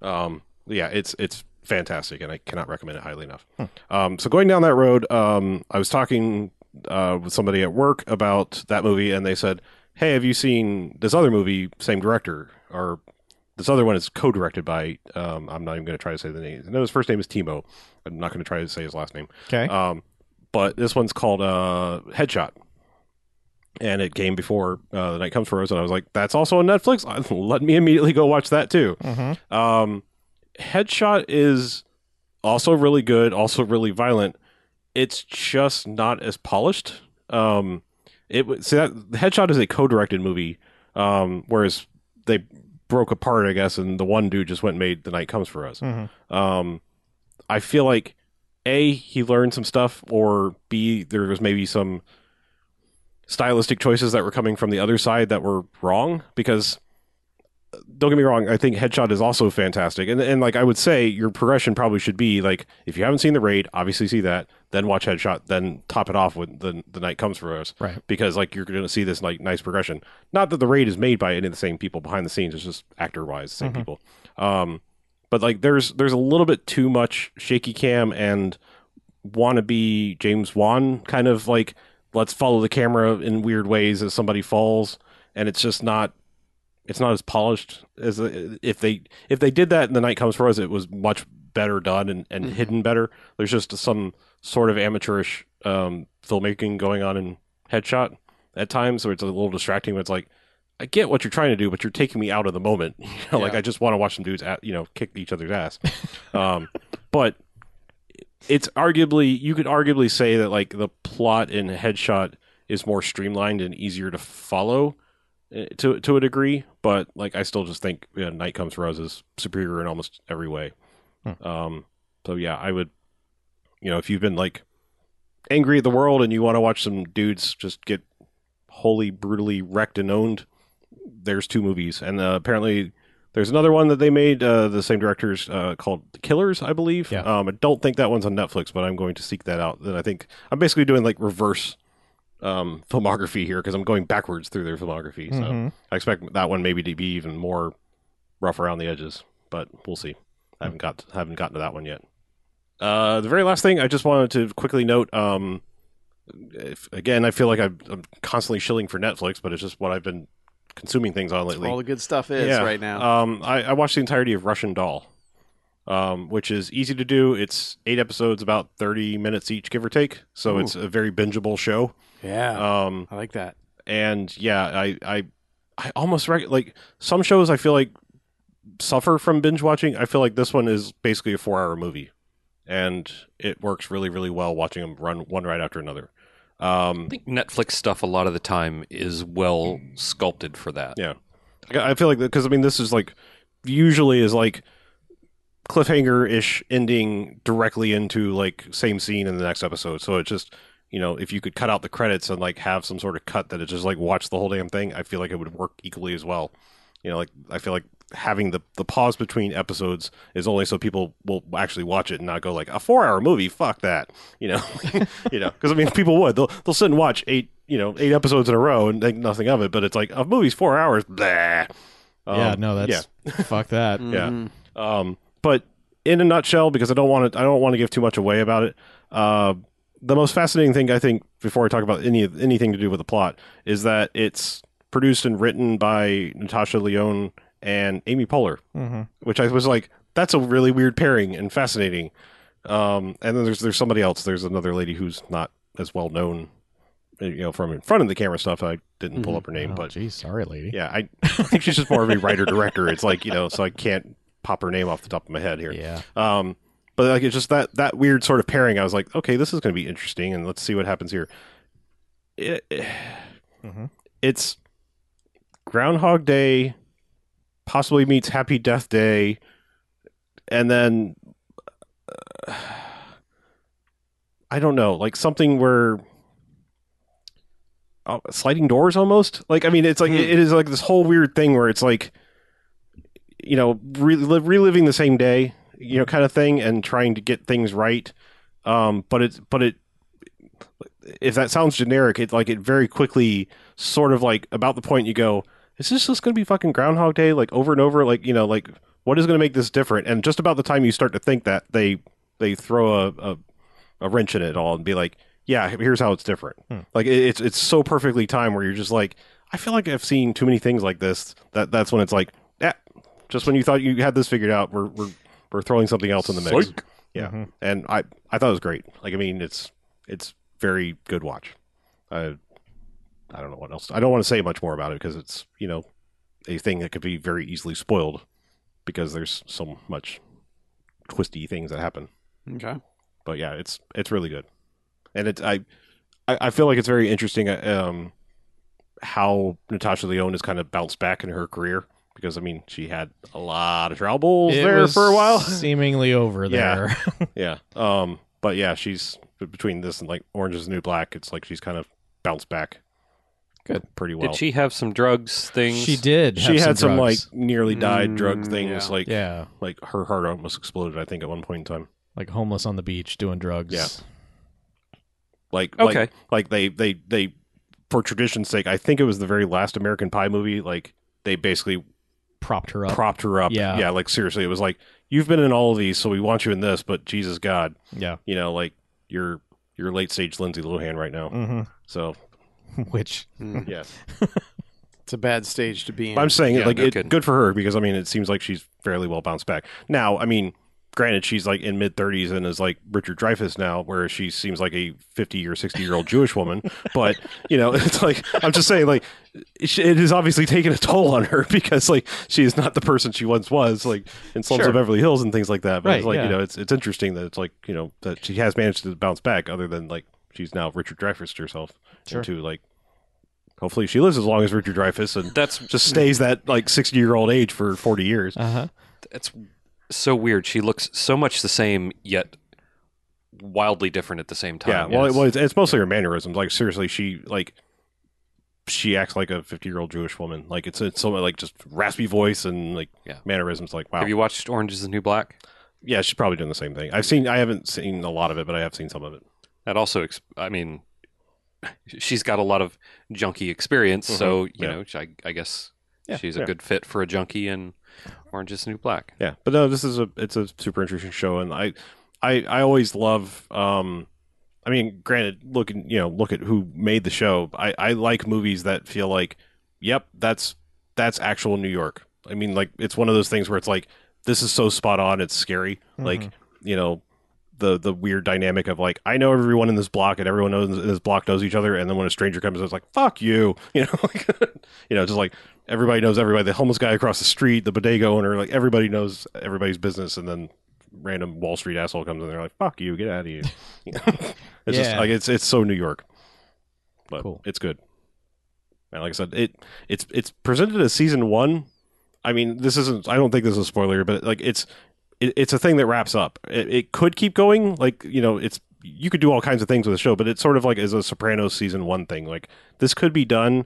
S2: um yeah it's it's fantastic and i cannot recommend it highly enough um so going down that road um i was talking uh, with somebody at work about that movie, and they said, "Hey, have you seen this other movie? Same director, or this other one is co-directed by? Um, I'm not even going to try to say the name. No, his first name is Timo. I'm not going to try to say his last name.
S4: Okay.
S2: Um, but this one's called uh, Headshot, and it came before uh, the night comes for us, and I was like, "That's also on Netflix. Let me immediately go watch that too."
S4: Mhm.
S2: Um, Headshot is also really good, also really violent. It's just not as polished. Um, it w- see that Headshot is a co-directed movie, um, whereas they broke apart, I guess, and the one dude just went and made The Night Comes for Us.
S4: Mhm.
S2: Um, I feel like a he learned some stuff, or b there was maybe some stylistic choices that were coming from the other side that were wrong because don't get me wrong, I think Headshot is also fantastic. And and like I would say your progression probably should be like if you haven't seen the raid, obviously see that, then watch Headshot, then top it off when the the night comes for us.
S4: Right.
S2: Because like you're gonna see this like nice progression. Not that the raid is made by any of the same people behind the scenes, it's just actor wise, same people. Um but like there's there's a little bit too much shaky cam and wannabe James Wan kind of like let's follow the camera in weird ways as somebody falls, and it's just not it's not as polished as uh, if they if they did that in the night comes for us it was much better done and, and hidden better there's just some sort of amateurish um, filmmaking going on in headshot at times where it's a little distracting but it's like i get what you're trying to do but you're taking me out of the moment you know, like
S3: Yeah.
S2: i just want to watch some dudes at, you know kick each other's ass um, but it's arguably you could arguably say that like the plot in headshot is more streamlined and easier to follow eh, to to a degree, but like I still just think yeah, Night Comes for Us is superior in almost every way. Um, so yeah, I would, you know, if you've been like angry at the world and you want to watch some dudes just get wholly brutally wrecked and owned, there's two movies, and uh, apparently there's another one that they made uh, the same directors uh, called Killers, I believe.
S4: Yeah.
S2: Um, I don't think that one's on Netflix, but I'm going to seek that out. That I think I'm basically doing like reverse um, filmography here because I'm going backwards through their filmography. So.
S4: Mhm.
S2: I expect that one maybe to be even more rough around the edges, but we'll see. I haven't got haven't gotten to that one yet. Uh, the very last thing I just wanted to quickly note. Um, if, again, I feel like I'm, I'm constantly shilling for Netflix, but it's just what I've been consuming things on lately.
S3: All the good stuff is
S2: Yeah.
S3: right now.
S2: Um, I, I watched the entirety of Russian Doll, um, which is easy to do. It's eight episodes, about thirty minutes each, give or take. So
S3: Ooh.
S2: it's a very bingeable show.
S3: yeah,
S2: Um,
S3: I like that.
S2: and yeah, I I I almost rec- like some shows I feel like suffer from binge watching. I feel like this one is basically a 4-hour movie and it works really really well watching them run one right after another. Um
S5: I think Netflix stuff a lot of the time is well sculpted for that.
S2: Yeah. I I feel like because I mean this is like usually is like cliffhanger ish ending directly into like same scene in the next episode. So it's just you know if you could cut out the credits and like have some sort of cut that it just like watch the whole damn thing, I feel like it would work equally as well. You know, like I feel like having the the pause between episodes is only so people will actually watch it and not go like a four hour movie. Fuck that. You know, you know, because I mean people would they'll they'll sit and watch eight you know eight episodes in a row and think nothing of it. But it's like a movie's four hours. Blah. Um,
S4: yeah, no, that's fuck that.
S2: yeah.
S3: Mm-hmm.
S2: Um, but in a nutshell, because I don't want to, I don't want to give too much away about it. Uh, the most fascinating thing I think before I talk about any anything to do with the plot is that it's produced and written by Natasha Leone and Amy Poehler,
S4: Mhm.
S2: which I was like, that's a really weird pairing and fascinating. Um, and then there's there's somebody else. There's another lady who's not as well known, you know, from in front of the camera stuff. I didn't pull up her name,
S4: Oh,
S2: but
S4: geez, sorry, lady.
S2: yeah, I I think she's just more of a writer director. It's like you know, so I can't pop her name off the top of my head here.
S4: Yeah.
S2: Um, but like it's just that that weird sort of pairing. I was like, okay, this is going to be interesting, and let's see what happens here. It,
S4: Mhm.
S2: It's Groundhog Day, possibly meets Happy Death Day, and then uh, I don't know, like something where. Uh, sliding doors almost like i mean it's like
S3: Hmm.
S2: it is like this whole weird thing where it's like you know re- li- reliving the same day you know kind of thing and trying to get things right um but it's but it if that sounds generic it like it very quickly sort of like about the point you go is this just going to be fucking groundhog day like over and over like you know like what is going to make this different and just about the time you start to think that they they throw a, a a wrench in it all and be like yeah here's how it's different like it, it's it's so perfectly timed where you're just like i feel like i've seen too many things like this that that's when it's like yeah just when you thought you had this figured out we're we're, we're throwing something else in the mix
S5: Psych.
S2: yeah
S4: Mm-hmm.
S2: and i i thought it was great like i mean it's it's very good watch i i don't know what else i don't want to say much more about it because it's you know a thing that could be very easily spoiled because there's so much twisty things that happen
S3: Okay.
S2: but yeah, it's it's really good, and it's I I I feel like it's very interesting uh, um how Natasha Leone has kind of bounced back in her career because I mean she had a lot of troubles
S4: It
S2: there
S4: was
S2: for a while.
S4: seemingly over
S2: Yeah.
S4: there.
S2: yeah, um, but yeah, she's between this and like Orange Is the New Black, it's like she's kind of bounced back.
S4: Good.
S2: pretty well.
S5: Did she have some drugs things?
S4: She did.
S2: She
S4: have
S2: had some, like
S4: drugs.
S2: nearly died drug
S3: Mm,
S2: things,
S3: yeah.
S2: like
S4: yeah,
S2: like her heart almost exploded. I think at one point in time.
S4: like homeless on the beach doing drugs.
S2: Yeah. like
S5: Okay.
S2: like like they they they for tradition's sake i think it was the very last american pie movie like they basically
S4: propped her up.
S2: propped her up.
S4: Uh, Yeah.
S2: yeah, like seriously, it was like you've been in all of these, so we want you in this, but Jesus God,
S4: yeah.
S2: you know, like you're you're late stage Lindsay Lohan right now.
S4: Mm-hmm.
S2: So
S4: Which
S2: yes,
S3: Mm. It's a bad stage to be in.
S2: but I'm saying
S5: Yeah,
S2: like
S5: no
S2: it,
S5: kidding.
S2: good for her because I mean it seems like she's fairly well bounced back now. I mean, granted, she's like in mid 30s and is like Richard Dreyfuss now, whereas she seems like a 50 or 60 year old Jewish woman. But you know, it's like I'm just saying like it it has obviously taken a toll on her because like she is not the person she once was like in Slums
S4: Sure.
S2: of Beverly Hills and things like that. But it's
S4: Right,
S2: like
S4: yeah.
S2: you know, it's it's interesting that it's like you know that she has managed to bounce back, other than like she's now Richard Dreyfuss herself
S4: Sure.
S2: into like. Hopefully she lives as long as Richard Dreyfuss and
S5: That's
S2: just stays that like 60 year old age for 40 years.
S4: uh huh.
S5: that's so weird. She looks so much the same yet wildly different at the same
S2: yeah.
S5: time.
S2: Well,
S5: Yes.
S2: it, well, it's, it's mostly her mannerisms. Like seriously, she like she acts like a 50 year old Jewish woman. Like it's it's somewhat like just raspy voice and like
S5: Yeah.
S2: mannerisms. Like wow.
S5: Have you watched Orange is the New Black?
S2: yeah, she's probably doing the same thing. I've seen I haven't seen a lot of it, but I have seen some of it.
S5: That also, ex- I mean, she's got a lot of junkie experience, so you
S2: Mm-hmm. Yeah.
S5: know, I, I guess
S2: Yeah,
S5: she's
S2: yeah.
S5: a good fit for a junkie in Orange is the New Black.
S2: Yeah. But no, this is a it's a super interesting show and I I I always love um I mean, granted, looking you know, look at who made the show. I, I like movies that feel like, yep, that's that's actual New York. I mean, like it's one of those things where it's like, this is so spot on, it's scary. Like, you know, the the weird dynamic of like, I know everyone in this block and everyone knows in this block knows each other, and then when a stranger comes, it's like, fuck you, you know, like, you know, just like everybody knows everybody. The homeless guy across the street, the bodega owner, like everybody knows everybody's business, and then random Wall Street asshole comes in, they're like, fuck you, get out of here. it's just
S4: Yeah.
S2: like it's it's so New York, but
S4: Cool.
S2: it's good. And like I said, it it's it's presented as season one. I mean, this isn't. I don't think this is a spoiler, but like it's it, it's a thing that wraps up. It, it could keep going. Like you know, it's you could do all kinds of things with the show, but it's sort of like is a Sopranos season one thing. Like this could be done,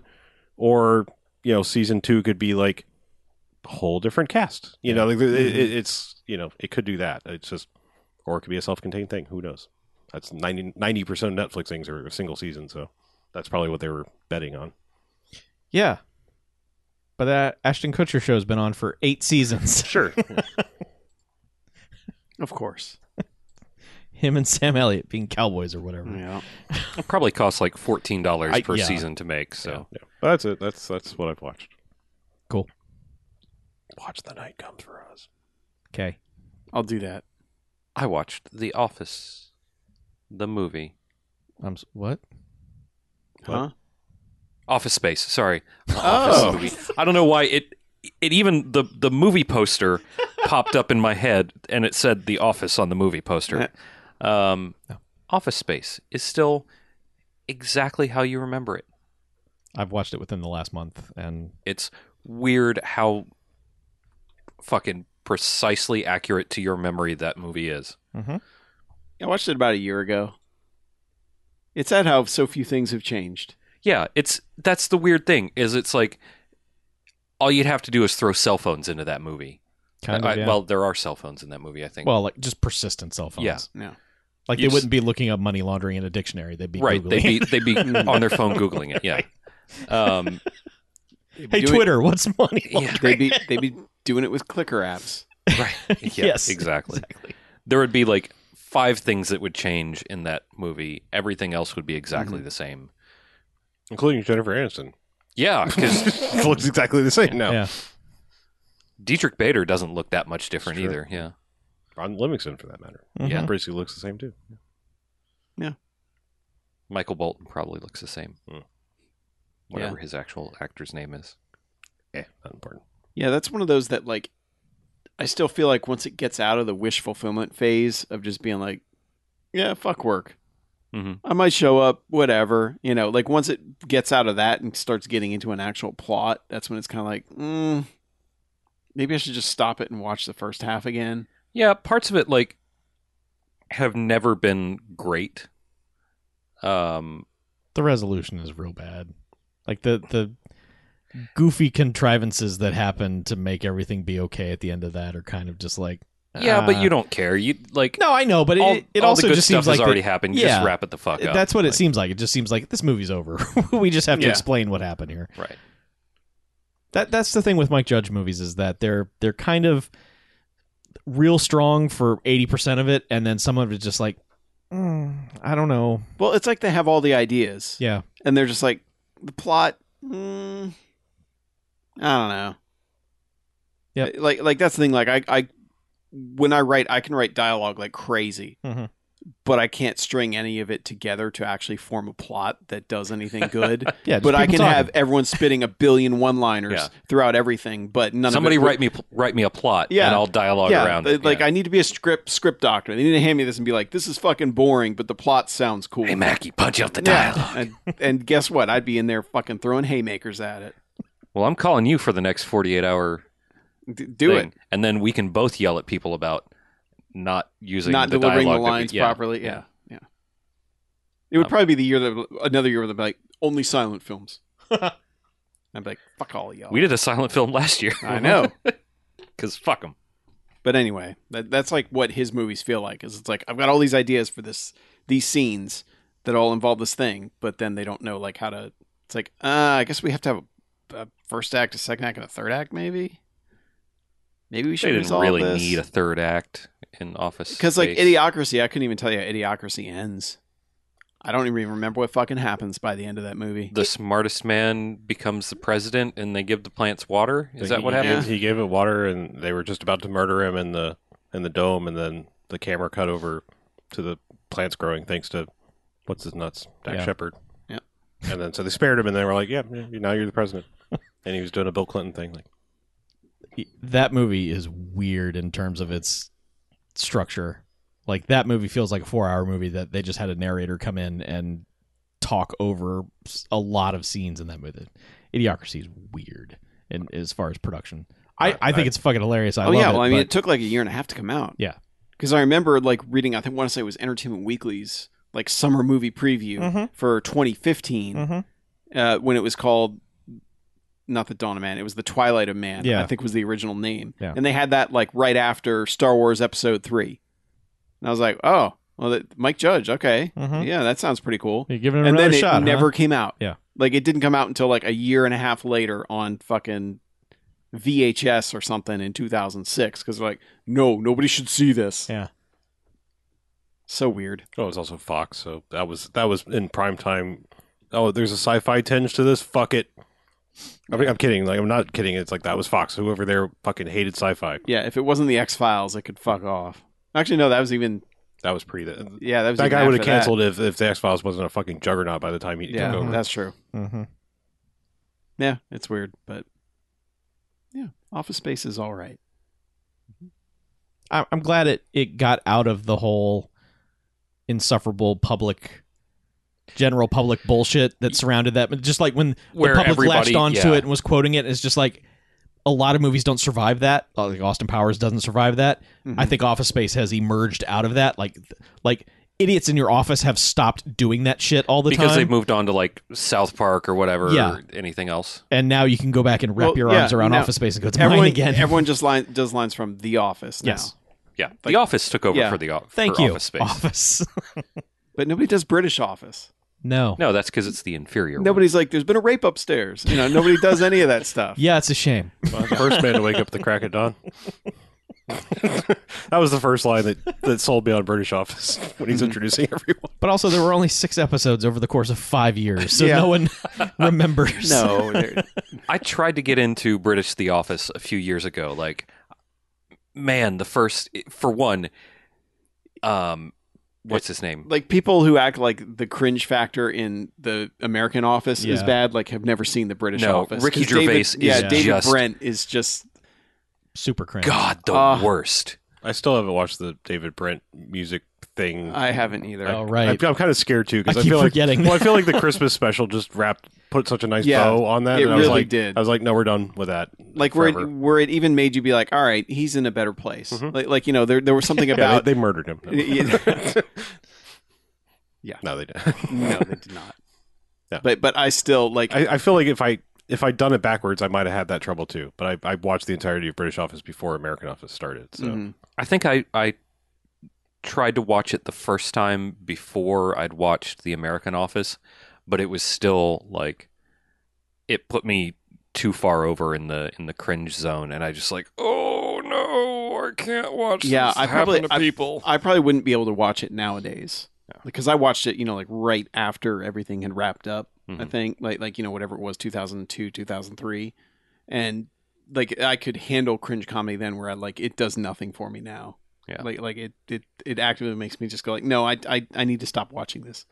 S2: or you know, season two could be like a whole different cast. You know, like it, it, it's you know, it could do that. It's just, or it could be a self-contained thing. Who knows? That's 90 percent of Netflix things are a single season, so that's probably what they were betting on.
S4: Yeah. But that Ashton Kutcher show has been on for eight seasons.
S2: Sure.
S3: Of course.
S4: Him and Sam Elliott being cowboys or whatever.
S2: Mm.
S3: Yeah.
S5: It probably costs like fourteen dollars
S4: I-
S5: per
S4: yeah.
S5: season to make. So
S2: Yeah, But that's it. That's that's what I've watched.
S4: Cool.
S2: Watch the night comes for us.
S4: Okay.
S3: I'll do that.
S5: I watched The Office, the movie
S4: I'm s- what?
S3: Huh?
S5: Office Space. Sorry, Not Office
S3: Oh.
S5: the movie. I don't know why it it even the the movie poster popped up in my head, and it said The Office on the movie poster. Um, Office Space is still exactly how you remember it.
S4: I've watched it within the last month and
S5: It's weird how fucking precisely accurate to your memory that movie is.
S3: I watched it about a year ago. It's sad how so few things have changed.
S5: Yeah, it's that's the weird thing is it's like all you'd have to do is throw cell phones into that movie. Uh,
S4: kind
S5: I-
S4: of
S5: I-
S4: yeah.
S5: Well, there are cell phones in that movie, I think.
S4: Well, like just persistent cell phones.
S5: Yeah.
S3: No.
S4: Like
S5: You
S4: they
S5: s-
S4: wouldn't be looking up money laundering in a dictionary. They'd be
S5: right,
S4: Googling.
S5: they'd be they'd be on their phone googling it. Yeah. Um,
S4: hey
S3: doing-
S4: Twitter, what's money?
S5: yeah.
S3: They'd be they'd be doing it with clicker apps.
S5: Right. Yeah,
S4: Yes.
S5: Exactly.
S4: Exactly.
S5: There would be like five things that would change in that movie. Everything else would be exactly
S4: Mm-hmm.
S5: the same.
S2: Including Jennifer Aniston.
S5: Yeah, because
S2: It looks exactly the same now.
S4: Yeah.
S5: Dietrich Bader doesn't look that much different
S2: Sure.
S5: either. Yeah.
S2: Ron Livingston, for that matter.
S5: Yeah.
S4: Mhm.
S2: Basically looks the same, too.
S5: Michael Bolton probably looks the same.
S2: Hmm.
S5: Whatever his actual actor's name is.
S2: Eh, not important.
S3: Yeah, that's one of those that like I still feel like once it gets out of the wish fulfillment phase of just being like, yeah, fuck work.
S5: Mhm.
S3: I might show up, whatever. You know, like once it gets out of that and starts getting into an actual plot, that's when it's kind of like, mm, maybe I should just stop it and watch the first half again.
S5: Yeah, parts of it like have never been great. Um,
S4: The resolution is real bad. Like the the goofy contrivances that happen to make everything be okay at the end of that are kind of just like
S5: yeah, but
S4: ah.
S5: you don't care. You like
S4: No, I know, but it,
S5: all,
S4: it
S5: all
S4: also
S5: the good
S4: just
S5: stuff
S4: seems like
S5: has already
S4: that-
S5: happened.
S4: yeah.
S5: Just wrap it the fuck up.
S4: That's what it
S5: Like,
S4: seems like. It just seems like this movie's over. we just have to
S3: Yeah.
S4: explain what happened here.
S5: Right.
S4: That that's the thing with Mike Judge movies is that they're they're kind of real strong for eighty percent of it, and then some of it's just like "Mm, I don't know.
S3: Well, it's like they have all the ideas,
S4: Yeah,
S3: and they're just like the plot. Mm, I don't know. Eh,
S4: Yep.
S3: Like like that's the thing. Like I I when I write, I can write dialogue like crazy,
S4: Mhm.
S3: but I can't string any of it together to actually form a plot that does anything good.
S4: yeah. just
S3: but I
S4: people
S3: can
S4: talking.
S3: have everyone spitting a billion one-liners
S5: Yeah.
S3: throughout everything, but none
S5: Somebody
S3: of it.
S5: write me write me a plot,
S3: Yeah.
S5: and I'll dialogue
S3: yeah,
S5: around
S3: but,
S5: it.
S3: like
S5: yeah.
S3: I need to be a script script doctor. They need to hand me this and be like, "This is fucking boring, but the plot sounds cool."
S1: Hey, Mackie, punch out the
S3: Yeah.
S1: dial.
S3: and, and guess what? I'd be in there fucking throwing haymakers at it.
S5: well, I'm calling you for the next 48 hour
S3: D- do
S5: thing, and then we can both yell at people about not
S3: it.
S5: using
S3: Not
S5: the
S3: delivering the
S5: dialogue that we-
S3: lines
S5: yeah, Um,
S3: properly. Yeah. yeah. It would probably be the year that another year where they'd be like only silent films. I'd be like, "Fuck all of y'all."
S5: We did a silent film last year.
S3: I know.
S5: because fuck them.
S3: But anyway, that, that's like what his movies feel like. Is it's like I've got all these ideas for this, these scenes that all involve this thing, but then they don't know like how to. It's like uh, I guess we have to have a, a first act, a second act, and a third act, maybe. Maybe we should
S5: They didn't
S3: resolve
S5: really
S3: this.
S5: need a third act in Office
S3: because like
S5: Space.
S3: Idiocracy, I couldn't even tell you how Idiocracy ends. I don't even remember what fucking happens by the end of that movie.
S5: the smartest man becomes the president, and they give the plants water. Is that
S2: He-
S5: what
S2: he
S5: happens?
S2: gave- He gave it water, and they were just about to murder him in the in the dome, and then the camera cut over to the plants growing, thanks to what's his nuts, Dak
S4: Yeah.
S2: Shepard.
S3: Yeah.
S2: And then so they spared him, and they were like, "Yeah, yeah, now you're the president." and he was doing a Bill Clinton thing, like
S4: that movie is weird in terms of its structure. Like that movie feels like a four-hour movie that they just had a narrator come in and talk over s- a lot of scenes in that movie. Idiocracy is weird, and as far as production, I,
S2: I-
S4: I think
S2: I-
S4: it's fucking hilarious. I
S3: oh
S4: love
S3: yeah,
S4: it,
S3: well I mean
S4: but-
S3: it took like a year and a half to come out.
S4: Yeah.
S3: because I remember like reading. I think want to say it was Entertainment Weekly's like summer movie preview
S4: Mhm.
S3: for 2015
S4: Mhm.
S3: uh, when it was called not the Dawn of Man. It was the Twilight of Man.
S4: Yeah.
S3: I think was the original name.
S4: Yeah.
S3: And they had that like right after Star Wars Episode Three, and I was like, oh, well, that, Mike Judge, okay,
S4: Mhm.
S3: yeah, that sounds pretty cool.
S4: You're giving it
S3: And
S4: another
S3: then it
S4: shot. huh?
S3: never came out.
S4: Yeah.
S3: like it didn't come out until like a year and a half later on fucking VHS or something in 2006 because they're like, no, nobody should see this.
S4: Yeah.
S3: So weird.
S2: Oh, it was also Fox, so that was that was in prime time. Oh, there's a sci-fi tinge to this. Fuck it. I mean, I'm kidding. Like, I'm not kidding. It's like that was Fox. Whoever there fucking hated sci-fi.
S3: Yeah, if it wasn't the X Files, it could fuck off. Actually, no, that was even.
S2: That was pre. That,
S3: Yeah, that was
S2: that
S3: even
S2: guy would have
S3: after that.
S2: canceled if, if the X Files wasn't a fucking juggernaut by the time he took
S3: Yeah,
S4: Mm-hmm.
S2: over.
S3: that's true.
S4: Mhm.
S3: Yeah, it's weird, but yeah, Office Space is all right.
S4: I- I'm glad it it got out of the whole insufferable public. General public bullshit that surrounded that, but just like when
S5: Where
S4: the public
S5: everybody
S4: latched onto
S5: yeah.
S4: it and was quoting it. It's just like a lot of movies don't survive that. Uh, Like Austin Powers doesn't survive that. I
S5: Mm-hmm.
S4: think Office Space has emerged out of that. Like, like idiots in your office have stopped doing that shit all the
S5: because
S4: time,
S5: they've moved on to like South Park or whatever
S4: Yeah.
S5: or anything else.
S4: and now you can go back and wrap
S3: Well,
S4: your
S3: yeah,
S4: arms around
S3: now-
S4: Office Space and go to
S3: everyone
S4: mine again.
S3: Everyone just line does lines from The Office now,
S4: Yes.
S5: Yeah, The Office took over
S3: yeah.
S5: for the o-
S4: Thank
S5: for
S4: you,
S5: Office Space.
S4: Office.
S3: but nobody does British Office.
S4: no.
S5: No, that's because it's the inferior. one.
S3: Nobody's like, "There's been a rape upstairs." You know, nobody does any of that stuff.
S4: Yeah, it's a shame.
S2: Well, the first man to wake up at the crack of dawn. that was the first line that, that sold me on British Office when he's introducing everyone.
S4: But also, there were only six episodes over the course of five years, so
S3: Yeah.
S4: no one remembers.
S3: No, they're-
S5: I tried to get into British The Office a few years ago. Like, man, the first for one, um, what's his name?
S3: like people who act like the cringe factor in the American Office is
S4: Yeah.
S3: bad. Like, have never seen the British
S5: No,
S3: Office.
S5: Ricky
S3: 'Cause David-
S5: Gervais
S3: yeah,
S5: is
S3: David
S5: just-
S3: Brent is just
S4: super cringe.
S5: God, the
S3: Uh,
S5: worst.
S2: I still haven't watched the David Brent music thing.
S3: I haven't either.
S4: Oh, right.
S2: I, am kind of scared too because
S4: I
S2: I,
S4: keep
S2: feel
S4: forgetting.
S2: like well, I feel like the Christmas special just wrapped put such a nice
S3: Yeah,
S2: bow on that.
S3: it
S2: and I was
S3: really
S2: like,
S3: did.
S2: I was like, no, we're done with that.
S3: like where it,
S2: forever. Mm-hmm.
S3: where it even made you be like, all right, he's in a better place. Like like you know there there was something
S2: yeah,
S3: about
S2: they, they murdered him. No,
S3: Yeah.
S2: no they didn't.
S3: no they did not.
S2: Yeah.
S3: But but I still like
S2: I, I feel like if I if I'd done it backwards, I might have had that trouble too. But I, I watched the entirety of British Office before American Office started. So
S3: Mhm.
S5: I think I I tried to watch it the first time before I'd watched The American Office, but it was still like it put me too far over in the in the cringe zone, and I just like, oh no, I can't watch.
S3: Yeah,
S5: this
S3: I
S5: happen
S3: probably-
S5: to
S3: I-
S5: people.
S3: I probably wouldn't be able to watch it nowadays because I watched it, you know, like right after everything had wrapped up. I
S5: Mhm.
S3: think like like you know whatever it was, two thousand two, two thousand three, and like I could handle cringe comedy then, where I like it does nothing for me now.
S5: Yeah.
S3: like like it it it actively makes me just go like, no, I I I need to stop watching this.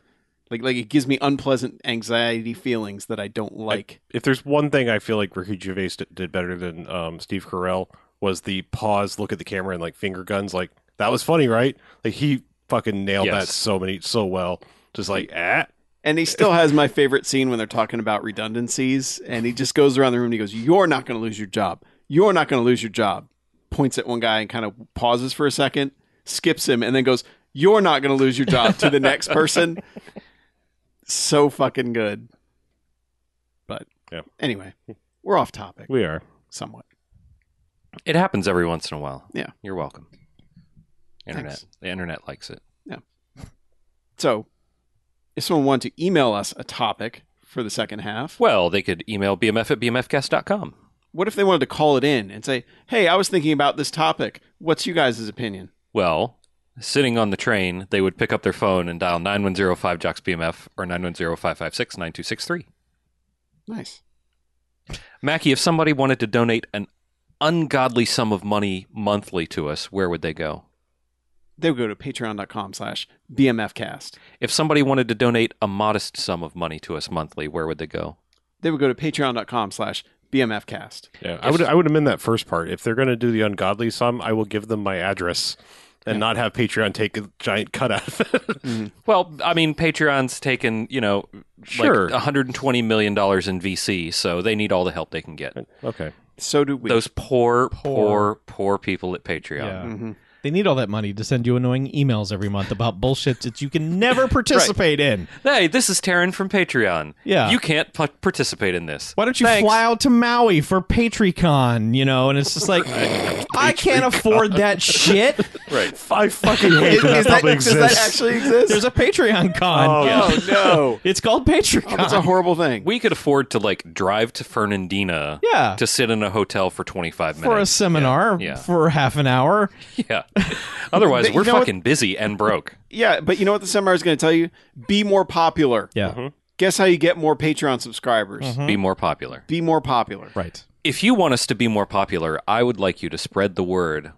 S3: Like like it gives me unpleasant anxiety feelings that I don't like.
S2: If there's one thing I feel like Ricky Gervais d- did better than um, Steve Carell was the pause, look at the camera, and like finger guns. Like that was funny, right? Like he fucking nailed
S5: Yes.
S2: that so many so well. Just like ah,
S3: And he still has my favorite scene when they're talking about redundancies, and he just goes around the room and he goes, "You're not going to lose your job. You're not going to lose your job." Points at one guy and kind of pauses for a second, skips him, and then goes, "You're not going to lose your job" to the next person. So fucking good. But
S2: Yeah.
S3: anyway, we're off topic
S2: we are.
S3: somewhat.
S5: It happens every once in a while.
S3: Yeah.
S5: you're welcome. Internet,
S3: Thanks.
S5: the internet likes it.
S3: So, if someone wanted to email us a topic for the second half,
S5: Well, they could email bmf at bmfcast.com.
S3: what if they wanted to call it in and say, "Hey, I was thinking about this topic. What's you guys' opinion?"
S5: Well, sitting on the train, they would pick up their phone and dial 9105 Jocks BMF or 910 556 9263.
S3: Nice.
S5: Mackie, if somebody wanted to donate an ungodly sum of money monthly to us, where would they go?
S3: They would go to patreon.com slash bmfcast.
S5: If somebody wanted to donate a modest sum of money to us monthly, where would they go?
S3: They would go to patreon.com slash bmfcast.
S2: Yeah, I would I would amend that first part. If they're gonna do the ungodly sum, I will give them my address and not have Patreon take a giant cut out of it.
S5: Well, I mean, Patreon's taken, you know,
S2: Sure.
S5: like $120 million in VC, so they need all the help they can get.
S2: okay.
S3: So do we.
S5: Those poor, poor,
S4: Poor.
S5: poor people at Patreon.
S4: Yeah.
S3: Mhm.
S4: They need all that money to send you annoying emails every month about bullshit that you can never participate in.
S5: Hey, this is Taryn from Patreon.
S4: Yeah.
S5: You can't p- participate in this.
S4: Why don't you
S5: Thanks.
S4: fly out to Maui for PatriCon, you know? And it's just like, I can't afford that shit.
S5: Right.
S2: I fucking hate that, that probably
S3: does
S2: exists.
S3: that actually exist?
S4: There's a Patreon con.
S2: Oh,
S3: oh, no.
S4: It's called
S3: Oh,
S4: PatriCon.
S3: that's a horrible thing.
S5: We could afford to like drive to Fernandina
S4: Yeah.
S5: to sit in a hotel for 25 minutes.
S4: for a seminar
S5: Yeah.
S4: for half an hour.
S5: Yeah. Otherwise,
S3: But you
S5: we're
S3: know what- Mm-hmm.
S5: fucking busy and broke.
S3: yeah, but you know what the seminar is going to tell you? Be more popular.
S4: Yeah.
S3: Guess how you get more Patreon subscribers?
S5: Be more popular.
S3: Be more popular.
S4: Right.
S5: If you want us to be more popular, I would like you to spread the word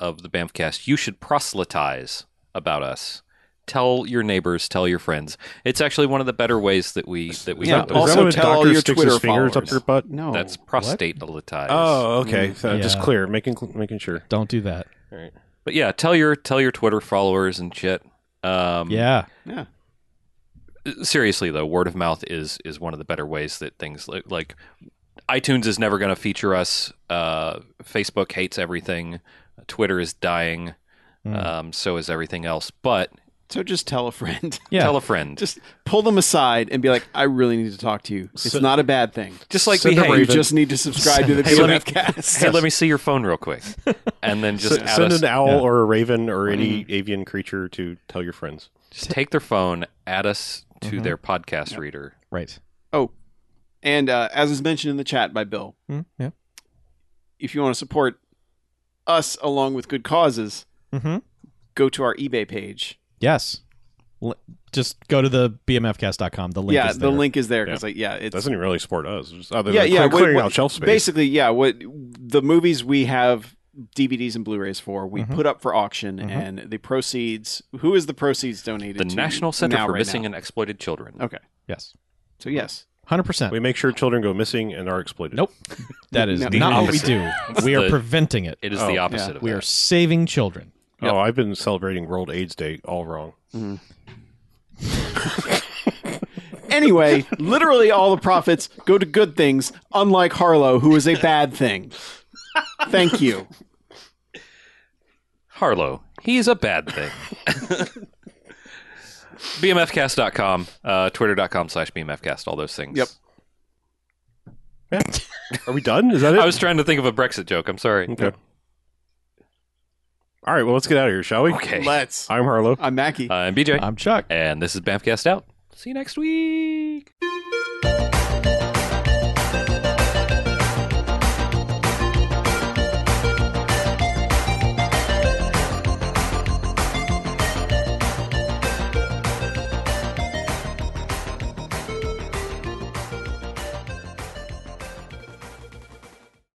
S5: of the Bamfcast. You should proselytize about us. Tell your neighbors, tell your friends. It's actually one of the better ways that we that we
S3: Yeah,
S5: got the
S3: also
S2: Is that when a
S3: tell all
S2: doctor
S3: your
S2: sticks
S3: Twitter
S2: his fingers
S3: followers.
S2: up your butt?
S3: No.
S5: That's
S4: what?
S5: prostatolitize.
S2: Oh, okay. So Just
S4: Yeah.
S2: clear, making making sure.
S4: Don't do that.
S5: But yeah, tell your tell your Twitter followers and shit. Um,
S4: Yeah.
S3: Yeah.
S5: Seriously though, word of mouth is is one of the better ways that things like, like iTunes is never going to feature us. Uh, Facebook hates everything. Twitter is dying. Um, so is everything else. But
S3: So just tell a friend.
S4: Yeah.
S5: tell a friend. Just,
S3: Just pull them aside and be like, I really need to talk to you. It's not a bad thing.
S5: like me,
S2: send a
S5: hey,
S3: You
S2: raven.
S3: just need to subscribe to the
S5: Hey, let me-
S3: BMFcast.
S5: hey, let me see your phone real quick, and then just
S2: S-
S5: add
S2: send
S5: us,
S2: an owl
S4: yeah.
S2: or a raven or any avian creature to tell your friends.
S5: just take their phone, add us to their podcast reader.
S4: Right.
S3: Oh, and uh, as was mentioned in the chat by Bill,
S4: Mm, yeah.
S3: if you want to support us along with good causes,
S4: Mm-hmm.
S3: go to our eBay page.
S4: Yes. L- just go to the bmfcast.com. The link
S3: yeah,
S4: is there.
S3: the link is there because
S2: Yeah.
S3: like yeah, it's
S2: Doesn't even really support us. Just other
S3: yeah
S2: than
S3: yeah
S2: clear-
S3: what-
S2: clearing
S3: what-
S2: out shelf space.
S3: Basically, yeah, what the movies we have DVDs and Blu-rays for, we put up for auction, and the proceeds. Who is the proceeds donated?
S5: The
S3: to
S5: National Center
S3: now,
S5: for
S3: right
S5: Missing
S3: now?
S5: and Exploited Children.
S3: Okay,
S4: Yes.
S3: so yes,
S4: 100%.
S2: we make sure children go missing and are exploited.
S4: nope. That is
S3: No,
S4: not what we
S5: opposite.
S4: do. We are
S5: the-
S4: preventing it.
S5: It is
S2: Oh,
S5: the
S2: yeah.
S5: opposite of
S4: We
S5: that.
S4: are saving children.
S2: Oh, I've been celebrating World AIDS Day all wrong.
S3: Anyway, literally all the profits go to good things, unlike Harlow, who is a bad thing. Thank you.
S5: Harlow. He's a bad thing. BMFcast.com, uh, twitter.com slash BMFcast, all those things.
S3: Yep.
S2: Yeah. Are we done? Is that it?
S5: I was trying to think of a Brexit joke. I'm sorry.
S2: okay. All right. Well, let's get out of here, shall we?
S5: Okay. Uh,
S3: Let's.
S2: I'm Harlow.
S3: I'm Mackie.
S5: I'm BJ,
S4: I'm Chuck.
S5: and this is BAMFcast Out. See you next week.